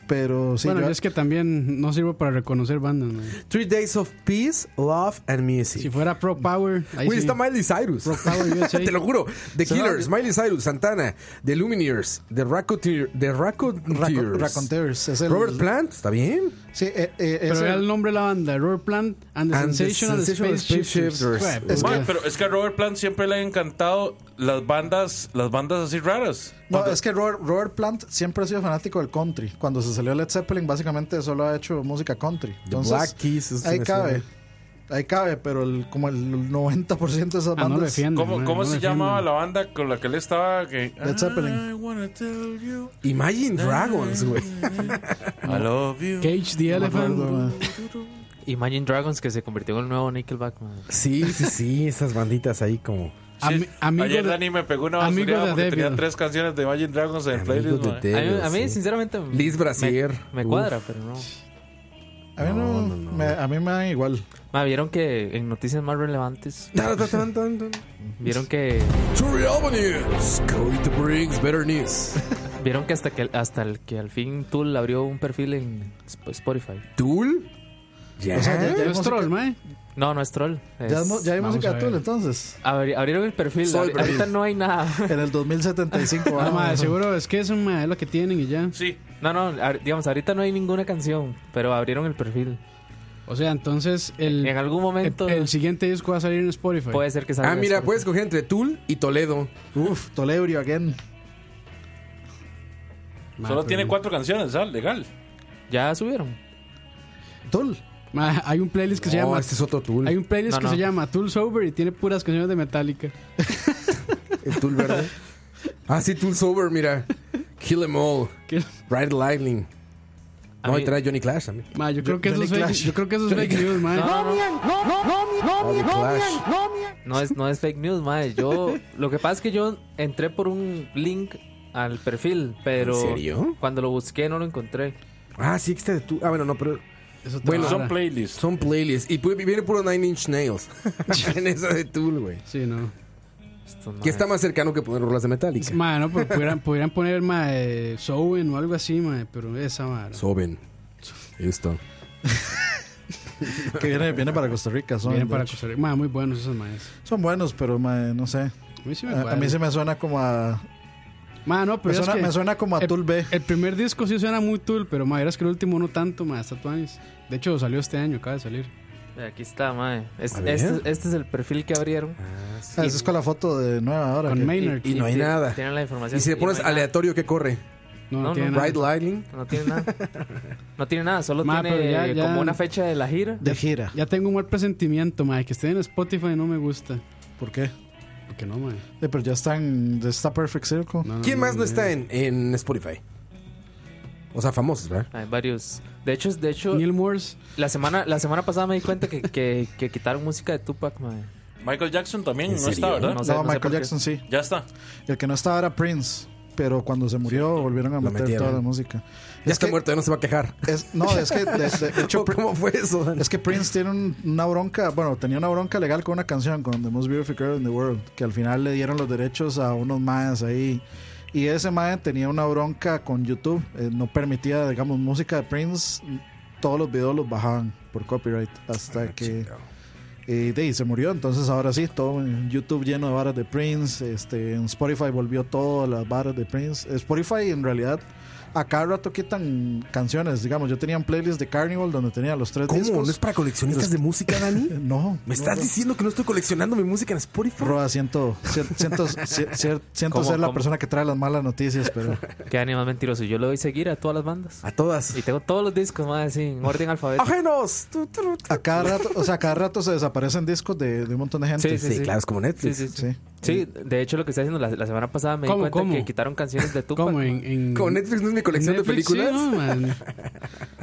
S4: Pero sí,
S3: bueno,
S4: yo-
S3: yo es que también no sirvo para reconocer bandas. mae.
S1: Three Days of Peace, Love and Music.
S3: Si fuera Pro Power, ahí
S1: Güey,
S3: sí.
S1: está Miley Cyrus.
S3: Rock Power USA.
S1: Te lo juro. The Killers, Miley Cyrus, Santana, The Lumineers, The Racketeer, The
S4: Raco-
S1: Racketeers.
S4: Raconteurs, es el-
S1: Robert Plant, ¿está bien?
S4: Sí, eh, eh, es
S3: Pero
S4: el-
S3: era el nombre de la banda, Roar Plant and the
S1: And the
S3: Sensational,
S1: Sensational
S3: Space,
S1: Space
S3: Shifters.
S1: Shifters.
S3: Güey,
S4: Es
S6: Mae,
S4: que-
S6: pero es que a Robert Plant siempre le han encantado las bandas, las bandas así raras.
S4: no, es que Robert, Robert Plant siempre ha sido fanático del country. Cuando se salió Led Zeppelin, básicamente solo ha hecho música country. Entonces,
S1: Black Keys, eso sí
S4: ahí
S1: me
S4: cabe.
S1: suena.
S4: Ahí cabe, pero el, como el 90% de esas
S3: ah, no lo
S4: bandas.
S3: defiendan,
S6: ¿Cómo,
S3: mae,
S6: cómo
S3: no
S6: se
S3: defiendan.
S6: llamaba la banda con la que él estaba? Que, ah,
S4: Led Zeppelin.
S6: I wanna tell you
S1: Imagine Dragons, güey.
S6: I love you.
S3: Cage the
S4: No me acuerdo,
S3: Elephant. Eh,
S4: mae.
S5: Imagine Dragons que se convirtió en el nuevo Nickelback, mae.
S1: Sí, sí, sí, esas banditas ahí como.
S3: Ami-
S6: Sí,
S3: amigo
S6: Ayer
S3: de-
S6: Dani me pegó una
S3: amigo
S6: basura
S3: de
S6: porque tenía
S3: Devil.
S6: tres canciones de Imagine Dragons en el
S1: Amigo
S6: playlist.
S1: de
S6: mae.
S1: Devil,
S5: A mí, a mí,
S1: sí.
S5: sinceramente.
S1: Liz Brasier.
S5: Me, me
S1: Uf.
S5: cuadra, pero no.
S4: A mí no,
S1: Ah, No, no, no.
S4: me- a mí me dan igual.
S5: Mae, vieron que en noticias más relevantes.
S1: Tan, tan, tan, tan, tan.
S5: Vieron que.
S1: To real news. Coit brings better news.
S5: Vieron que hasta que hasta el que al fin Tool abrió un perfil en Sp- Spotify.
S1: Tool. Ya.
S4: O sea, ya- ya hay
S3: Yo es
S4: música-
S3: troll, mae.
S5: No, no es troll. es-
S4: Ya, mo- ya hay
S3: Vamos
S4: música
S3: a
S4: de
S3: ver.
S4: Tool, entonces.
S5: abri- abrieron el perfil.
S1: Soy
S5: ahori-
S1: perfil.
S5: ahorita no hay nada.
S4: En el 2075.
S3: Ah,
S4: vamos.
S3: mae, seguro es que eso, mae, es lo que tienen y ya.
S6: Sí,
S5: No, no, ahor- digamos, ahorita no hay ninguna canción, pero abrieron el perfil.
S3: O sea, entonces el,
S5: En
S3: el,
S5: algún momento
S3: el siguiente disco va a salir en Spotify.
S5: puede ser que salga.
S1: Ah, mira,
S5: Spotify.
S1: puedes coger entre Tool y Toledo.
S4: Uf, Tolebrio again.
S3: Mae,
S6: solo
S3: pero-
S6: tiene cuatro canciones, ¿sabes? Legal.
S1: pues.
S5: Ya subieron.
S4: Tool.
S3: Mae, hay un playlist que se
S4: Oh,
S1: No,
S3: llama
S1: este es otro Tool.
S3: Hay un playlist
S5: No,
S3: que
S5: no.
S3: se llama Tool Sober y tiene puras canciones de Metallica.
S1: El Tool verde. ah, sí, Tool Sober, mira. Kill Em All.
S3: Que-
S1: Ride Lightning.
S5: A
S1: No,
S5: mí-
S1: ahí trae Johnny Clash también.
S3: Ma, yo, creo que eso
S4: Johnny
S3: es fake,
S4: Clash.
S3: yo creo que eso es fake news, ma.
S5: No, no, no,
S1: Johnny Oh, Clash.
S5: no es, no es fake news, madre. Yo, lo que pasa es que yo entré por un link al perfil, pero
S1: ¿En serio?
S5: cuando lo busqué no lo encontré.
S1: Ah, sí, este de Tool. Ah, bueno, no, pero
S3: Eso te
S1: Bueno,
S3: va a
S6: Son
S3: dar.
S6: playlists.
S1: son playlists. Y pu- viene puro Nine Inch Nails. en esa de Tool, güey.
S3: Sí, no.
S5: Estos
S1: Que
S5: maes.
S1: está más cercano que poner rolas de Metallica.
S3: Ma, no, pero pudieran, pudieran poner ma, eh, Sowen o algo así, ma, pero esa ma.
S1: Soben. Esto.
S4: Que viene, viene para Costa Rica. Son,
S3: Vienen
S4: de
S3: para
S4: hecho.
S3: Costa Rica. Ma, muy buenos esos maes.
S4: Son buenos, pero mae, no sé.
S3: A mí sí me
S4: A, a
S3: cuadra.
S4: mí se me suena como a.
S3: Ma, no, pero
S4: Me
S3: es
S4: suena,
S3: que
S4: me suena como a
S3: el-
S4: Tool B.
S3: el primer disco sí suena muy Tool, pero ma, verás que el último no tanto, ma, está tuanis. De hecho, salió este año, acaba de salir.
S5: Mira, Aquí está, mae. Es-
S1: A ver.
S5: este, este es el perfil que abrieron.
S4: Ah, eso es con la foto de nueva ahora.
S3: Con
S4: que-
S3: Maynard.
S1: Y no hay
S5: ti-
S1: nada.
S5: Tienen la información.
S1: Y si le
S5: no
S1: pones
S5: hay nada.
S1: aleatorio, ¿qué corre?
S3: No, no,
S5: no,
S3: tiene
S5: no.
S3: nada.
S1: Bright Lightning.
S5: No tiene nada. No tiene nada, solo
S3: Ma,
S5: tiene
S3: pero ya- ya-
S5: como una fecha de la gira.
S4: de gira.
S3: Ya tengo un mal presentimiento, mae. Que esté en Spotify no me gusta.
S4: ¿Por qué?
S3: Porque no, mae.
S4: Eh, pero ya están. Está Perfect Circle.
S3: No, no,
S1: ¿Quién más no está
S3: no.
S1: en, en Spotify? O sea, famosos, ¿verdad?
S5: Hay varios. De hecho, de hecho
S3: Neil Morse.
S5: la, semana, la semana pasada me di cuenta que, que, que quitaron música de Tupac, mae.
S6: Michael Jackson también
S1: ¿En
S6: no
S1: serio?
S6: está, ¿verdad?
S5: No sé,
S4: No,
S5: no sé
S4: Michael
S5: por qué.
S4: Jackson sí.
S6: Ya está.
S4: El que no estaba era Prince. Pero cuando se murió, volvieron a meter
S1: metieron.
S4: toda la música.
S1: Ya
S4: Es
S1: está
S4: que-
S1: muerto, ya no se va a quejar.
S4: es- no, es que de, de- de hecho, Pri-
S1: ¿Cómo fue eso? Dan?
S4: es que Prince tiene un- una bronca. Bueno, tenía una bronca legal con una canción, con The Most Beautiful Girl in the World. Que al final le dieron los derechos a unos maes ahí. Y ese mae tenía una bronca con YouTube. eh, no permitía, digamos, música de Prince. Todos los videos los bajaban por copyright. Hasta
S1: Ah,
S4: que.
S1: Chingado.
S4: Y de ahí se murió, entonces ahora sí, todo en YouTube lleno de varas de Prince, este, en Spotify volvió todas las varas de Prince. Spotify en realidad a cada rato quitan canciones, digamos, yo tenía un playlist de Carnival donde tenía los tres
S1: ¿Cómo?
S4: discos.
S1: ¿No es para coleccionistas de música, Dani?
S4: Eh, No.
S1: ¿Me estás
S4: no, no.
S1: diciendo que no estoy coleccionando mi música en Spotify?
S4: Roa, siento, cier- siento, cier- cier- siento
S5: ¿Cómo,
S4: ser la
S5: cómo?
S4: persona que trae las malas noticias, pero
S5: Qué animal mentiroso. Yo le doy seguir a todas las bandas.
S1: A todas.
S5: Y tengo todos los discos, mae, sí, en orden alfabético.
S1: ¡Ajenos! Tu, tu, tu.
S4: a cada rato, o sea, a cada rato se desaparecen discos de, de un montón de gente.
S5: Sí,
S1: Sí, claro, es como
S5: Sí,
S1: Netflix.
S5: sí, sí.
S4: Sí.
S5: Sí, de hecho lo que está diciendo la, la semana pasada me di
S3: ¿Cómo,
S5: cuenta
S3: cómo?
S5: que quitaron canciones de Tupac.
S3: ¿Cómo?
S5: mae.
S3: En, en,
S1: Como Netflix no es mi colección
S3: Netflix,
S1: de películas.
S3: sí, no, man.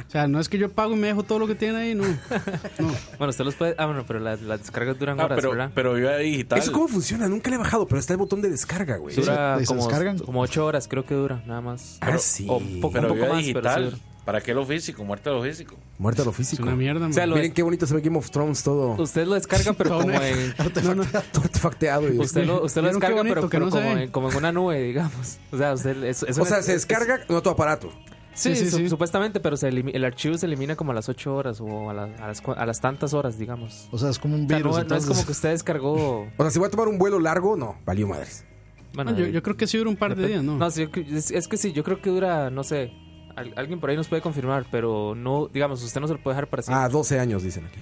S3: O sea, no es que yo pago y me dejo todo lo que tiene ahí, no. No.
S5: Bueno, usted los puede... Ah, bueno, pero las, las descargas duran
S6: Ah,
S5: horas,
S6: pero,
S5: ¿verdad?
S6: pero yo digital.
S1: ¿Eso cómo funciona? Nunca le he bajado, pero está el botón de descarga, güey.
S5: dura
S4: y se
S5: como,
S4: descargan.
S5: como 8 horas, creo que dura, nada más.
S1: Ah,
S5: Pero-
S1: sí.
S5: O un poco,
S6: Pero
S5: un poco
S6: vía
S5: más, pero
S6: digital.
S5: sí dura.
S6: ¿Para qué lo físico? Muerte de lo físico.
S1: Muerta lo
S3: Es
S1: físico.
S3: una mierda,
S5: sea,
S3: man.
S5: lo-
S1: Miren qué bonito se ve Game of Thrones todo.
S5: Usted lo descarga, pero como en...
S3: No, no.
S1: Todo artefacteado. y- este.
S5: Usted lo, usted lo
S3: ¿Vieron qué
S5: descarga,
S3: bonito
S5: pero,
S3: que
S5: pero
S3: no se
S5: como,
S3: ve?
S5: en, como en una nube, digamos. O sea, usted... Es, es
S1: O
S5: una-
S1: sea, se
S5: es-
S1: descarga, no tu aparato.
S5: Sí,
S3: Sí, sí,
S5: su-
S3: sí.
S5: supuestamente, pero se elimi- el archivo se elimina como a las 8 horas o a, la- a las, cua- a las tantas horas, digamos.
S4: O sea, es como un
S5: O sea,
S4: virus.
S5: no, no es
S4: entonces.
S5: como que usted descargó...
S1: O sea, si voy a tomar un vuelo largo, no, valió madres.
S5: Bueno,
S3: No, Ah, yo,
S5: eh,
S3: yo creo que sí dura un par de días, ¿no?
S5: No, sí, yo creo- es, es que sí, yo creo que dura, no sé. al- alguien por ahí nos puede confirmar, pero no, digamos, usted no se lo puede dejar para siempre.
S1: Ah, 12 años, dicen aquí.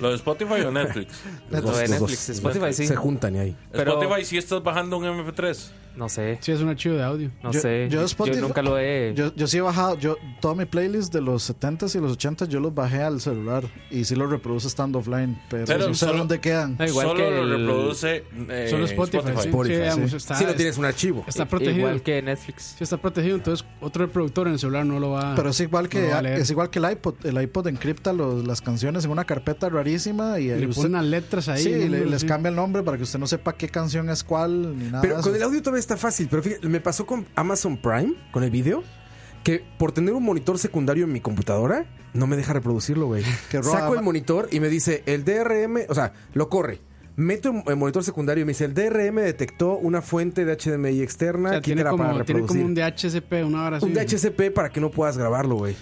S6: ¿Lo de Spotify o Netflix?
S5: Lo
S1: los dos,
S5: de
S1: los
S5: Netflix,
S1: dos.
S5: Spotify sí.
S1: Se juntan y ahí.
S5: Pero-
S6: Spotify sí estás bajando un MP3.
S1: Ah.
S5: No sé,
S3: Sí, es un archivo de audio.
S5: no
S4: Yo-
S5: sé.
S4: yo
S5: Yo,
S4: Spotify-
S5: nunca lo he.
S4: Yo, yo sí he bajado, yo toda mi playlist de los 70s y los 80s yo los bajé al celular y sí los reproduce estando offline, pero,
S6: Pero
S4: no sé
S6: solo-
S4: dónde quedan.
S5: No, igual
S6: Solo
S5: que
S6: lo
S5: el-
S6: reproduce eh,
S3: Solo Spotify. sí.
S1: Spotify,
S3: Sí, digamos,
S4: sí.
S3: está,
S1: si no tienes un archivo.
S3: está
S5: i-
S3: protegido.
S5: Igual que Netflix.
S3: Si está protegido, entonces otro reproductor en el celular no lo va a.
S4: Pero es igual que
S3: No va a leer.
S4: es igual que el iPod, el iPod encripta los- las canciones en una carpeta rarísima y
S3: le
S4: usted-
S3: pone unas letras ahí.
S4: sí,
S3: ¿no?
S4: le- les
S3: Sí.
S4: cambia el nombre para que usted no sepa qué canción es cuál ni nada. de
S1: Pero
S4: eso.
S1: con el audio todavía está fácil. Pero fíjate, me pasó con Amazon Prime, con el video, que por tener un monitor secundario en mi computadora, no me deja reproducirlo, güey.
S4: Que roba-
S1: Saco el monitor y me dice, el DRM, o sea, lo corre. Meto el monitor secundario y me dice, el DRM detectó una fuente de HDMI externa,
S3: O sea, tiene
S1: quítala para
S3: como, tiene
S1: reproducir.
S3: como un DHCP, una hora así.
S1: un DHCP para que no puedas grabarlo, güey.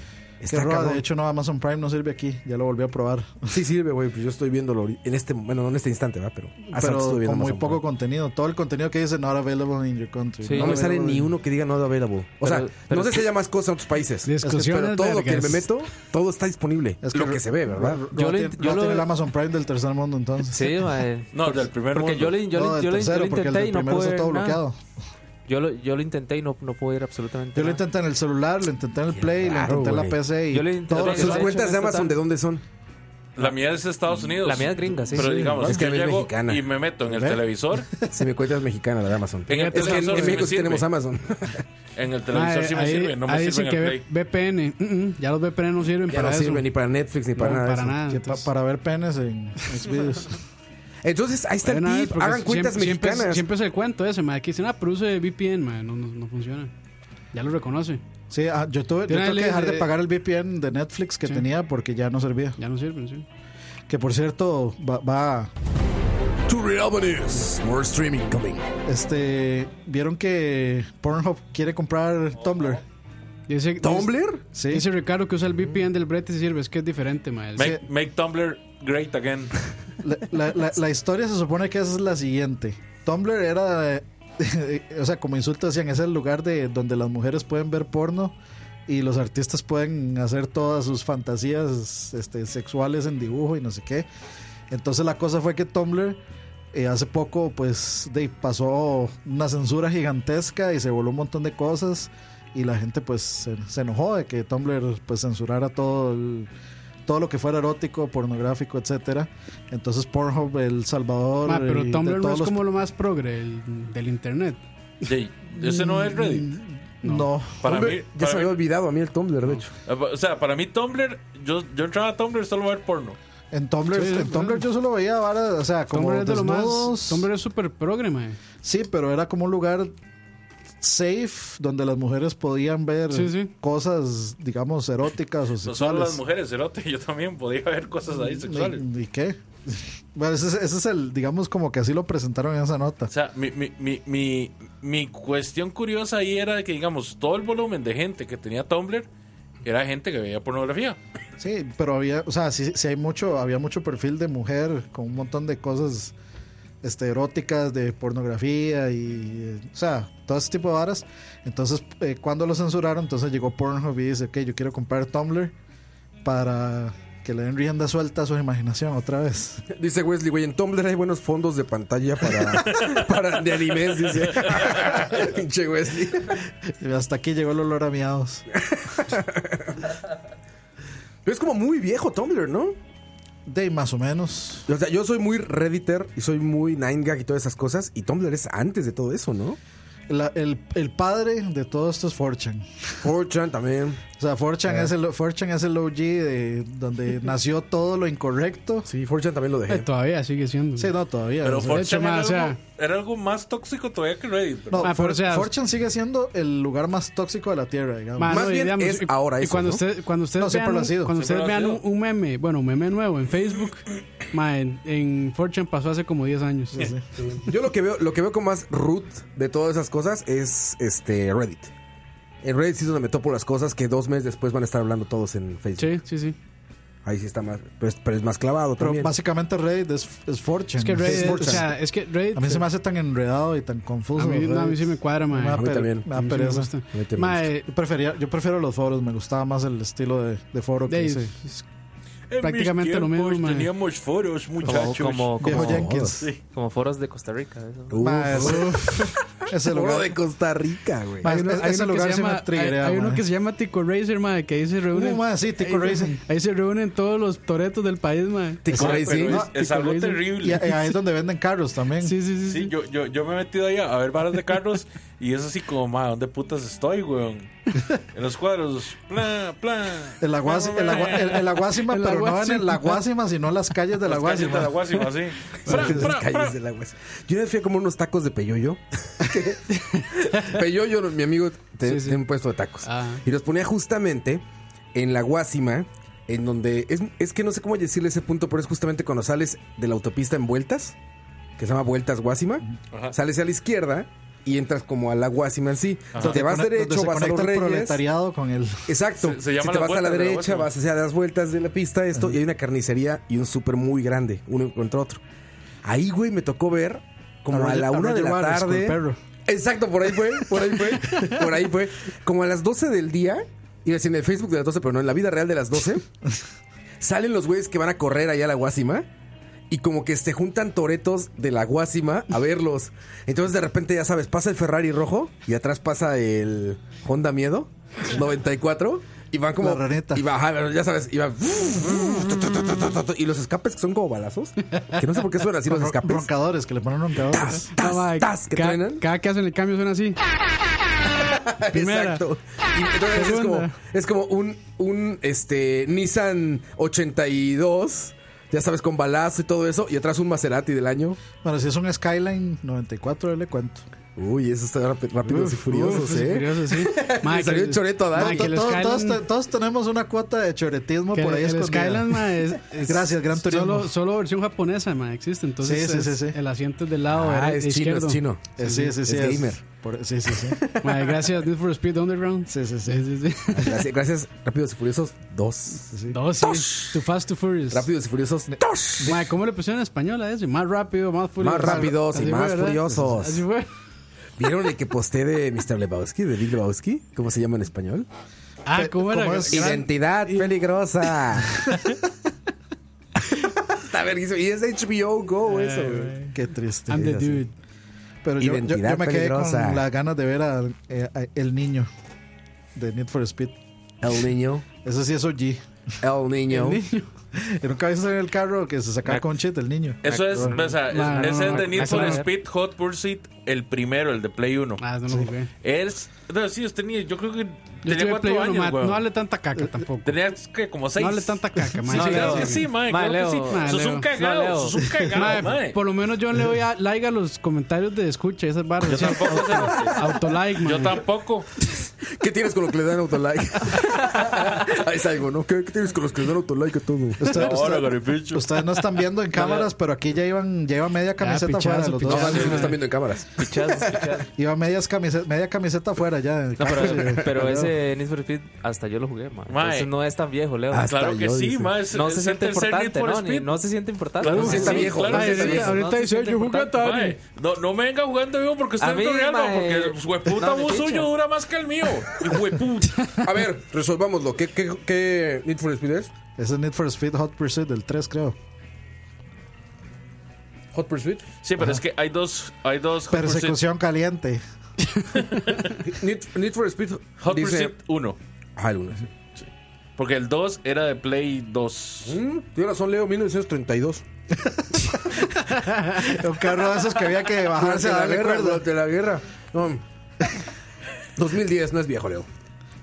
S4: Que
S1: Está
S4: roba,
S1: cabrón.
S4: de hecho no Amazon Prime no sirve aquí, ya lo volví a probar.
S1: Sí sirve, güey. Pues yo estoy viéndolo ahori- en este, bueno, no en este instante, ¿verdad? Pero, hace rato estuve
S4: Pero
S1: viendo
S4: con muy
S1: Amazon
S4: poco
S1: Prime.
S4: contenido, todo el contenido que dice not available in your country.
S5: Sí.
S1: No me sale ni uno que diga no available. O sea,
S5: Pero- pero-
S1: no sé si haya más cosas en otros países.
S3: Discusiones
S1: pero todo lo que
S3: vergas.
S1: me meto, todo está disponible.
S4: Es
S1: Es
S4: que
S1: lo que se ve, ¿verdad?
S5: Yo lo
S4: Yo lo,
S5: int- yo lo-
S4: el Amazon Prime del tercer mundo entonces.
S5: Sí, mae.
S6: No, del primer
S5: Porque
S6: mundo.
S5: yo le, yo le-
S4: no, del
S5: yo le- yo
S4: tercero,
S5: lo
S4: porque el
S5: intenté
S4: del
S5: y no
S4: primero
S5: pude.
S4: está todo
S5: ver nada.
S4: bloqueado.
S5: Yo, lo, yo lo intenté y no, no pude ir absolutamente.
S4: Yo lo
S5: nada.
S4: intenté en el celular, lo intenté en el
S1: Qué
S4: Play, lo
S1: raro,
S4: intenté en la
S1: güey.
S4: PC y
S5: Yo le-
S4: todo lo
S5: yo
S4: que
S5: le-
S1: Sus
S4: sea.
S5: de
S1: cuentas de
S5: hecho, no está
S1: Amazon,
S5: tan-
S1: ¿de dónde son?
S6: La mía es de Estados Unidos.
S5: La mía es gringa, sí.
S6: Pero
S5: Sí,
S6: digamos,
S1: es que
S6: yo
S1: la mía es
S6: llego
S1: mexicana.
S6: y me meto en el
S4: ¿Ve?
S6: televisor.
S1: Si mi cuenta es mexicana, la de Amazon.
S6: En el
S1: es que en,
S6: televisor
S1: en
S6: sí
S1: México sí
S6: me sirve.
S1: tenemos Amazon.
S6: En el
S3: Ah,
S6: televisor sí me
S3: ahí-
S6: sirve, no
S3: ahí
S6: me
S3: dicen
S6: sirve en el
S3: que
S6: Play.
S3: VPN. mm, mm, ya los VPN no sirven
S1: Ya
S3: para
S1: no
S3: eso.
S1: sirve ni para Netflix ni para
S3: No,
S1: nada. de
S3: para
S1: eso.
S3: nada.
S4: que pa-
S5: pues.
S3: entonces-
S4: para ver penes en Xvideos.
S1: Entonces, ahí está el
S3: Vayan a ver,
S1: tip.
S3: porque
S1: Hagan cuentas
S3: siempre- siempre-
S1: mexicanas.
S3: Siempre es el cuento ese, ma. Aquí dicen, ah, pero use VPN, ma. No, no, no funciona. Ya lo reconoce.
S4: Sí, ah, yo tuve, yo
S3: Tiene
S4: tuve que
S3: el-
S4: dejar de
S3: eh,
S4: pagar el VPN de Netflix que
S3: Sí.
S4: tenía porque ya no servía.
S3: Ya no sirve, sí.
S4: Que por cierto, va, va-
S1: To Real News. More streaming coming.
S4: este, vieron que Pornhub quiere comprar Tumblr.
S3: Dice,
S1: ¿Tumblr?
S4: Sí.
S3: Dice Ricardo que usa el VPN del Brete y sirve. Es que es diferente, ma. El-
S6: Make, make Tumblr great again.
S4: La, la- la- la historia se supone que es la siguiente. Tumblr era, eh, o sea, como insulto decían, es el lugar de donde las mujeres pueden ver porno y los artistas pueden hacer todas sus fantasías este, sexuales en dibujo y no sé qué. Entonces la cosa fue que Tumblr eh, hace poco pues de, pasó una censura gigantesca y se voló un montón de cosas y la gente pues se, se enojó de que Tumblr pues censurara todo el- todo lo que fuera erótico, pornográfico, etcétera. Entonces Pornhub, El Salvador,
S3: Ma, Ah, pero
S4: y de
S3: Tumblr no
S4: todos
S3: es
S4: los-
S3: como lo más progre el- del internet.
S6: Jay, ese no es Reddit.
S4: no.
S6: Para
S1: Tumblr,
S6: mí,
S1: ya se
S6: para
S1: me
S6: mí-
S1: había olvidado a mí el Tumblr, de hecho.
S6: o sea, para mí Tumblr, yo, yo entraba a Tumblr solo a ver porno.
S4: En Tumblr,
S3: Sí,
S4: en Tumblr yo solo veía varas, o sea, como
S3: Tumblr es de lo
S4: desnudos.
S3: más. Tumblr es súper progre, mae.
S4: Sí, pero era como un lugar safe donde las mujeres podían ver
S3: Sí, sí.
S4: cosas, digamos, eróticas o
S6: No solo las
S4: sexuales.
S6: mujeres, cerote, yo también podía ver cosas ahí sexuales.
S4: ¿Y, y qué? Bueno, ese es, ese es el, digamos, como que así lo presentaron en esa nota.
S6: O sea, mi, mi, mi, mi, mi cuestión curiosa ahí era de que, digamos, todo el volumen de gente que tenía Tumblr era gente que veía pornografía.
S4: Sí, pero había, o sea, sí, sí hay mucho, había mucho perfil de mujer con un montón de cosas este, eróticas, de pornografía y, eh, o sea, todo ese tipo de varas. Entonces, eh, cuando lo censuraron, entonces llegó Pornhub y dice, ok, yo quiero comprar Tumblr para que le den rienda suelta a su imaginación otra vez.
S1: Dice Wesley, güey, en Tumblr hay buenos fondos de pantalla para, para de animes, dice. Pinche Wesley.
S4: Y hasta aquí llegó el olor a miados.
S1: Pero es como muy viejo Tumblr, ¿no?
S4: De más o menos.
S1: O sea, yo soy muy Redditor y soy muy 9gag y todas esas cosas. Y Tumblr es antes de todo eso, ¿no?
S4: La- el, el padre de todo esto es Fortune.
S1: 4chan también.
S4: O sea, Fortune es el 4chan es el OG de donde nació todo lo incorrecto.
S1: Sí, 4chan también lo
S3: Eh,
S1: dejé.
S3: todavía sigue siendo.
S4: Sí, no, todavía.
S6: Pero
S4: O sea,
S3: de hecho,
S6: 4chan era,
S3: ma, o sea-
S6: algo, era algo más tóxico todavía que Reddit. pero-
S4: no,
S3: Ah, pero, o sea,
S4: 4chan sigue siendo el lugar más tóxico de la Tierra, digamos.
S3: Ma,
S1: Más
S3: no, y
S1: bien
S3: digamos,
S1: es
S3: y-
S1: ahora
S3: y
S1: eso,
S3: cuando
S1: ¿no?
S3: usted cuando ustedes
S4: No, siempre
S3: vean,
S4: lo ha sido,
S3: cuando
S6: siempre
S3: ustedes
S6: lo ha
S3: vean un,
S6: sido.
S3: un meme, bueno, un meme nuevo en Facebook, ma, en, en 4chan pasó hace como 10 años.
S1: Yo lo que veo, lo que veo como más root de todas esas cosas es este Reddit. En Reddit sí es donde me topo las cosas que dos meses después van a estar hablando todos en Facebook.
S3: Sí, sí, sí.
S1: Ahí sí está más, pero es, pero es más clavado
S4: pero
S1: también.
S4: básicamente Reddit es, es 4chan.
S3: Es que Reddit, o
S4: 4chan.
S3: sea, es que Reddit
S4: a mí se me hace tan enredado y tan confuso.
S3: a mí-
S4: Reddit.
S3: no, a mí sí me cuadra, ma.
S4: Me da
S1: A mí
S4: per-
S1: también.
S4: me
S3: A
S4: da
S3: mí sí me
S4: pereza.
S3: gusta.
S1: A mí también
S3: Ma,
S1: me
S3: eh,
S4: Yo, prefería- yo prefiero los foros, me gustaba más el estilo de, de foro que
S3: Dave,
S4: ese.
S3: es-
S6: En mis
S3: prácticamente lo
S6: tiempos
S3: mismo, ma.
S6: Teníamos foros,
S5: Como,
S6: muchachos.
S5: como,
S4: Viejo
S5: como-
S4: Jenkins.
S6: Sí.
S5: como foros de Costa Rica. eso.
S1: Uf.
S4: Ma, ese- ese
S1: Foro
S4: lugar,
S1: de Costa Rica, güey.
S4: Ma,
S3: hay uno-
S4: ese-
S3: hay
S4: ese
S3: uno que
S4: lugar
S3: se
S4: sí
S3: llama-
S4: me triggerea,
S3: hay- hay uno
S4: ma.
S3: que se llama Tico Racer, ma, que ahí se reúnen.
S4: Uh, ma, sí, Tico
S3: ahí-
S4: Racer.
S3: Ahí se reúnen todos los toretos del país, ma.
S1: Tico
S6: Ah,
S1: Rey, sí.
S6: pero es, es
S3: Tico
S6: algo
S3: Rey, sí.
S6: terrible.
S4: Y a- ahí es donde venden carros también.
S3: Sí, sí, sí.
S6: Sí,
S3: sí.
S6: yo, yo, yo me he metido ahí a ver varas de carros y es así como, ma, ¿dónde putas estoy, weón? En los cuadros, plan, plan.
S4: El, aguas, el, agua- el- el aguásima,
S3: El
S4: pero no en el
S3: aguásima.
S4: aguásima, sino en las calles del
S6: Las calles
S4: aguásima.
S6: de la Guasima, sí. Pra,
S1: Las
S6: pra, pra.
S1: calles del agua. E Yo una vez fui a comer unos tacos de peyoyo. peyoyo, mi amigo, te-
S3: Sí, sí.
S1: tiene un puesto de tacos.
S4: Ah.
S3: Ajá.
S1: Y los ponía justamente en la Guasima, en donde. Es, es que no sé cómo decirle ese punto, pero es justamente cuando sales de la autopista en vueltas, que se llama Vueltas Guasima.
S6: Ajá.
S1: Sales a la izquierda y entras como a la Guasima en sí. Si te vas
S4: Donde
S1: derecho,
S4: se
S1: vas a los
S4: conecta el
S1: Reyes.
S4: proletariado con el...
S1: Exacto.
S6: Se- se llama
S1: si te
S6: las
S1: vas a la
S6: vueltas de la
S1: derecha,
S6: Guasima.
S1: vas hacia las vueltas de la pista, esto, y hay una carnicería y un súper muy grande, uno contra otro. Ahí, güey, me tocó ver como a
S4: Roger-
S1: la una de
S4: Roger
S1: la
S4: Waters con
S1: tarde.
S4: el perro.
S1: Exacto, por ahí fue, por ahí fue, por ahí fue. Como a las 12 del día, iba a decir en el Facebook de las 12, pero no, en la vida real de las 12, salen los güeyes que van a correr allá a la Guasima. Y como que se juntan toretos de la Guasima a verlos. Entonces de repente, ya sabes, pasa el Ferrari rojo y atrás pasa el Honda Miedo 94. Y van como.
S4: La raneta.
S1: Y va, ajá, ya sabes, y van. Y los escapes que son como balazos. Que no sé por qué suenan así los
S4: Ron-
S1: escapes. Ah.
S4: Roncadores, que le ponen roncadores.
S3: No, ma,
S1: Tas, tas, que
S3: ca-
S1: truenan.
S3: cada que hacen el cambio suena así. Primera.
S1: Exacto. Y entonces es
S3: Segunda.
S1: como, es como un, un este, Nissan 82, ya sabes, con balazo y todo eso, y atrás un Maserati del año.
S4: ¿eh? Bueno, si es un Skyline 94, yo le cuento.
S1: Uy, eso está rap- rápidos y
S3: Uf,
S1: furiosos,
S3: uf,
S1: ¿eh?
S3: Furiosos,
S1: Le
S3: sí. que
S1: salió
S3: el-
S1: choreto a dar.
S3: ma,
S1: No,
S3: que el
S4: Todos- todos,
S3: Skyline-
S4: te- todos tenemos una cuota de choretismo
S3: que
S4: por ahí
S3: el, el
S4: escondida.
S3: Skyline, ma, es, es-
S4: Gracias, Gran Turismo.
S3: Solo, solo versión japonesa, ma, existe. Entonces,
S4: Sí, sí,
S3: es-
S4: sí, sí.
S3: el asiento es del lado
S1: Ah,
S3: dere-
S1: es chino,
S3: izquierdo.
S1: es chino.
S4: Eh, sí, sí, sí.
S1: Es gamer.
S4: por- sí, sí, sí.
S3: Ma, gracias, Need for Speed Underground.
S4: Sí, sí, sí.
S3: Sí, sí, sí.
S1: Gracias, gracias, Rápidos y Furiosos 2.
S3: Dos, sí. Too Fast, Too Furious.
S1: Rápidos y Furiosos 2.
S3: Ma, ¿cómo le pusieron en español a ese? Más rápido, más furioso.
S1: Más rápidos y
S3: Así fue,
S1: más
S3: ¿verdad?
S1: furiosos.
S3: Así fue.
S1: ¿Vieron el que posté de Mr. Lebowski, de Big Lebowski? ¿Cómo se llama en español?
S3: Ah, ¿cómo era?
S4: ¿Cómo es?
S3: Gran-
S1: Identidad peligrosa. Está verguísimo. Y es HBO Go eso, güey.
S4: Qué triste.
S3: I'm the
S1: sí.
S3: dude.
S4: Pero yo, yo- yo
S1: Identidad
S4: me quedé
S1: peligrosa.
S4: con las ganas de ver al eh, a- el niño de Need for Speed.
S1: El niño.
S4: Eso sí es OG.
S1: El niño.
S4: Yo nunca había visto en el carro que se sacaba
S6: Mac-
S4: con chit el niño.
S6: Eso es, o sea, es-
S3: No, no,
S6: ese es
S3: no,
S6: de Need
S3: no,
S6: for
S3: no.
S6: Speed Hot Pursuit, el primero, el de Play 1.
S3: Ah, no lo jugué.
S6: Es, no, sí, yo tenía, yo creo que
S3: Yo
S6: tenía
S3: estuve en Play
S6: cuatro
S3: uno, ma,
S6: años, güey.
S3: No hable tanta caca tampoco.
S6: Tenías que como seis.
S3: No hable tanta caca, ma.
S5: No,
S6: Sí,
S5: Leo.
S6: creo que sí, mae,
S5: Mae,
S6: creo que
S5: Leo.
S6: sí.
S3: Mae,
S6: Sos un
S3: Leo.
S5: No,
S6: cagado,
S5: Leo.
S6: sos un cagado,
S3: Ma,
S6: mae.
S3: por lo menos yo le doy a like a los comentarios de escucha esas barras.
S6: Yo tampoco sé lo que-
S3: Autolike, man.
S6: Yo tampoco.
S1: ¿Qué tienes con lo que le dan autolike? Ahí es algo, ¿no? ¿Qué, qué tienes con los que le dan autolike a todo?
S4: Ustedes,
S6: Ahora,
S4: ustedes-
S6: garipicho.
S4: ustedes no están viendo en cámaras, pero aquí ya iban, ya iba media camiseta
S3: pichazo,
S4: fuera. Los dos.
S1: No,
S3: pichazo.
S1: más no están viendo en cámaras.
S4: Iba medias camise- media camiseta fuera ya.
S5: No, pero, pero ese Need for Speed hasta yo lo jugué, man.
S6: Mae.
S5: Entonces no es tan viejo, Leo.
S1: Ah,
S6: Claro
S1: Hasta
S6: que
S1: yo,
S6: sí,
S1: dice.
S6: mae. es-
S5: no
S6: es
S5: se
S6: el
S5: siente
S6: tercer Need
S5: importante,
S6: for
S5: ¿no? Ni-
S6: Speed.
S5: no se siente importante.
S6: Claro
S5: No,
S6: que
S5: sí,
S1: está
S5: sí,
S1: viejo,
S5: claro
S1: mae,
S5: que
S1: está
S5: sí,
S1: viejo.
S5: no se
S3: Ahorita dice,
S5: siente
S3: yo jugué
S5: importante.
S3: Atari.
S6: Mae, no, no me venga jugando vivo porque
S5: A
S6: estoy
S5: mí,
S6: coreano,
S5: mae.
S6: porque su puta
S5: No, de
S6: voz
S5: picha.
S6: suyo dura más que el mío. Hijo de puta.
S1: A ver, resolvámoslo. ¿Qué, qué, qué Need for Speed es?
S4: Ese es Need for Speed Hot Pursuit del 3, creo.
S1: Hot Pursuit.
S6: Sí, pero es que hay dos, hay dos Hot Pursuit,
S4: Persecución caliente.
S1: Need, Need for Speed.
S6: Hot
S1: dice,
S6: Pursuit 1.
S1: Ah, alguna. sí.
S6: Porque el 2 era de Play 2.
S1: Mm, tiene razón, Leo, 1932.
S4: Un carro de esos que había que bajarse a darle cuerda.
S1: durante Ah, la guerra. No. mm. 2010, no es viejo, Leo.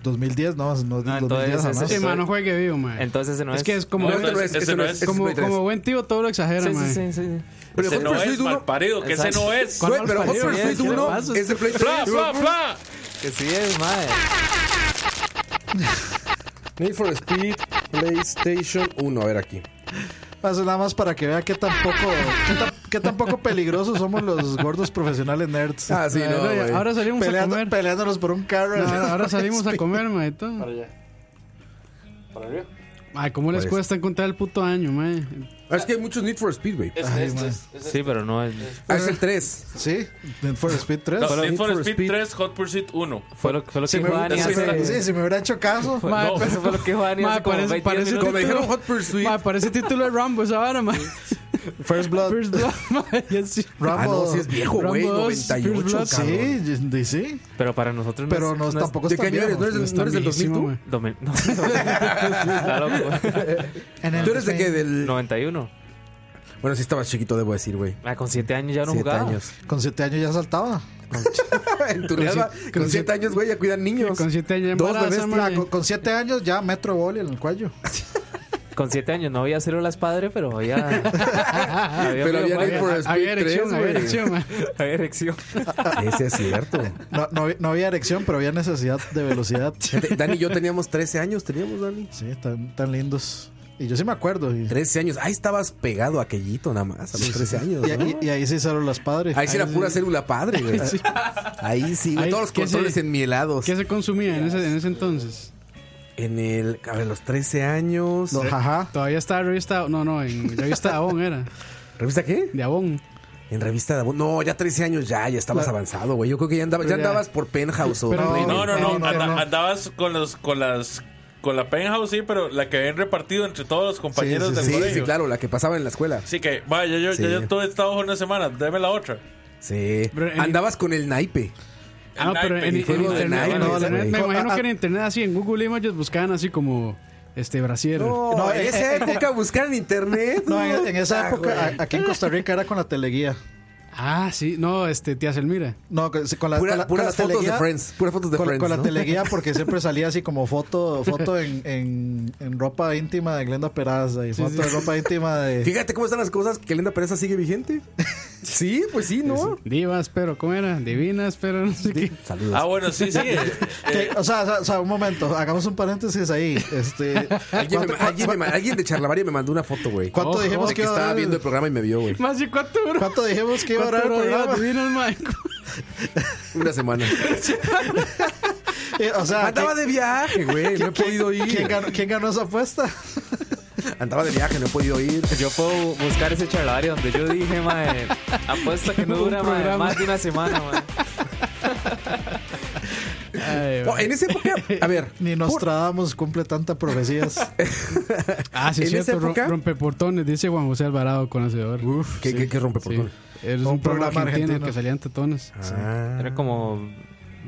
S4: 2010, no,
S5: No,
S4: no, 2010
S5: entonces ese-
S4: jamás.
S3: Sí, ma, no juegue vivo, ma.
S5: Entonces ese no
S3: Es que es como,
S6: No,
S1: ese
S6: ese- ese
S1: ese
S6: no es.
S1: ese
S3: como,
S1: este Play 3.
S3: como buen tío, todo lo exagera,
S5: Sí,
S3: ma.
S5: sí, sí, sí.
S1: Pero
S6: Ese
S1: Hot
S6: no
S1: Pursuit
S6: es
S1: 1.
S6: malparido, que ese
S5: Exacto.
S6: no es.
S3: ¿Cuál
S1: Güey, pero Hot
S3: malparido?
S1: Pursuit
S5: ¿Qué le
S1: 1
S5: pasa?
S1: es de Play 3.
S6: ¡Fla, fla, fla!
S5: Que sí es, mae.
S1: Need for Speed, PlayStation 1. A ver aquí.
S4: Eso nada más para que vea que tampoco, que, tan, que tan poco peligrosos somos los gordos profesionales nerds.
S1: Ah, sí,
S3: Ma,
S1: no,
S3: oye,
S1: güey.
S3: ahora salimos a
S4: Peleando-
S3: comer.
S4: peleándonos por un carro.
S3: No, ahora- ahora salimos a comer, ma, y todo. Ay, ¿cómo les
S1: Pues.
S3: cuesta encontrar el puto año, ma?
S1: Ah, Es que hay muchos Need for Speed, güey.
S5: Sí, pero no es.
S1: Ah, es el 3.
S4: Sí, Need for Speed 3.
S6: No, Need
S1: Need
S6: for
S1: for
S6: Speed
S1: Speed.
S6: 3, Hot Pursuit 1.
S5: Fue lo, fue lo que
S4: si, me,
S5: Juan
S4: sí,
S5: hace.
S4: sí, si me hubiera hecho caso.
S5: fue-
S3: Ma,
S5: no, eso fue lo que Juan
S3: Ma,
S5: hace como
S3: parece-
S5: 20
S3: parece
S5: minutos.
S1: Como
S3: Título.
S1: dijeron Hot Pursuit.
S3: Ma, parece título de Rambo esa vara, ma.
S4: First Blood.
S3: First Blood, ma. y así.
S1: Ah,
S4: Rambo.
S1: no, sí es viejo, güey.
S3: Rambo dos, First
S1: 98,
S3: Blood.
S1: cabrón.
S4: Sí, y- y sí,
S5: Pero para nosotros no
S4: pero
S5: es-
S4: no,
S5: no es-
S4: tampoco
S1: ¿De
S4: está
S1: qué año eres? ¿No
S4: viejo.
S1: eres, no eres del 2000 tú?
S3: viejísimo,
S5: Domen- no, está loco.
S4: En el
S1: ¿Tú eres de qué?
S4: 2000.
S1: Del...
S5: 91.
S1: Bueno, sí estabas chiquito, debo decir, güey.
S5: Ah, con 7 años ya no
S1: Siete
S5: jugaba.
S1: años.
S4: Con 7 años ya saltaba.
S1: en tu realidad,
S3: siete-
S1: con
S3: con
S1: 7
S3: siete-
S1: años, güey, ya cuidan niños.
S3: Con siete años
S1: Dos
S3: embaraza,
S1: bebés,
S3: ma.
S4: Ah, con- Con 7 años ya metro boli en el cuello.
S5: Con 7 años no había células padre, pero había. había
S1: Pero había
S5: había,
S1: Need for Speed
S3: Había erección,
S1: 3,
S3: había
S1: güey.
S3: erección, ma.
S5: había erección.
S1: Ese es cierto.
S4: No, no, había- no había erección, pero había necesidad de velocidad.
S1: Te- Dani y yo teníamos 13 años, teníamos, Dani.
S4: Sí, tan, tan lindos. Y yo sí me acuerdo. Y,
S1: 13 años. Ahí estabas pegado a aquellito nada más, a los 13 años.
S4: y-
S1: ¿no?
S4: y- y ahí se hicieron las padres.
S1: Ahí sí era pura célula padre, güey. Ahí sí, güey.
S3: Ahí,
S1: Todos los
S3: ¿qué
S1: controles
S3: se-
S1: enmielados.
S3: ¿Qué se consumía en ese, en ese entonces?
S1: En el. A ver, los 13 años.
S4: Los jajá.
S3: Todavía estaba revista. No, no, en revista de Avon era.
S1: ¿Revista qué?
S3: De Avon.
S1: En revista de. No, ya 13 años ya, ya estabas avanzado, güey. Yo creo que ya andabas, ya
S3: Pero ya-
S1: andabas por penthouse o.
S3: Pero-
S1: Play-
S6: No, no, no.
S4: No, no,
S6: anda-
S4: no.
S6: Andabas con los, con las, con la penthouse, sí, pero la que habían repartido entre todos los compañeros
S4: Sí,
S6: del
S1: Sí,
S6: colegio.
S1: sí, claro, la que pasaba en la escuela.
S6: Así que, vaya, yo,
S1: Sí.
S6: yo, yo todo estaba una semana, dame la otra.
S1: Sí.
S3: Pero en-
S1: Andabas con el naipe.
S3: Ah, no, pero en,
S6: El
S3: en
S6: juego de
S3: internet.
S1: naipes,
S3: en internet,
S1: güey.
S3: me
S4: Ah,
S3: imagino
S4: ah.
S3: que en internet, así en Google Images, buscaban así como este brasier.
S1: No,
S4: No,
S1: en
S4: eh,
S1: esa
S4: eh,
S1: época buscar en internet.
S4: No, en, en esa
S1: Ah,
S4: época, a- aquí en Costa Rica era con la teleguía.
S3: Ah, sí. No, este, tía Selmira.
S4: No, que- sí, con la,
S1: Pura-
S4: con la- con
S1: puras
S4: la
S1: fotos de
S4: teleguía-
S1: Friends, puras fotos de
S4: con,
S1: Friends,
S4: Con la
S1: ¿no?
S4: teleguía porque siempre salía así como foto foto en, en, en ropa íntima de Glenda Peraza y foto de ropa íntima de...
S1: Fíjate cómo están las cosas, que Linda Pereza sigue vigente. Sí, pues sí, ¿no?
S3: Divas, pero, ¿cómo era? Divinas, pero no sé qué.
S1: Saludos.
S6: Ah, bueno, sí, sí. eh,
S4: Que- o, sea, o sea, o sea, un momento, hagamos un paréntesis ahí. Este,
S1: Alguien, me-
S4: ¿cuánto-
S1: alguien me- alguien de Charlavaria me mandó una foto, güey.
S4: ¿Cuánto
S3: Ojo,
S4: dijimos
S1: De que
S4: que iba a
S1: estaba
S4: durar?
S1: viendo el programa y me vio, güey.
S3: Más de cuánto duró.
S4: ¿Cuánto dijimos que iba a durar
S3: ¿Cuánto
S4: el
S3: duró
S4: programa?
S3: Divas, divinas, Mike?
S1: Una semana.
S4: Eh, o sea,
S1: Andaba de viaje, güey. No he podido
S4: ¿quién, quién
S1: ir.
S4: ganó, quién ganó esa apuesta?
S1: Andaba de viaje, no he podido ir.
S5: Yo puedo buscar ese charlavario donde yo dije, mae, apuesta que no
S3: Un
S5: dura mae,
S3: programa.
S5: más de una semana, mae.
S1: No, Oh, en esa época, a ver,
S4: Ni Nostradamus cumple tantas profecías.
S3: Ah, sí,
S1: En
S3: es cierto.
S1: esa época-
S3: rom- Rompeportones, dice Juan José Alvarado, conocedor. Uf,
S1: ¿qué- qué- qué rompeportones?
S3: Es un,
S4: Un
S3: programa
S4: programa
S3: argentino,
S4: argentino.
S3: que salían tetones.
S1: Ah.
S5: Era como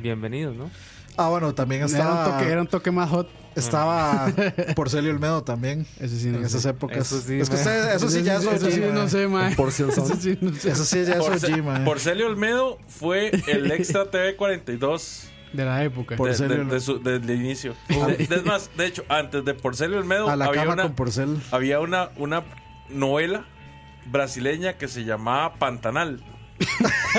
S5: bienvenidos, ¿no?
S4: Ah, bueno, también
S3: Era,
S4: estaba,
S3: un toque, era un toque más hot.
S4: estaba Porcelio Olmedo también.
S3: Ese sí, no
S4: En
S3: sé.
S4: esas épocas.
S5: Eso sí,
S4: es que
S5: man.
S4: ustedes- eso sí ya es
S3: Eso
S4: OG,
S3: sí, no
S4: man.
S3: sé, mae.
S1: por si el son-
S3: Eso sí, no sé.
S4: Eso sí ya es
S6: Porce-
S4: OG, man.
S6: Porcelio Olmedo fue el extra TV 42
S3: De la época.
S4: Por-
S6: desde
S4: Porcelio
S6: de,
S4: Olmedo.
S6: de su- desde el inicio. De- es más, de hecho, antes de Porcelio Olmedo
S4: A la
S6: había
S4: cama
S6: una,
S4: con Porcel.
S6: había una, una novela brasileña que se llamaba Pantanal.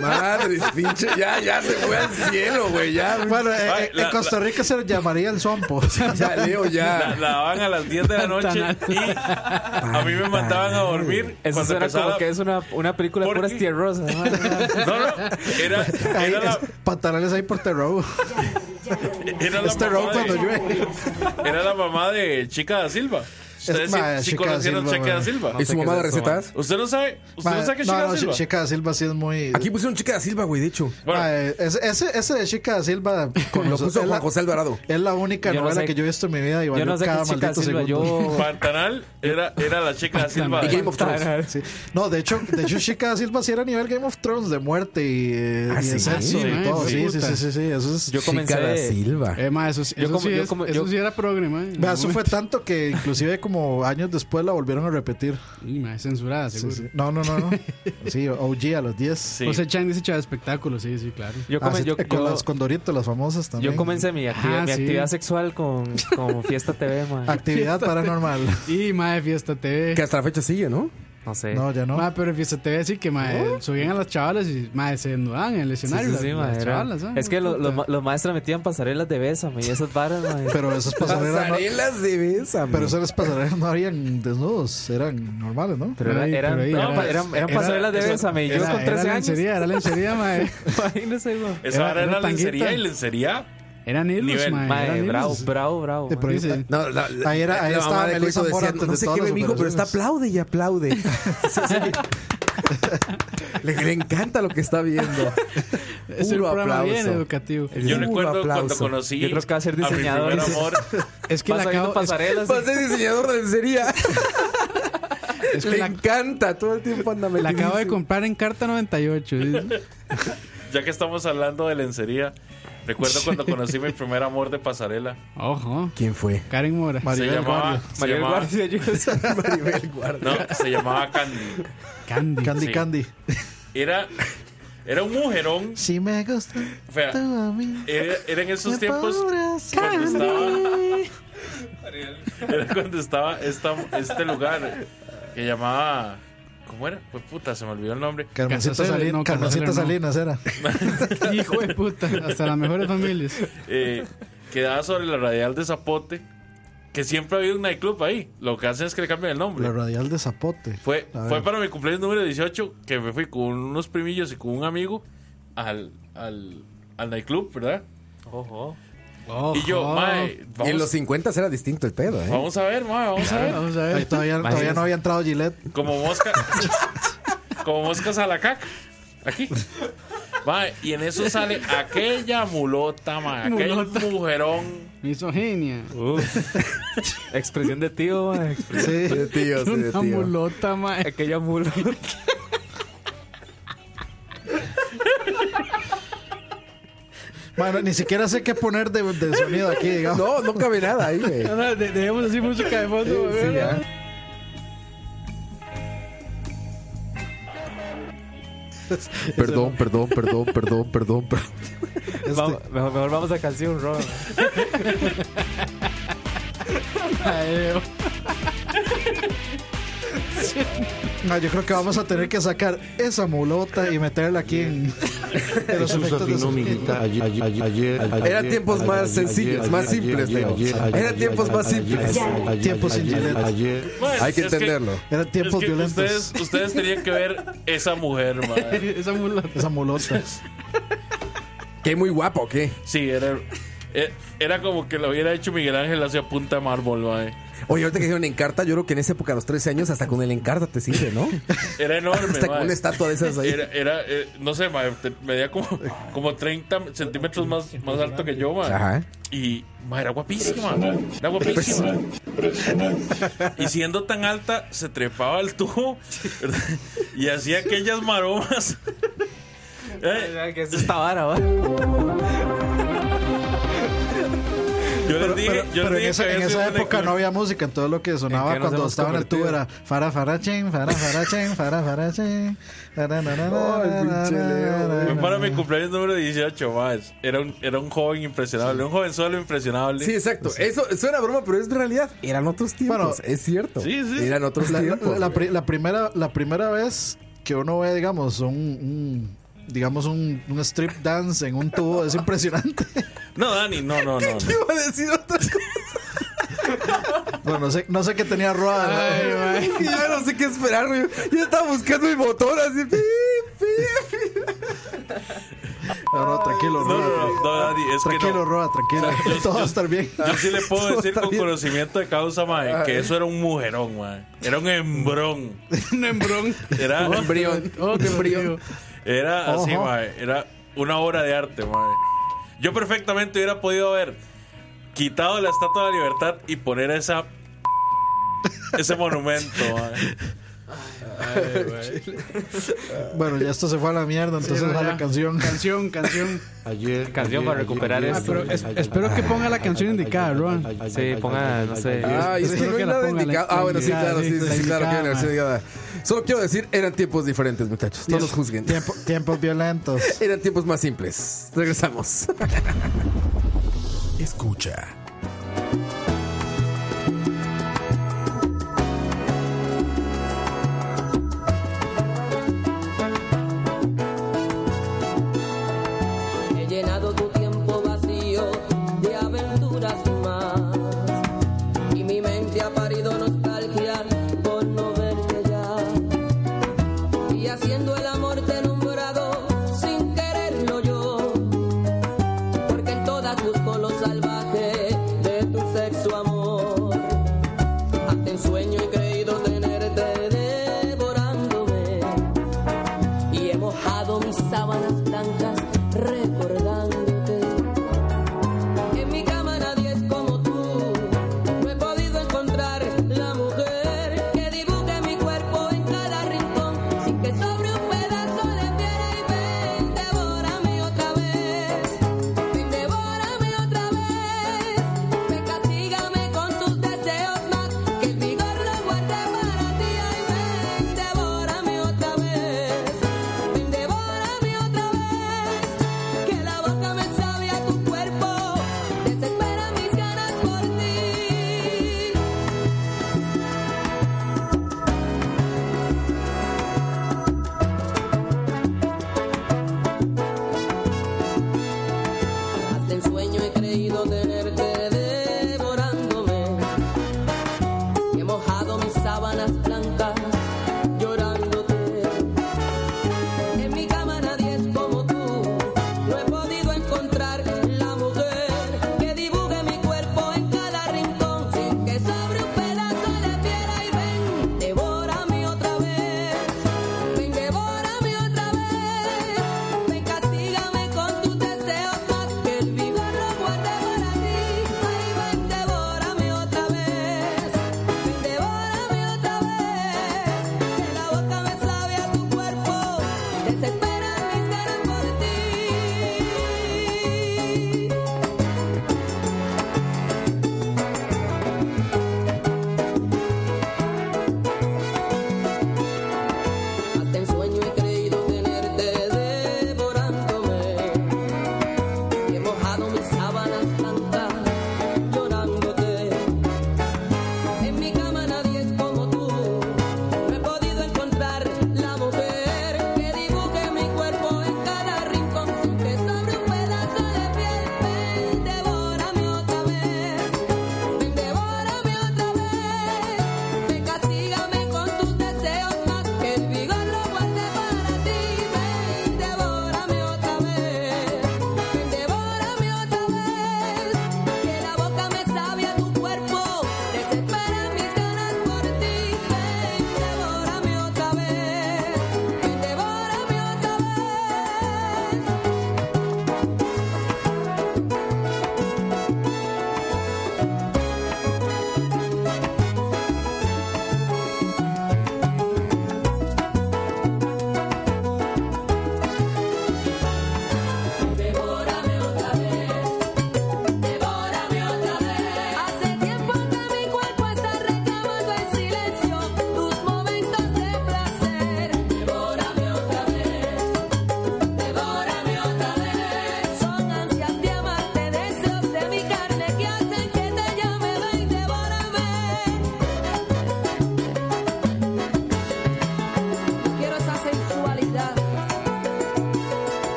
S1: Madre, pinche, ya, ya se fue al cielo, güey, ya.
S4: Bueno, eh,
S6: Ay,
S4: eh,
S6: la-
S4: en Costa Rica se le llamaría el sompo.
S1: Ya, Leo,
S6: La,
S1: ya.
S6: la daban a las 10 de la noche
S3: Pantanal.
S6: y a mí me mandaban a dormir.
S5: Eso
S6: cuando
S5: suena
S6: empezaba
S5: como
S6: la-
S5: que es una, una película de
S6: ¿Por
S5: puras
S6: qué?
S5: tierrosas. ¿no?
S6: No, no, era,
S4: Ahí
S6: era la,
S4: es- Pantanales ahí por Terror.
S6: era la
S4: Es Terror
S6: mamá
S4: cuando
S6: de,
S4: llueve.
S6: era la mamá de Chica da Silva. Ustedes sí,
S4: ma,
S6: sí
S4: Chica da
S6: conocieron
S4: Silva,
S6: Chica da
S4: ma.
S6: Silva.
S1: ¿Y su
S5: sé
S1: mamá
S5: qué
S1: de
S5: es eso,
S1: recetas?
S6: ¿Usted no sabe? ¿Usted
S4: Ma,
S6: no sabe que Chica
S4: no,
S6: da
S4: no,
S6: Silva?
S4: Chica da Silva sí es muy.
S1: Aquí pusieron chica da Silva, güey, de hecho.
S6: Bueno,
S4: Ma, eh, ese, ese- ese de Chica da Silva con
S1: Lo
S4: los-
S1: puso
S4: es,
S1: Juan
S4: la,
S1: José Alvarado.
S4: es la única
S5: Yo no
S4: novela
S5: sé-
S4: que yo he visto en mi vida y
S5: Yo
S4: valió
S5: no sé qué
S4: cada
S5: es Chica da
S4: maldito
S5: Silva.
S4: segundo.
S5: Yo.
S6: Pantanal era, era la Chica da Silva.
S1: Y Game of Thrones.
S4: Sí. No, de hecho, de hecho Chica da Silva sí era nivel Game of Thrones de muerte y, eh,
S1: Ah,
S4: y de
S1: sí,
S4: sexo
S3: sí,
S4: y todo.
S3: sí,
S4: Sí, sí,
S3: puta.
S4: sí, sí, sí, Eso es.
S5: Yo comencé.
S1: Chica da Silva.
S3: Eh, mae, eso, sí-
S5: Yo
S3: eso
S5: como-
S3: sí
S5: yo
S3: es-
S5: como-
S3: eso
S5: yo-
S3: sí era progre, mae. en
S4: Vea,
S3: el
S4: eso fue
S3: momento.
S4: tanto que inclusive como años después la volvieron a repetir.
S3: Y, mae, censurada,
S4: Sí,
S3: seguro.
S4: sí. No, no, no, no. Sí, OG a los 10.
S6: Sí.
S3: José Chang dice chaval espectáculos, sí, sí, claro.
S5: Yo,
S4: Ah,
S5: come-
S4: sí,
S5: yo,
S4: con
S5: yo-
S4: las Condorito, las famosas
S5: yo
S4: también.
S5: comencé mi actividad,
S3: Ah,
S5: mi
S3: sí. Ah,
S5: actividad sexual con, con Fiesta TV, man.
S4: Actividad paranormal.
S3: Y mae, Fiesta TV.
S1: Que hasta la fecha sigue, ¿no?
S5: No sé.
S4: No, ya no.
S3: Mae, pero en Fiesta TV sí que mae, subían a las chavalas y mae, se desnudaban en el
S5: Sí, sí,
S3: escenario.
S5: sí,
S3: las-
S5: ma,
S3: las
S5: era-
S3: chavalas, ¿eh?
S5: es que lo- los,
S3: Puta.
S5: ma- los maestros metían pasarelas de besa y esas varas, man.
S4: Pero esas pasarelas no,
S1: Pasarelas de besa,
S4: pero esas pasarelas no habían desnudos, eran normales, ¿no?
S5: Pero era-
S3: Ay,
S5: eran,
S3: pero ahí
S5: no,
S3: era-
S5: pa- eran, eran
S3: era-
S5: pasarelas de
S3: era-
S5: bésame. Y yo
S3: era-
S5: con 13
S3: era
S5: años.
S3: lencería, era lencería, mae.
S5: Imagínese, güey.
S6: Esa
S3: Era-
S6: era,
S3: era
S6: la
S3: tanguita.
S6: lencería y lencería.
S3: Eran hilos,
S6: Nivel.
S3: mae.
S5: Mae,
S3: eran
S5: bravo,
S3: hilos.
S5: bravo, bravo,
S4: Eh,
S5: man.
S4: pero ahí-
S3: dice-
S1: No, la, la-
S4: Ahí era- ahí
S1: la
S4: estaba
S1: mamá de
S4: Melissa
S1: Coito
S4: Mora
S1: decía,
S4: antes
S1: no
S4: de
S1: sé
S4: todas
S1: qué me
S4: las
S1: dijo, pero está
S4: operaciones".
S1: aplaude y aplaude. Sí, sí. le, le encanta lo que está viendo.
S3: Es un
S1: Puro
S3: programa bien
S1: aplauso.
S3: educativo.
S1: El
S6: Yo
S1: puro
S6: recuerdo cuando
S1: aplauso.
S6: conocí
S5: Yo creo que va a ser
S6: mi
S5: diseñador,
S6: primer
S5: dice.
S6: amor.
S3: Es que la
S5: Vas
S3: acabo,
S5: viendo
S3: es,
S5: pasarelas.
S1: Va a ser diseñador de lencería.
S3: es que
S1: le
S3: la,
S1: encanta. Todo el tiempo anda
S3: la
S1: metidísimo.
S3: acabo de comprar en carta 98. dice.
S6: Ya que estamos hablando de lencería, recuerdo cuando conocí mi primer amor de pasarela.
S3: Ojo,
S1: ¿Quién fue?
S3: Karen Mora.
S6: Se llamaba, se,
S5: María del
S6: llamaba,
S5: Guardia, yo
S1: Maribel Guardia.
S6: no, se llamaba Candy.
S3: Candy.
S4: eh, Candy
S6: Sí.
S4: Candy.
S6: Era, era un mujerón.
S4: Si me gusta
S6: Fea.
S4: tú a mí.
S6: Era, era en esos
S4: me
S6: tiempos
S4: podrás
S6: cuando estaba,
S4: Candy.
S6: era cuando estaba esta, este lugar que llamaba. ¿Cómo era? Pues puta, se me olvidó el nombre.
S4: Carmencita
S3: Carcasel,
S4: Salinas,
S3: no,
S4: Carmencita
S3: Carcasel
S4: Salinas era.
S3: Hijo de puta, hasta las mejores familias.
S6: eh, quedaba sobre la radial de Zapote, que siempre ha habido un nightclub ahí. Lo que hacen es que le cambian el nombre.
S4: La radial de Zapote.
S6: Fue,
S4: A
S6: fue
S4: ver.
S6: para mi cumpleaños número 18 que me fui con unos primillos y con un amigo al, al, al nightclub, ¿verdad?
S5: Ojo.
S3: Ojo.
S6: Y yo, mae,
S1: Y en los
S6: vamos,
S1: 50 era distinto el pedo, ¿eh?
S6: vamos a ver, mae, vamos a ver.
S3: Vamos a
S4: Ahí
S3: ver.
S4: todavía, todavía no había entrado Gillette.
S6: Como mosca. como moscas a la caca. Aquí. Mae, y en eso sale aquella mulota, mae, aquel
S3: Mulota.
S6: mujerón.
S3: Misoginia.
S5: Uf. Expresión de tío, man.
S4: Sí.
S1: De tío, sí, de
S3: Una
S1: tío.
S3: mulota, mae.
S5: Aquella mula.
S4: Bueno, ni siquiera sé qué poner de, de sonido aquí, digamos.
S1: No, no cabe nada ahí, güey.
S3: No, no, de- dejemos así música de fondo, güey.
S1: Sí, ya. Perdón, perdón, perdón, perdón, perdón, perdón.
S4: Este,
S5: Vamos-
S1: Este.
S5: mejor, mejor vamos a canción, Ron.
S3: Ay,
S4: Ah, yo creo que vamos a tener que sacar esa mulota y meterla aquí en, en los
S7: Jesús
S4: efectos de
S7: afinó mi
S4: sonido.
S7: guitarra ayer, ayer, ayer, ayer,
S1: Eran tiempos
S7: ayer,
S1: más
S7: ayer,
S1: sencillos,
S7: ayer,
S1: más
S7: ayer,
S1: simples, né?
S7: ayer,
S1: Leo.
S7: ayer,
S1: Eran
S7: ayer,
S1: tiempos
S7: ayer,
S1: más
S7: ayer,
S1: simples.
S7: ayer, ayer,
S4: Tiempos sin
S7: ayer,
S4: Gillette.
S7: ayer.
S6: Mae,
S1: Hay que
S6: es
S1: entenderlo.
S4: Eran tiempos
S6: es que
S4: violentos.
S6: ustedes, ustedes tenían que ver esa mujer, mae.
S3: Esa mulota.
S4: Esa mulota.
S1: ¿Qué muy guapo o qué?
S6: Sí, era. Eh, Era como que lo hubiera hecho Miguel Ángel hacia punta de mármol, mae.
S1: Oye, ahorita que dijeron Encarta, yo creo que en esa época, a los 13 años, hasta con el Encarta te sirve, ¿no?
S6: Era enorme,
S1: hasta con
S6: mae.
S1: una estatua de esas ahí.
S6: Era, era eh, no sé, mae, te- medía como, como 30 centímetros más, más alto que yo, mae.
S1: Ajá.
S6: Y, mae, era guapísima. Era guapísima. Y siendo tan alta, se trepaba al tubo ¿verdad? y hacía aquellas maromas. Eh,
S5: Ay, que es esta vara, va.
S6: yo les dije,
S4: Pero,
S6: yo
S4: pero
S6: les
S4: en
S6: dije
S4: esa,
S6: que
S4: en
S6: había
S4: esa
S6: sido una-
S4: época no había música, entonces lo que sonaba
S5: nos
S4: cuando
S5: hemos
S4: estaba en el tubo era Fara Fara Chen, Fara Fara Chen, Fara Fara Chen. Fara, na, na, na,
S1: Ay,
S4: na,
S1: pinche
S4: na,
S1: Leo,
S4: na,
S6: Fue
S4: na,
S6: para
S4: na.
S6: mi cumpleaños número 18, más. Era un, era un joven impresionable, un joven solo impresionable.
S1: Sí,
S3: Pues
S1: exacto. Eso suena broma, pero es realidad. Eran otros tiempos.
S4: Bueno,
S1: es cierto.
S6: sí, sí.
S1: Eran otros
S4: La, la-
S1: tiempos.
S4: la pri- la primera, la primera vez que uno ve, digamos, un, un- digamos un, un strip dance en un tubo es impresionante.
S6: No, Dani, no, no, no. no.
S1: Iba a decir otra cosa.
S4: Bueno, no sé, no sé qué tenía Roa.
S1: Y yo no sé qué esperar, güey. Yo estaba buscando el motor así. pi, pi, pi.
S4: No, no, tranquilo,
S6: No, no,
S4: Roa.
S6: no, no, Dani, es que
S4: Tranquilo,
S6: no.
S4: Roa, tranquilo. Todo va a estar bien.
S6: Yo sí le puedo
S1: Todo
S6: decir
S1: está
S6: con
S1: bien.
S6: conocimiento de causa, mae, que eso era un mujerón, mae. Era un hembrón.
S3: Un embrón.
S6: Era,
S1: Embrión.
S3: Oh, qué frío.
S6: era así,
S4: Ojo.
S6: mae. Era una obra de arte, mae. Yo perfectamente hubiera podido haber quitado la Estatua de la Libertad y poner esa... Ese monumento, mae.
S4: Bueno, ya esto se fue a la mierda, entonces
S3: no,
S4: va
S3: ya.
S4: la canción.
S3: Canción, canción.
S7: Ayer.
S5: Canción para recuperar
S3: Ah,
S4: Este,
S5: esto.
S3: pero es- espero que ponga la canción indicada, Roan.
S5: Sí, ponga, no sé.
S1: Ay, es que
S3: espero
S1: no hay
S3: que la
S1: nada
S3: ponga, la
S1: indicado. Ah, bueno, sí,
S3: indicada,
S1: claro,
S3: sí,
S1: sí, sí,
S3: la
S1: sí, claro que hay
S3: indicada,
S1: una versión indicada. Solo quiero decir, eran tiempos diferentes, muchachos. No nos juzguen.
S4: Tiempo- tiempos violentos.
S1: Eran tiempos más simples. Regresamos.
S10: Escucha.
S12: He llenado tu tiempo vacío de aventuras más. Y mi mente ha parido nostalgia por no verte ya. Y haciendo el amor te he nombrado sin quererlo yo. Porque en todas busco lo salvaje de tu sexo amor. Hasta en sueño he creído tenerte devorándome y he mojado mis sábanas blancas recordándote. En mi cama nadie es como tú, no he podido encontrar la mujer que dibuje mi cuerpo en cada rincón sin que sobre un pedazo de piedra y ven, devórame otra vez, ven, devórame otra vez, ven, castígame con tus deseos más que el vigor de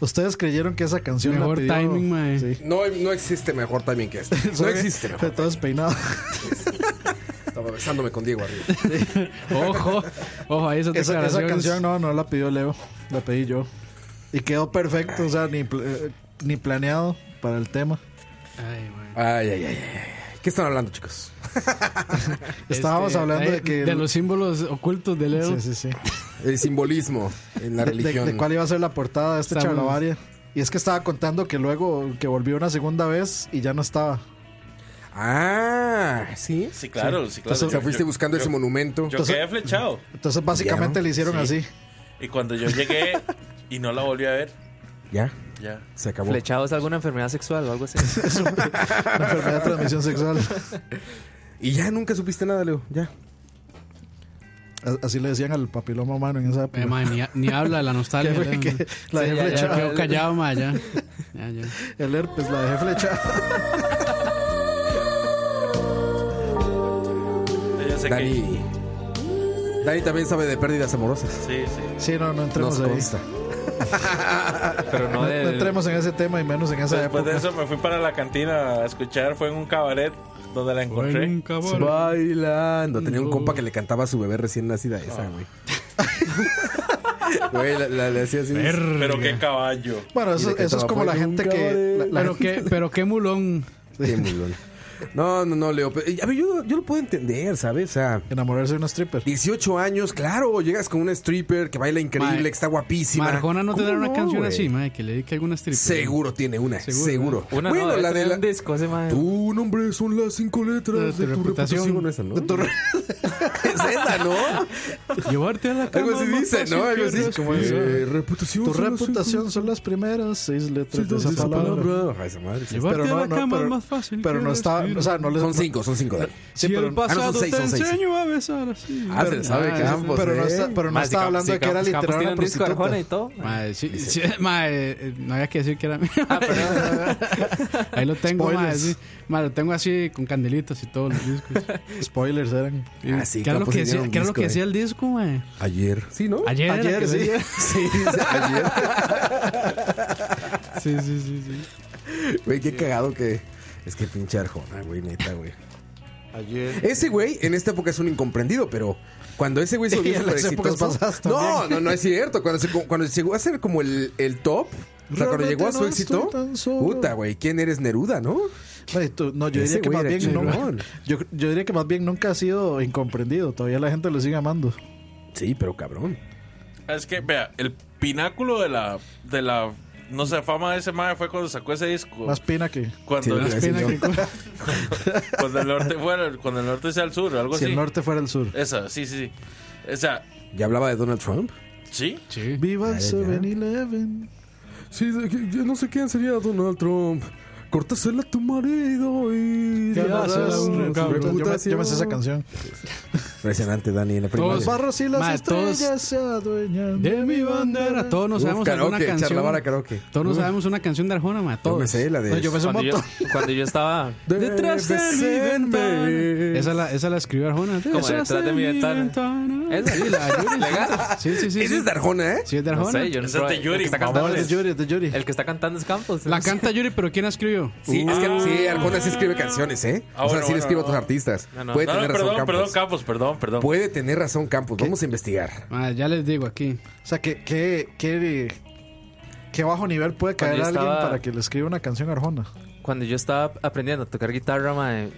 S4: Ustedes creyeron que esa canción
S3: Mejor
S4: la pidió-
S3: timing, mae.
S4: Sí.
S1: No, no existe mejor también que este. No existe
S4: Fue
S1: mejor.
S4: todo despeinado.
S1: Estaba besándome con Diego arriba.
S3: Ojo, ojo, ahí esas
S4: Esa, esa
S3: declaraciones.
S4: canción no, no la pidió Leo, la pedí yo. Y quedó perfecto, o sea, ni, pl- eh, ni planeado para el tema.
S3: Ay, mae.
S1: Ay, ay, ay, ay. ¿Qué están hablando, chicos?
S4: Estábamos
S3: Este,
S4: hablando de que...
S3: los símbolos ocultos de Leo.
S4: Sí, sí, sí.
S1: El simbolismo en la
S4: de, de-
S1: religión.
S4: de cuál iba a ser la portada de este
S3: Estamos-
S4: charlavaria. Y es que estaba contando que luego que volvió una segunda vez y ya no estaba.
S1: Ah, sí.
S6: Sí, claro, sí, claro.
S1: O sea, fuiste buscando ese
S6: yo-
S1: monumento.
S6: Yo
S4: Entonces-
S6: quedé flechado.
S4: Entonces básicamente
S1: Ya, ¿no?
S4: le hicieron así.
S6: Y cuando yo llegué y no la volví a ver,
S1: Ya,
S6: ya.
S1: se acabó.
S5: Flechado es alguna enfermedad sexual o algo así.
S4: Una enfermedad de transmisión sexual.
S1: Y ya nunca supiste nada, Leo. Ya.
S4: A- Así le decían al papiloma humano en esa
S3: Eh,
S4: época.
S3: mae, ni, ni habla de la nostalgia.
S4: Que fue
S3: Leo,
S4: que
S3: mae.
S4: la
S3: Ya,
S4: dejé
S3: ya
S4: flechada.
S3: quedó callado, mae, ya. Ya, ya.
S4: El herpes, la dejé flechada.
S6: Yo sé que.
S1: Dani. Dani también sabe de pérdidas amorosas.
S6: Sí, sí.
S4: Sí, no, no entremos
S1: Nos
S4: ahí.
S1: consta.
S5: Pero no
S4: No, no
S5: de.
S4: entremos en ese tema y menos en esa
S6: Después de
S4: época.
S6: eso me fui para la cantina a escuchar. Fue en un cabaret donde la
S3: Fue
S6: encontré.
S3: un cabrón.
S1: Bailando. Tenía un
S3: No.
S1: compa que le cantaba a su bebé recién nacida esa, güey. Güey, la, la- le hacía así.
S6: Pero qué caballo.
S4: Bueno,
S1: Y
S4: eso,
S1: de que
S4: eso es
S1: estaba
S4: como la
S1: fuera de
S4: gente
S1: un
S4: que... la-
S1: cabaret.
S4: la
S3: Pero
S4: gente-
S3: qué, pero qué mulón.
S1: Qué mulón. No, no, no, Leo. pero- eh, A ver, yo, yo lo puedo entender, ¿sabes? O sea,
S4: Enamorarse de una stripper.
S1: 18 años, claro, llegas con una stripper que baila increíble,
S3: Mae,
S1: que está guapísima.
S3: Marjona no tendrá
S1: ¿Cómo
S3: una canción
S1: güey?
S3: así, mae, que le dedique alguna strip.
S1: Seguro tiene una,
S3: Seguro,
S1: seguro.
S3: ¿no?
S5: Una
S1: bueno,
S5: no,
S1: la de la...
S5: un disco ese mae.
S1: Tu nombre son las cinco letras de, tu reputación. Esa, ¿no? es esa, ¿no?
S3: Llevarte a la cama.
S1: Algo así
S3: más
S1: dice,
S3: fácil
S1: ¿no? Algo
S3: que
S1: así.
S3: res-
S4: es?
S1: Eh, reputación
S4: Tu
S1: son las
S4: reputación son las primeras seis letras de
S1: cinco
S4: esa
S1: letras de
S4: palabra.
S1: Ay, esa madre. sí.
S3: Llevarte
S4: Pero
S3: a
S4: no,
S3: la
S4: no,
S3: cama
S4: pero-
S3: más fácil.
S4: Pero
S3: que
S4: no está,
S3: respirar.
S4: o sea, no les
S1: Son cinco, son cinco. dale.
S4: Sí,
S3: Si
S4: pero,
S3: el pasado
S1: son seis,
S3: te
S1: son seis.
S3: enseño a besar así.
S1: Ah, se le sabe,
S3: Ah,
S1: Campos.
S4: pero no
S1: eh.
S4: está, pero no
S5: Mae,
S4: está
S5: si Campos-
S4: hablando de que era
S5: si Campos
S4: literal
S5: tiene
S4: una
S5: un
S1: pues,
S5: disco de Arjona
S4: prostituta.
S5: y todo. mae.
S3: Mae, sí, sí, mae, eh, no había que decir que era mío.
S1: Ah,
S3: Ahí lo tengo,
S4: Spoilers.
S3: mae, sí. Mae, lo tengo así con candelitas y todos los discos.
S4: Spoilers eran.
S3: Y-
S1: Ah, sí,
S3: ¿Qué era lo
S1: Campos
S3: que
S1: tenía
S3: decía,
S1: un
S3: qué era lo
S1: disco,
S3: que
S1: eh.
S3: decía el disco, mae?
S1: Ayer. Sí, ¿no?
S3: Ayer, era
S4: Ayer,
S3: que
S4: sí.
S3: decía.
S1: Sí, dice ayer.
S3: sí, sí, sí, sí.
S1: Güey, qué cagado que. Es que pinche Arjona, güey, neta, güey. Ese güey en esta época es un incomprendido, pero cuando ese güey se
S4: Y
S1: volvió
S4: en
S1: súper
S4: las épocas
S1: exitoso-
S4: pasadas
S1: No,
S4: también.
S1: no, no es cierto. Cuando, se, cuando llegó a ser como el, el top, o sea, cuando
S4: Realmente
S1: llegó a su
S4: no
S1: éxito,
S4: estoy tan solo.
S1: puta, güey, ¿quién eres Neruda, no?
S4: Ay, tú- no, yo
S1: Ese
S4: diría que
S1: güey
S4: más
S1: era
S4: bien no,
S1: chingón.
S4: yo, yo diría que más bien nunca ha sido incomprendido. Todavía la gente lo sigue amando.
S1: Sí, pero cabrón.
S6: Es que, vea, el pináculo de la. De la no sé, fama de ese madre fue cuando sacó ese
S1: Oh.
S6: disco.
S4: Más pena que
S1: Sí, lo
S6: Cuando,
S1: iba a
S6: el,
S1: decir yo.
S6: cuando el norte fuera, cuando el norte sea el sur, algo
S4: si
S6: así.
S4: el norte fuera el sur.
S6: Esa, sí, sí, sí. O sea,
S1: ¿Ya hablaba de Donald Trump?
S6: sí.
S3: Sí.
S4: Viva el
S1: Ya, ya, ya.
S4: 7-Eleven.
S1: Sí, no sé quién sería Donald Trump. Cortásela a tu marido y...
S4: Ya, ya, ya, ya, Yo me- yo me sé esa canción.
S1: Impresionante, Dani, en la primera.
S3: Todos-
S4: Barros y las
S3: Ma, todos-
S4: estrellas se adueñan
S3: De mi bandera, todos nos sabemos alguna
S1: karaoke,
S3: canción.
S1: charlavara karaoke.
S3: Todos nos sabemos una canción de Arjona, mae,
S1: Yo
S3: todos.
S1: me sé la de...
S4: No, yo me sé un
S5: Cuando yo,
S4: montón.
S5: cuando yo estaba.
S3: Detrás de mi ventana. Esa la, esa la escribió Arjona.
S5: detrás de mi ventana. Esa.
S3: Esa. Sí, la Yuri.
S5: Legal.
S3: Sí, sí, sí.
S1: Ese
S3: sí.
S1: es de Arjona, ¿eh?
S3: Sí, es de
S5: No
S3: Arjona.
S5: sé, yo no
S6: Esa es de
S5: sé.
S6: Yuri,
S5: El que está cantando
S4: No, es
S5: es-
S4: de Yuri, es de Yuri.
S5: El que está cantando es Campos.
S3: La canta Yuri, pero ¿quién la escribió?
S1: Sí, es
S3: ah.
S1: que sí, Arjona sí escribe canciones, ¿eh?
S6: Ah,
S1: o sea,
S6: bueno,
S1: sí le
S6: bueno,
S1: escribe a
S6: no.
S1: otros artistas.
S5: No, no.
S1: Puede
S6: No, no,
S1: tener razón
S6: perdón,
S1: Campos.
S6: perdón, Campos, perdón, perdón.
S1: Puede tener razón Campos. Vamos a investigar.
S3: Ah, ya les digo aquí.
S4: O sea, que qué, qué, qué bajo nivel puede caer
S5: Cuando yo
S4: alguien
S5: estaba-
S4: para que le escriba una canción a Arjona?
S5: Cuando yo estaba aprendiendo a tocar guitarra, mae,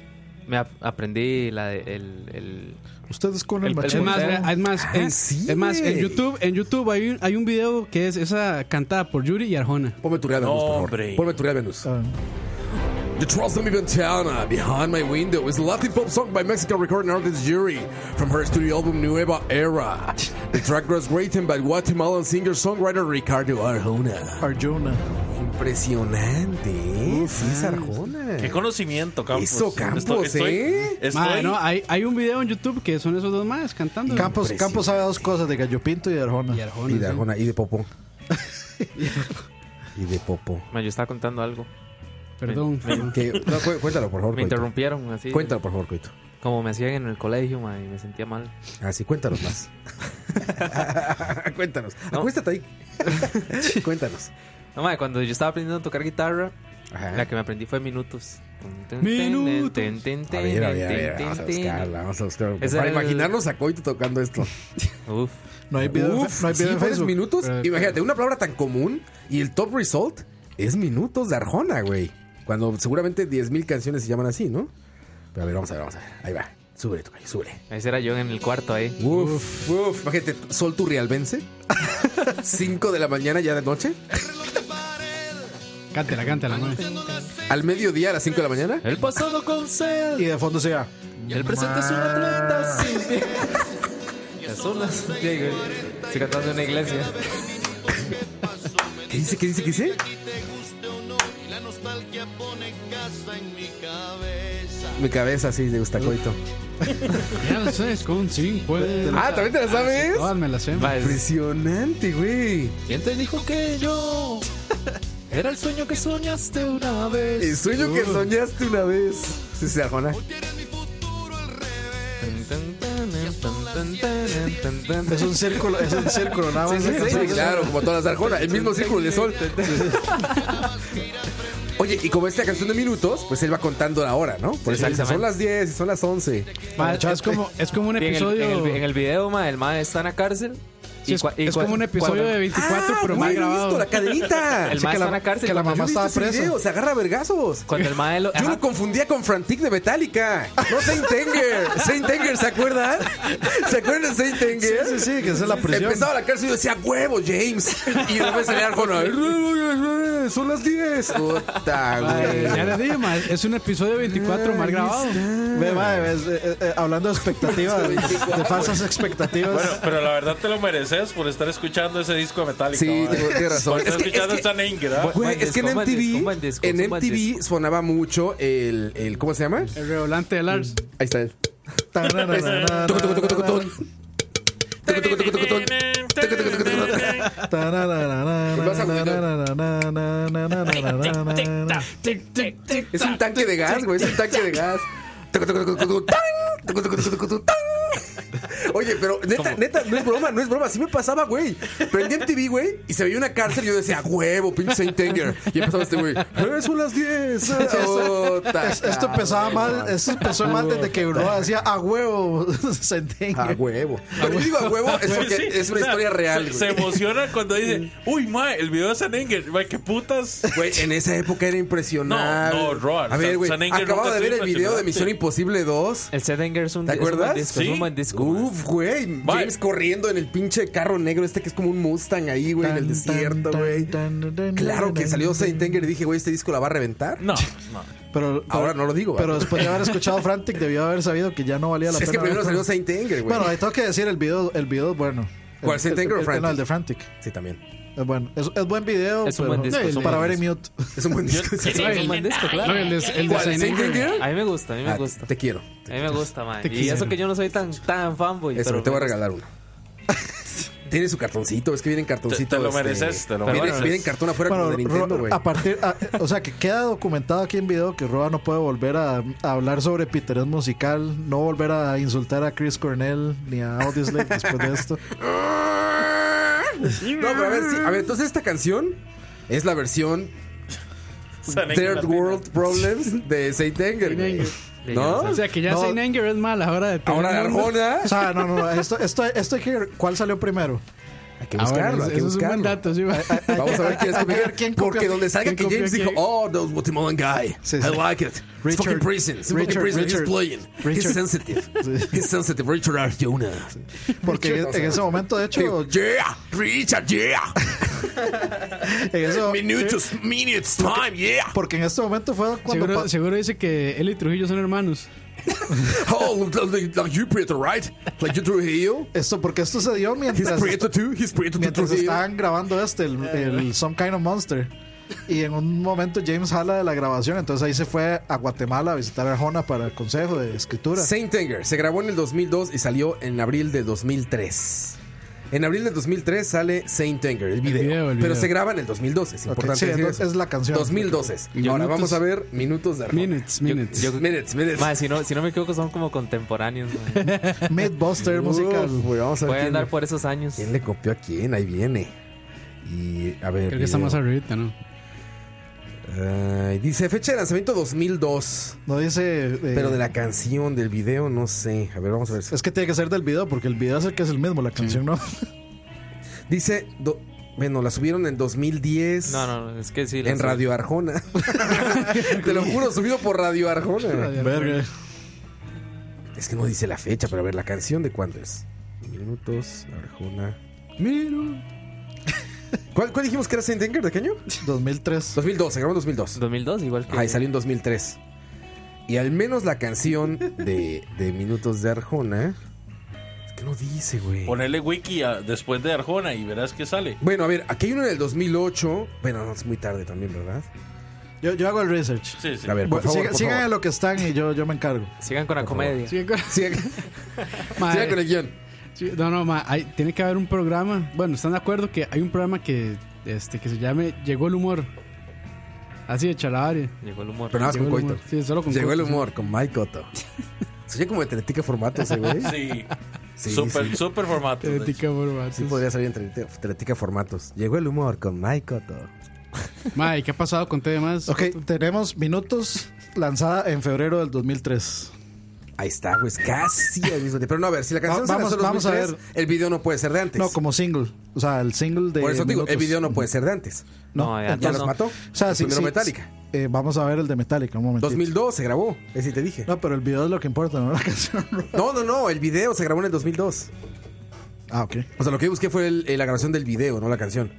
S5: me ap- aprendí la de, el, el-
S4: Ustedes con el,
S5: El- el
S3: Es
S4: machete.
S3: más, vea, es más,
S1: Ah,
S3: en,
S1: sí,
S3: es más, en
S1: güey.
S3: YouTube, en YouTube hay un, hay un video que es esa cantada por Yuri y Arjona.
S1: Ponme tu Real Venus, por favor.
S6: Hombre.
S1: Ponme tu Real Venus.
S4: Ah,
S1: Detrás de mi ventana, behind my window, is a Latin pop song by Mexican recording artist Yuri from her studio album Nueva Era. The track was written by Guatemalan singer-songwriter Ricardo Arjona.
S4: Arjuna.
S1: Impresionante, ¿eh? Sí, es Arjona.
S6: Qué conocimiento, Campos.
S1: Eso, Campos, ¿eh?
S6: Estoy,
S3: Mae, no, hay, hay un video en YouTube que son esos dos más cantando.
S4: Campos, Campos sabe dos cosas, de Gallo Pinto y de Arjona.
S3: Mm, y Arjona.
S1: Y de
S3: sí.
S1: Arjona, y de Popo. y de Popo.
S5: mae, yo estaba contando algo.
S3: Perdón. perdón.
S1: Que- no, cu- cuéntalo, por favor.
S5: Me
S1: Coito.
S5: interrumpieron así.
S1: Cuéntalo, por favor, Coito.
S5: Como me hacían en el colegio, mae, y me sentía mal.
S1: Así, cuéntanos más. cuéntanos.
S5: No.
S1: Acuéstate ahí. cuéntanos.
S5: No, mae, cuando yo estaba aprendiendo a tocar guitarra,
S1: Ajá.
S5: la que me aprendí fue Minutos.
S3: Minutos.
S1: A ver, a ver, a ver, vamos a buscarla, vamos a buscarla.
S5: Ese
S1: Para
S5: era el-
S1: imaginarnos a Coito tocando esto.
S5: Uf.
S4: No hay video, en fe-
S1: Uf,
S4: no hay
S1: sí,
S4: video en
S1: pones
S4: Facebook. Eh,
S1: minutos.
S3: Pero-
S1: Imagínate, una palabra tan común y el top result es minutos de Arjona, güey. Cuando seguramente 10.000 canciones se llaman así, ¿no? Pero a ver, vamos a ver, vamos a ver. Ahí va. Súbele, tocayo, súbele.
S5: Ese era yo en el cuarto ahí.
S1: Uf, uf. Imagínate, Sol Turrialbense. 5 de la mañana ya de noche.
S3: Cántela, cántela, mae.
S1: Al mediodía a las 5 de la mañana.
S5: El pasado con sed.
S4: Y de fondo se va.
S5: El presente es un atleta sin pie. Las olas. Sí, güey. Estoy cantando en una iglesia.
S1: ¿Qué dice, qué dice, qué dice? Mi cabeza sí le gusta Coito.
S3: Ya lo sé, es con 50.
S1: Ah, ¿también te la sabes?
S3: Todas me las sé. mae.
S5: Mae,
S1: Impresionante, güey.
S5: ¿Quién te dijo que yo era el sueño que soñaste una vez?
S1: El sueño que soñaste una vez. Sí, sí, Arjona.
S4: Es un círculo, es un círculo, nada más.
S1: Sí, claro, como todas las Arjona. El mismo círculo de sol. Oye, y como esta canción de minutos, pues él va contando la hora, ¿no? Por eso dice, son las 10, son las 11.
S3: Mae, es, como, es como un
S5: Y en, el,
S3: episodio.
S5: en el- en el video, ma, el mae está en la cárcel.
S3: sí, es,
S5: cua-
S3: es
S5: cua-
S3: como un episodio
S5: cuando-
S3: de 24, pero
S1: Ah, güey,
S3: mal
S1: he visto
S3: grabado.
S1: la cadenita.
S5: El
S1: Yo
S5: mae
S4: que
S5: está
S4: la-
S5: en la cárcel.
S4: que la
S5: cuando-
S4: mamá
S1: he visto
S4: estaba
S1: ese
S4: presa.
S1: video, se agarra a vergazos.
S5: Cuando el mae lo.
S1: Yo
S5: ajá,
S1: lo confundía con Frantic de Metallica. No Saint Anger. Saint Anger, ¿se acuerdan? ¿Se acuerdan de Saint Anger?
S4: Sí, sí, sí, que esa es la prisión.
S1: Empezaba la cárcel y yo decía, huevo, James. Y de repente salía Arjona. Son las 10. Puta,
S3: Mae,
S1: güey.
S3: Eh, ya les dije, mae, es un episodio de 24
S4: Ah,
S3: mal grabado.
S4: Ve, mae, ves, eh, eh, eh, hablando de expectativas, de falsas expectativas.
S6: Bueno, pero la verdad te lo mereces por estar escuchando ese disco de Metallica.
S1: Sí,
S6: ¿verdad?
S1: tengo- tienes razón.
S6: Por
S1: Es
S6: estar
S1: que- es
S6: escuchando ¿ah?
S1: que-
S6: esta Nengra.
S5: Buen
S1: Güey, es que en
S5: disco, buen disco, buen
S1: MTV,
S5: disco,
S1: en
S5: buen
S1: MTV
S5: disco.
S1: sonaba mucho el, el. ¿Cómo se llama?
S3: El revolante de Lars.
S1: Ahí está él.
S4: Tararararara,
S1: pues, eh, Tucu, tucu, tucu, tucu, tucu. Tucu, tucu, tucu, tucu, tucu. Tucu, tucu, tucu, tucu.
S4: tararararara,
S1: Vas a jugar.
S4: tararararara.
S1: Es un tanque de gas, güey. Es un tanque de gas. Tucu, tucu, tucu, tucu, tan. Tucu, tucu, tucu, tucu, tan. Oye, pero neta, neta, no es broma, no es broma. Sí me pasaba, güey. Prendí MTV, güey, y se veía una cárcel y yo decía, huevo, pinche Saint Anger. Y empezaba este güey, "Eh, son las 10. Ota,
S4: Es- Esto empezaba
S1: cabrón.
S4: mal, esto empezó mal desde que uno hacía a huevo.
S1: Ah, A
S4: Sentengue.
S1: huevo. Cuando yo digo a huevo es porque
S6: Sí,
S1: es una
S6: o sea,
S1: historia real,
S6: Se, se
S1: güey. Mm.
S6: emociona cuando dice, uy, mae, el video de Sanenger, mae, qué putas.
S1: Güey, en esa época era impresionante.
S6: No, no, horror.
S1: A ver, güey,
S6: San- San Engel
S1: acababa
S6: nunca
S1: de ver el
S6: estuvo
S1: video de
S6: impresionante.
S1: Misión Imposible 2.
S5: El Seth Anger es un,
S1: ¿Te
S5: es un
S1: acuerdas?
S5: buen disco. Es
S6: Sí.
S5: un buen disco. ma.
S1: Uf, güey.
S6: Bye.
S1: James corriendo en el pinche carro negro este que es como un Mustang ahí, güey, en el desierto, güey. Claro que salió Saint Anger y dije, güey, este disco la va a reventar.
S6: No, no.
S4: Pero,
S1: Ahora no lo digo,
S4: Pero
S1: ¿verdad?
S4: después de haber escuchado Frantic, debió haber sabido que ya no valía la
S1: Es
S4: pena.
S1: que primero
S4: verlo.
S1: salió Saint Anger, güey.
S4: Bueno, ahí tengo que decir el video, el video es bueno.
S1: ¿Cuál,
S4: El-
S1: Saint
S4: el-
S1: Anger o
S4: el-
S1: Frantic?
S4: no, el de Frantic.
S1: sí, también.
S4: Es Eh, bueno. Es, es buen video.
S5: Es un
S4: pero-
S5: buen disco,
S4: No,
S5: es un
S4: para
S5: buen
S4: ver en mute.
S1: Es un buen disco.
S5: Sí, es un buen disco, claro.
S3: No, el, des- el
S1: ¿Cuál,
S3: design
S1: Saint
S3: engine.
S1: Anger?
S5: A mí me gusta, a mí me
S1: Ah,
S5: gusta.
S1: Te quiero.
S5: A mí me gusta, ma. Y
S3: quiero.
S5: eso que yo no soy tan, tan fanboy.
S1: Eso,
S5: pero pues,
S1: te voy a
S5: me gusta.
S1: regalar uno. Tiene su cartoncito, es que viene en cartoncito.
S6: Te- te lo
S1: este,
S6: mereces, te lo
S1: viene,
S6: mereces.
S1: Viene en cartón afuera
S4: Bueno,
S1: como de Nintendo,
S4: Ro-
S1: güey.
S4: a partir, a- o sea, que queda documentado aquí en video que Roa no puede volver a, a hablar sobre Peterés musical, no volver a insultar a Chris Cornell ni a Audioslave después de esto.
S1: No, pero a ver, sí, a ver, entonces esta canción es la versión
S6: Sanenger
S1: Third
S6: Latina.
S1: World Problems de Saint Anger, güey.
S5: Anger.
S1: Ah. ¿No?
S3: O sea que ya
S4: No.
S3: Saint Anger es mal ahora de tener
S1: Ahora
S3: un-
S1: Arjona.
S4: O sea, no, no, no, esto, esto, esto hay que, ¿cuál salió primero?
S1: Hay que
S3: Ah, bueno,
S1: buscarlo, hay que
S3: eso es un buen
S1: buscarlo. Ah,
S3: dato, sí, mae.
S1: Vamos a ver quién es
S4: Hay que ver
S1: copiar.
S4: quién copió-
S1: Porque donde salga que
S4: quién
S1: James
S4: copió
S1: dijo,
S4: quién.
S1: oh, those Guatemalan guy.
S4: Sí,
S1: I
S4: sí.
S1: like it. It's
S4: Richard-
S1: fucking prison. It's fucking
S4: Richard-
S1: prison. He's
S4: Richard-
S1: playing. He's
S4: Richard-
S1: sensitive. He's sensitive. Richard Arjona.
S4: Porque en, en ese momento, de hecho,
S1: Yeah, Richard, yeah.
S4: en ese-
S1: Minutos, minutes, time, yeah.
S4: porque en este momento fue cuando
S3: Seguro,
S4: pa-
S3: seguro dice que él y Trujillo son hermanos.
S1: Oh, like, like you, Prieto, right? Like you, Trujillo.
S4: esto, porque esto se dio
S1: He's
S4: mientras,
S1: Prieto too. He's Prieto too,
S4: mientras
S1: Trujillo.
S4: estaban grabando este, el,
S1: Eh.
S4: el Some Kind of Monster. Y en un momento James jala de la grabación, entonces ahí se fue a Guatemala a visitar a Arjona para el consejo de escritura.
S1: Saint Anger se grabó en el 2002 y salió en abril de 2003. En abril de 2003 sale Saint Anger, el video.
S3: video, el
S1: Pero
S3: video.
S1: se graba en el 2012, es importante
S4: sí,
S1: decir
S4: entonces
S1: eso.
S4: es la canción.
S1: 2012.
S3: Minutos.
S1: Ahora vamos a ver minutos de Arjona.
S3: Minutes, minutes.
S5: yo-
S1: Minutes, minutes.
S5: Ma, si no, si no me equivoco, son como contemporáneos, ma.
S4: Midbuster musical.
S1: Uf, güey, vamos a ver
S5: Pueden
S1: quién,
S5: andar por esos años.
S1: quién le copió a quién, ahí viene. Y a ver.
S3: Creo que está
S1: video.
S3: más arribita, ¿no?
S1: Ay, dice fecha de lanzamiento 2002.
S4: No dice. eh,
S1: Pero de la canción, del video, no sé. A ver, vamos a ver.
S4: Es que tiene que ser del video, porque el video es el que es el mismo, la canción no.
S1: Dice. do- bueno, la subieron en 2010.
S5: No, no, no, es que sí. la
S1: En
S5: sé.
S1: Radio Arjona. Te lo juro, subido por Radio Arjona.
S4: Verga.
S1: Es que no dice la fecha, pero a ver, la canción de cuándo es. Minutos, Arjona. Miro. ¿Cuál, cuál dijimos que era Saint Anger? ¿De qué año?
S4: 2003.
S1: 2002, se grabó en 2002.
S5: 2002, igual que.
S1: Ay, salió en 2003. Y al menos la canción de, de Minutos de Arjona. Es que no dice, güey.
S6: Ponele wiki a- después de Arjona y verás que sale.
S1: Bueno, a ver, aquí hay uno en el 2008. Bueno, no, es muy tarde también, ¿verdad?
S4: Yo, yo hago el research.
S6: Sí, sí.
S1: A ver, por
S4: Bueno,
S1: favor.
S4: siga-
S1: por
S4: sigan
S1: favor.
S4: a lo que están y yo, yo me encargo.
S5: Sigan con la comedia.
S3: Sí, con-
S1: Siga-
S3: Madre,
S1: siga con el guión.
S3: sí, no, no, ma, hay- tiene que haber un programa. Bueno, ¿están de acuerdo que hay un programa que, este, que se llame Llegó el humor? Así de chalabaria.
S5: Llegó el humor.
S1: Pero nada más con
S3: Llegó el
S1: Coito.
S3: humor. Sí, solo con
S1: Llegó el
S3: Coito, sí.
S1: humor con Mike Cotto. Se oye como de Teletica formato ese güey.
S6: Sí.
S1: Sí,
S6: super,
S1: sí.
S6: super formato. de hecho.
S3: Teorética, por vatos.
S1: Sí podría salir en Teletica, Teletica formatos. Llegó el humor con Mike Cotto.
S3: Ma, ¿y qué ha pasado con TV más?
S4: Ok, tenemos Minutos lanzada en febrero del 2003.
S1: Ahí está, pues casi al mismo tiempo. Pero no, a ver, si la canción
S4: Va-
S1: se lanzó en
S4: vamos- vamos a
S1: 2003, el video no puede ser de antes.
S4: No, como single. O sea, el single de.
S1: Por eso digo, el
S4: Minutos.
S1: video no puede ser de antes.
S5: No, ya,
S1: Ya
S5: no,
S1: los
S5: no.
S1: mató.
S4: O sea, sí,
S1: Primero
S4: sí,
S1: Metallica.
S4: eh, vamos a ver el de Metallica, un momento.
S1: 2002 se grabó, así te dije.
S4: No, pero el video es lo que importa, no la canción.
S1: No, no, no, el video se grabó en el 2002.
S4: Ah, ok.
S1: O sea, lo que yo busqué fue el- eh, la grabación del video, no la canción.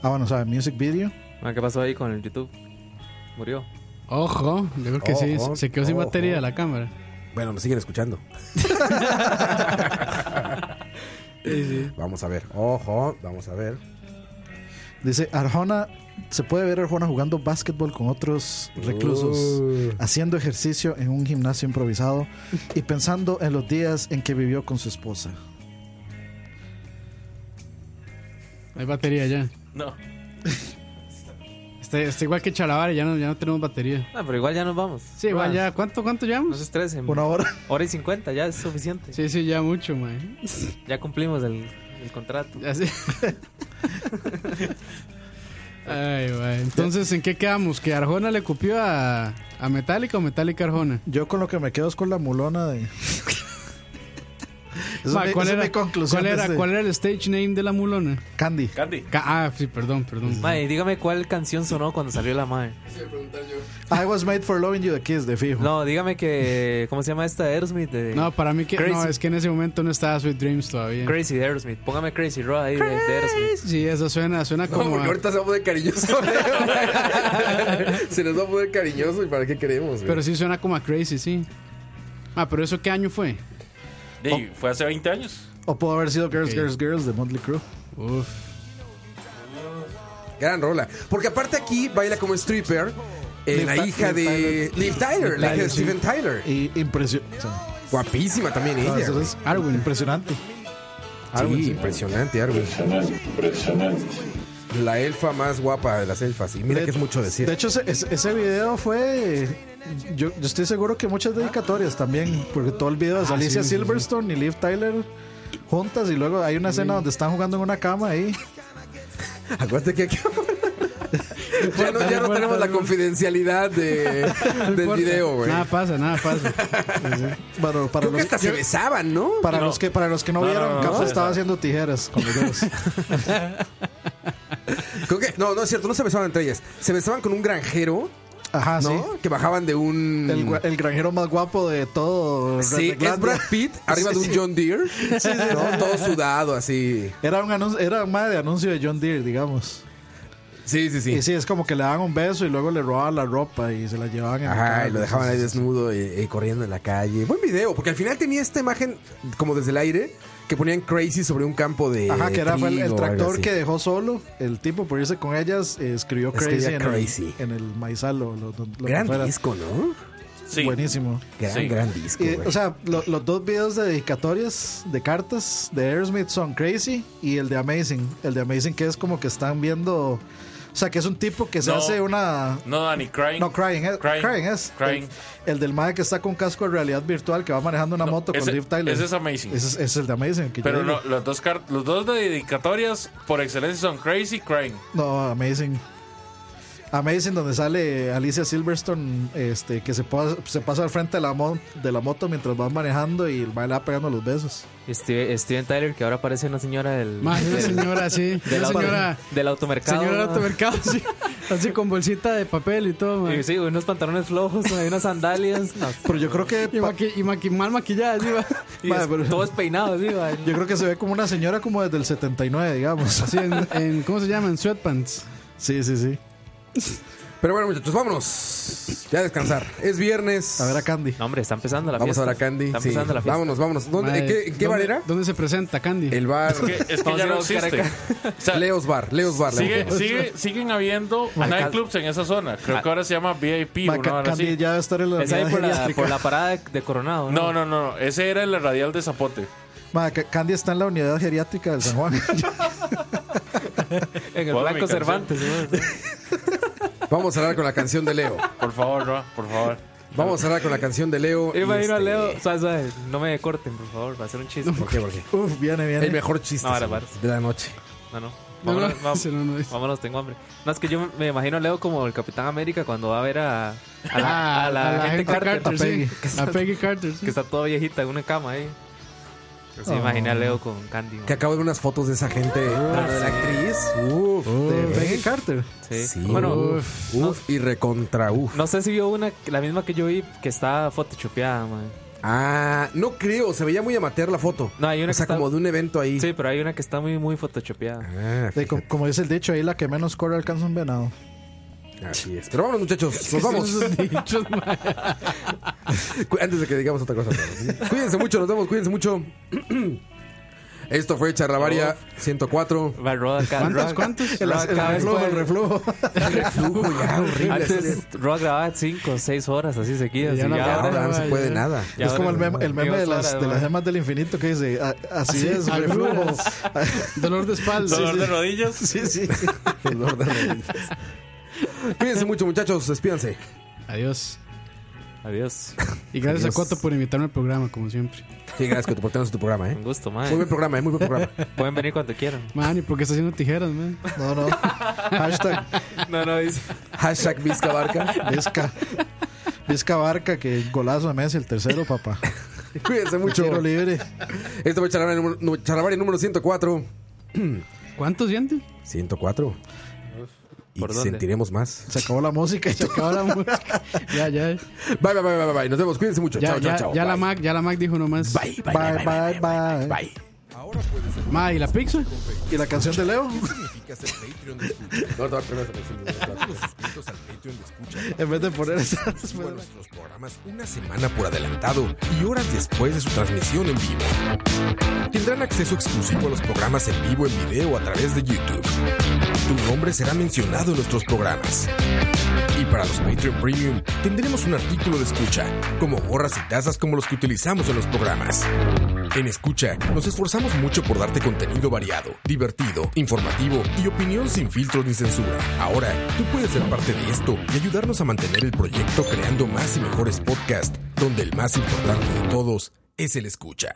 S4: Ah, bueno, o sea, music video.
S5: Ah, ¿Qué pasó ahí con el YouTube? Murió.
S3: Ojo, yo creo que sí.
S1: Ojo,
S3: Se quedó sin
S1: ojo.
S3: batería la cámara.
S1: Bueno, nos siguen escuchando. Vamos a ver, ojo, vamos a ver.
S4: Dice Arjona, se puede ver a Arjona jugando básquetbol con otros reclusos,
S1: Uh.
S4: haciendo ejercicio en un gimnasio improvisado y pensando en los días en que vivió con su esposa.
S3: Hay batería ya.
S6: No.
S3: Está, está igual que Chalabaria, ya no, ya no tenemos batería.
S5: Ah, pero igual ya nos vamos.
S3: Sí, igual
S5: Ah,
S3: ya. ¿Cuánto, cuánto
S5: No
S3: llevamos?
S5: se estresen.
S4: Una hora.
S5: Hora y cincuenta, ya es suficiente.
S3: Sí, sí, ya mucho, man.
S5: Ya cumplimos el, el contrato.
S3: Ya sí. Ay, güey. Entonces, ¿en qué quedamos? ¿Que Arjona le copió a, a Metallica o Metallica a Arjona?
S4: Yo con lo que me quedo es con la mulona de... Esa es
S3: Ma,
S4: mi-
S3: ¿cuál,
S4: esa es
S3: era,
S4: mi conclusión
S3: ¿cuál,
S4: de
S3: era,
S4: este-
S3: ¿Cuál era el stage name de la mulona?
S4: Candy.
S6: Candy.
S3: Ca- ah, sí, perdón, perdón.
S5: Mae, dígame cuál canción sonó cuando salió la madre.
S4: I was made for loving you the kiss, de fijo.
S5: No, dígame que. ¿Cómo se llama esta de Aerosmith? De-
S3: No, para mí que no,
S5: Crazy.
S3: es que en ese momento no estaba Sweet Dreams todavía.
S5: Crazy de Aerosmith. Póngame Crazy Road ahí de, de Aerosmith.
S3: Sí, eso suena, suena
S1: No,
S3: como.
S1: porque
S3: a-
S1: ahorita se va a poner cariñoso. se nos va a poner cariñoso y para qué queremos, güey.
S3: pero sí suena como a Crazy, sí. Ah, pero eso qué año fue?
S6: Di, fue hace 20 años.
S4: O pudo haber sido Girls,
S3: Ok.
S4: Girls, Girls de Motley Crue.
S3: Uf.
S1: Gran rola. Porque aparte aquí baila como stripper eh,
S4: Liv
S1: la
S4: Ta-
S1: hija
S4: Liv
S1: de Liv Tyler, la hija de
S4: Tyler, sí.
S1: Steven Tyler.
S4: Y impresionante.
S1: Guapísima también ella. güey.
S4: ah, es impresionante.
S1: Sí, impresionante, Arwen. La elfa más guapa de las elfas. Y mira que es mucho decir.
S4: De hecho, ese, ese- ese video fue. Yo, yo estoy seguro que muchas dedicatorias también, porque todo el
S1: Ah,
S4: video es Alicia Silverstone y Liv Tyler juntas, y luego hay una escena donde están jugando en una cama ahí.
S1: Acuérdate que aquí. ya no, ya no
S3: importa,
S1: tenemos la
S3: güey.
S1: confidencialidad de, del video, güey.
S3: Nada pasa, nada pasa.
S4: Bueno, para
S1: Creo que
S4: los,
S1: hasta se besaban, ¿no?
S4: para los que para los que no,
S6: No,
S4: vieron,
S6: no, no,
S4: Capo
S6: no,
S4: estaba
S6: no.
S4: haciendo tijeras con los dedos.
S1: Creo que, no, no es cierto, no se besaban entre ellas. Se besaban con un granjero,
S4: Ajá, sí.
S1: ¿no? Que bajaban de un.
S4: El, gua- el granjero más guapo de todo.
S1: Sí, es
S4: Rednecklandia.
S1: Brad Pitt arriba de un John Deere, ¿no? todo sudado así.
S4: Era un anuncio, era más de anuncio de John Deere, digamos.
S1: Sí, sí, sí.
S4: Y sí, es como que le daban un beso y luego le robaban la ropa y se la llevaban en la
S1: Ajá,
S4: cara.
S1: y lo dejaban ahí desnudo y, y corriendo en la calle. Buen video, porque al final tenía esta imagen como desde el aire que ponían Crazy sobre un campo de.
S4: Ajá, que era fue el, el
S1: trigo o algo
S4: tractor
S1: así.
S4: que dejó solo el tipo por irse con ellas. eh, escribió Crazy,
S1: Escribía
S4: en,
S1: Crazy.
S4: El, en el maizal o lo, lo- lo que
S1: Gran
S4: fuera.
S1: disco, ¿no?
S6: Sí.
S4: Buenísimo.
S1: Gran,
S6: Sí.
S1: gran disco.
S4: Y,
S1: güey.
S4: Eh, o sea, lo- los dos videos de dedicatorias de cartas de Aerosmith son Crazy y el de Amazing. El de Amazing que es como que están viendo O sea, que es un tipo que se
S6: No.
S4: hace una.
S6: No, Dani, crying.
S4: No, crying, es,
S6: Crying.
S4: crying. es.
S6: Crying.
S4: El, el del MAE que está con casco de realidad virtual que va manejando una
S6: No,
S4: moto
S6: ese-
S4: con Liv Tyler.
S6: ese es Amazing.
S4: Ese es, ese es el de Amazing. que yo
S6: Pero
S4: digo.
S6: no, los dos, car- los dos de dedicatorias por excelencia son Crazy y Crying.
S4: No, Amazing. Amazing, donde sale Alicia Silverstone, este, que se, pasa- se pasa al frente de la, mo- de la moto mientras va manejando y el baile va pegando los besos.
S5: Steve- Este, Steven Tyler, que ahora parece una señora del.
S3: Más una
S5: del-
S3: señora así.
S5: del
S3: Una
S5: auto-
S3: señora.
S5: del automercado.
S3: Señora del
S5: ma.
S3: automercado, sí. Así con bolsita de papel y todo, ma.
S5: Y sí, unos pantalones flojos, ma, y unas sandalias. no,
S4: Pero yo creo que
S3: Y,
S4: pa-
S3: maqui- y maqui- mal maquillada, sí, ma.
S5: y
S4: Ma,
S5: es-
S4: pero-
S5: todo despeinado, sí, ma.
S4: yo creo que se ve como una señora como desde el 79, digamos.
S3: Así en, en- ¿cómo se llama? En sweatpants.
S4: Sí, sí, sí.
S1: Pero bueno, muchachos, vámonos. Ya a descansar. Es viernes.
S4: A ver a Candy.
S5: No, hombre, está empezando la
S1: Vamos
S5: fiesta.
S1: a ver a Candy.
S5: Está
S1: sí.
S5: empezando la fiesta.
S1: Vámonos, vámonos. ¿Dónde,
S3: Ma,
S1: ¿en ¿Qué, en qué bar
S3: ¿dónde-
S1: era?
S3: ¿Dónde se presenta Candy?
S1: El bar.
S6: Que- es que
S5: Vamos
S6: ya
S5: a ir a
S6: no
S5: buscar
S6: existe.
S5: acá.
S6: O sea,
S1: Leos Bar. Leos Bar.
S6: sigue-
S1: Leos Bar.
S6: sigue- siguen habiendo nightclubs en esa zona. Creo que ahora se llama VIP.
S4: Ma,
S6: o
S4: Ca-
S6: una hora
S4: Candy
S6: así.
S4: ya debe estar en la
S5: Es ahí
S4: unidad
S5: por la,
S4: geriátrica.
S5: por la parada de, de Coronado.
S6: No, no, no, no. Ese era el radial de Zapote.
S4: Ma, Ca- Candy está en la unidad geriátrica del San Juan.
S5: En el
S6: Ponme
S5: Blanco
S6: mi canción. Este.
S5: Cervantes. ma.
S1: Vamos a hablar con la canción de Leo.
S6: Por favor, no, por favor.
S1: Vamos a hablar con la canción de Leo.
S5: Yo
S1: y
S5: imagino a
S1: este-
S5: Leo. suave, suave, no me corten, por favor. Va a ser un chiste.
S1: ¿Por qué? ¿Por qué?
S4: Uf, viene, viene.
S1: El mejor chiste
S5: No, ahora,
S1: señor,
S5: para.
S1: de la noche.
S5: No, no.
S3: No, no,
S5: Vámonos, va-
S3: sí, no, no es.
S5: vámonos, tengo hambre. No, es que yo me imagino a Leo como el Capitán América cuando va a ver a, a la,
S3: Ah,
S5: a la gente Carter,
S3: Carter, sí. A Peggy Carter, sí.
S5: que está toda viejita en una cama ahí. Sí,
S4: Oh.
S5: imaginé a Leo con Candy. man.
S1: Que acabo de ver unas fotos de esa gente.
S4: Ah,
S1: tanto de la actriz. Uf. de-
S4: De Peggy Carter.
S5: Sí.
S1: Sí.
S5: Bueno,
S1: Uf, uf, y recontra uf.
S5: no sé si vio una, la misma que yo vi, que está photoshopeada, man.
S1: Ah, no creo, se veía muy amateur la foto.
S5: No, hay una
S1: o sea,
S5: que está-
S1: como de un evento ahí.
S5: Sí, pero hay una que está muy, muy photoshopeada.
S1: Ah,
S4: De co- como dice el dicho, ahí la que menos corre alcanza un venado.
S1: así es. Pero vámonos, muchachos, nos vamos.
S3: Esos dichos, ma.
S1: Cu- Antes de que digamos otra cosa. cuídense mucho, nos vemos, cuídense mucho. Esto fue Charlavaria 104.
S5: Va, Roda, ca-
S3: ¿Cuántos?
S5: Roda-
S3: ¿Cuántos?
S5: Roda cada vez puede-
S4: reflujo.
S1: Reflujo ya, horrible.
S5: Antes Roa grababa 5 o 6 horas así seguidas.
S3: Ya
S5: y
S3: no
S5: ya
S1: Ya
S5: ahora-
S1: ahora no se puede nada.
S5: ya
S4: es como el
S5: ahora-
S4: meme, el meme
S5: Dios,
S4: de, las,
S5: ahora,
S4: de
S5: man.
S4: las gemas del infinito que dice, "A- así, es, reflujo.
S3: Dolor de espalda.
S6: Dolor de rodillas.
S4: sí, sí.
S1: Dolor de rodillas. Cuídense mucho, muchachos, despídanse.
S3: Adiós.
S5: Adiós.
S3: Y gracias
S1: Adiós.
S3: a Coto por invitarme al programa, como siempre.
S1: Sí, gracias que te portaron tu programa,
S5: Un
S1: ¿eh?
S5: gusto,
S1: Muy buen
S5: man.
S1: programa, ¿eh? muy buen programa.
S5: Pueden venir cuando quieran.
S3: Man, ¿y por qué está haciendo tijeras, man?
S4: No, no. Hashtag
S5: No, no, dice.
S1: Hashtag Vizca Barca.
S4: Vizca. Vizca Barca, que golazo de Messi, el tercero, papá.
S1: Cuídense mucho.
S4: Tiro libre.
S1: Esto fue Charlavaria número, nu- Charlavaria número 104.
S3: ¿Cuántos sientes?
S1: 104. Y
S5: ¿por dónde?
S1: sentiremos más.
S4: Se acabó la música. y
S3: Se
S4: todo.
S3: acabó la música. Ya, ya.
S1: Bye, bye, bye, bye, bye. Nos vemos. Cuídense mucho.
S3: Ya,
S1: chao,
S3: ya,
S1: chao, chao.
S3: ya la
S1: Bye.
S3: Mac, ya la Mac dijo nomás.
S1: Bye, bye, bye,
S4: Bye, bye, bye.
S1: bye.
S3: Ma, ¿y la pizza?
S4: ¿Y la canción de Leo?
S10: significa ser Patreon de escucha?
S1: No, no, primero, primero, primero.
S10: Los suscritos al Patreon de escucha.
S4: En vez de poner esa.
S10: Suba nuestros programas una semana por adelantado y horas después de su transmisión en vivo. Tendrán acceso exclusivo a los programas en vivo en video a través de YouTube. Tu nombre será mencionado en nuestros programas. Y para los Patreon Premium tendremos un artículo de escucha, como gorras y tazas como los que utilizamos en los programas. En Escucha nos esforzamos mucho por darte contenido variado, divertido, informativo y opinión sin filtros ni censura. Ahora, tú puedes ser parte de esto y ayudarnos a mantener el proyecto creando más y mejores podcasts, donde el más importante de todos es el Escucha.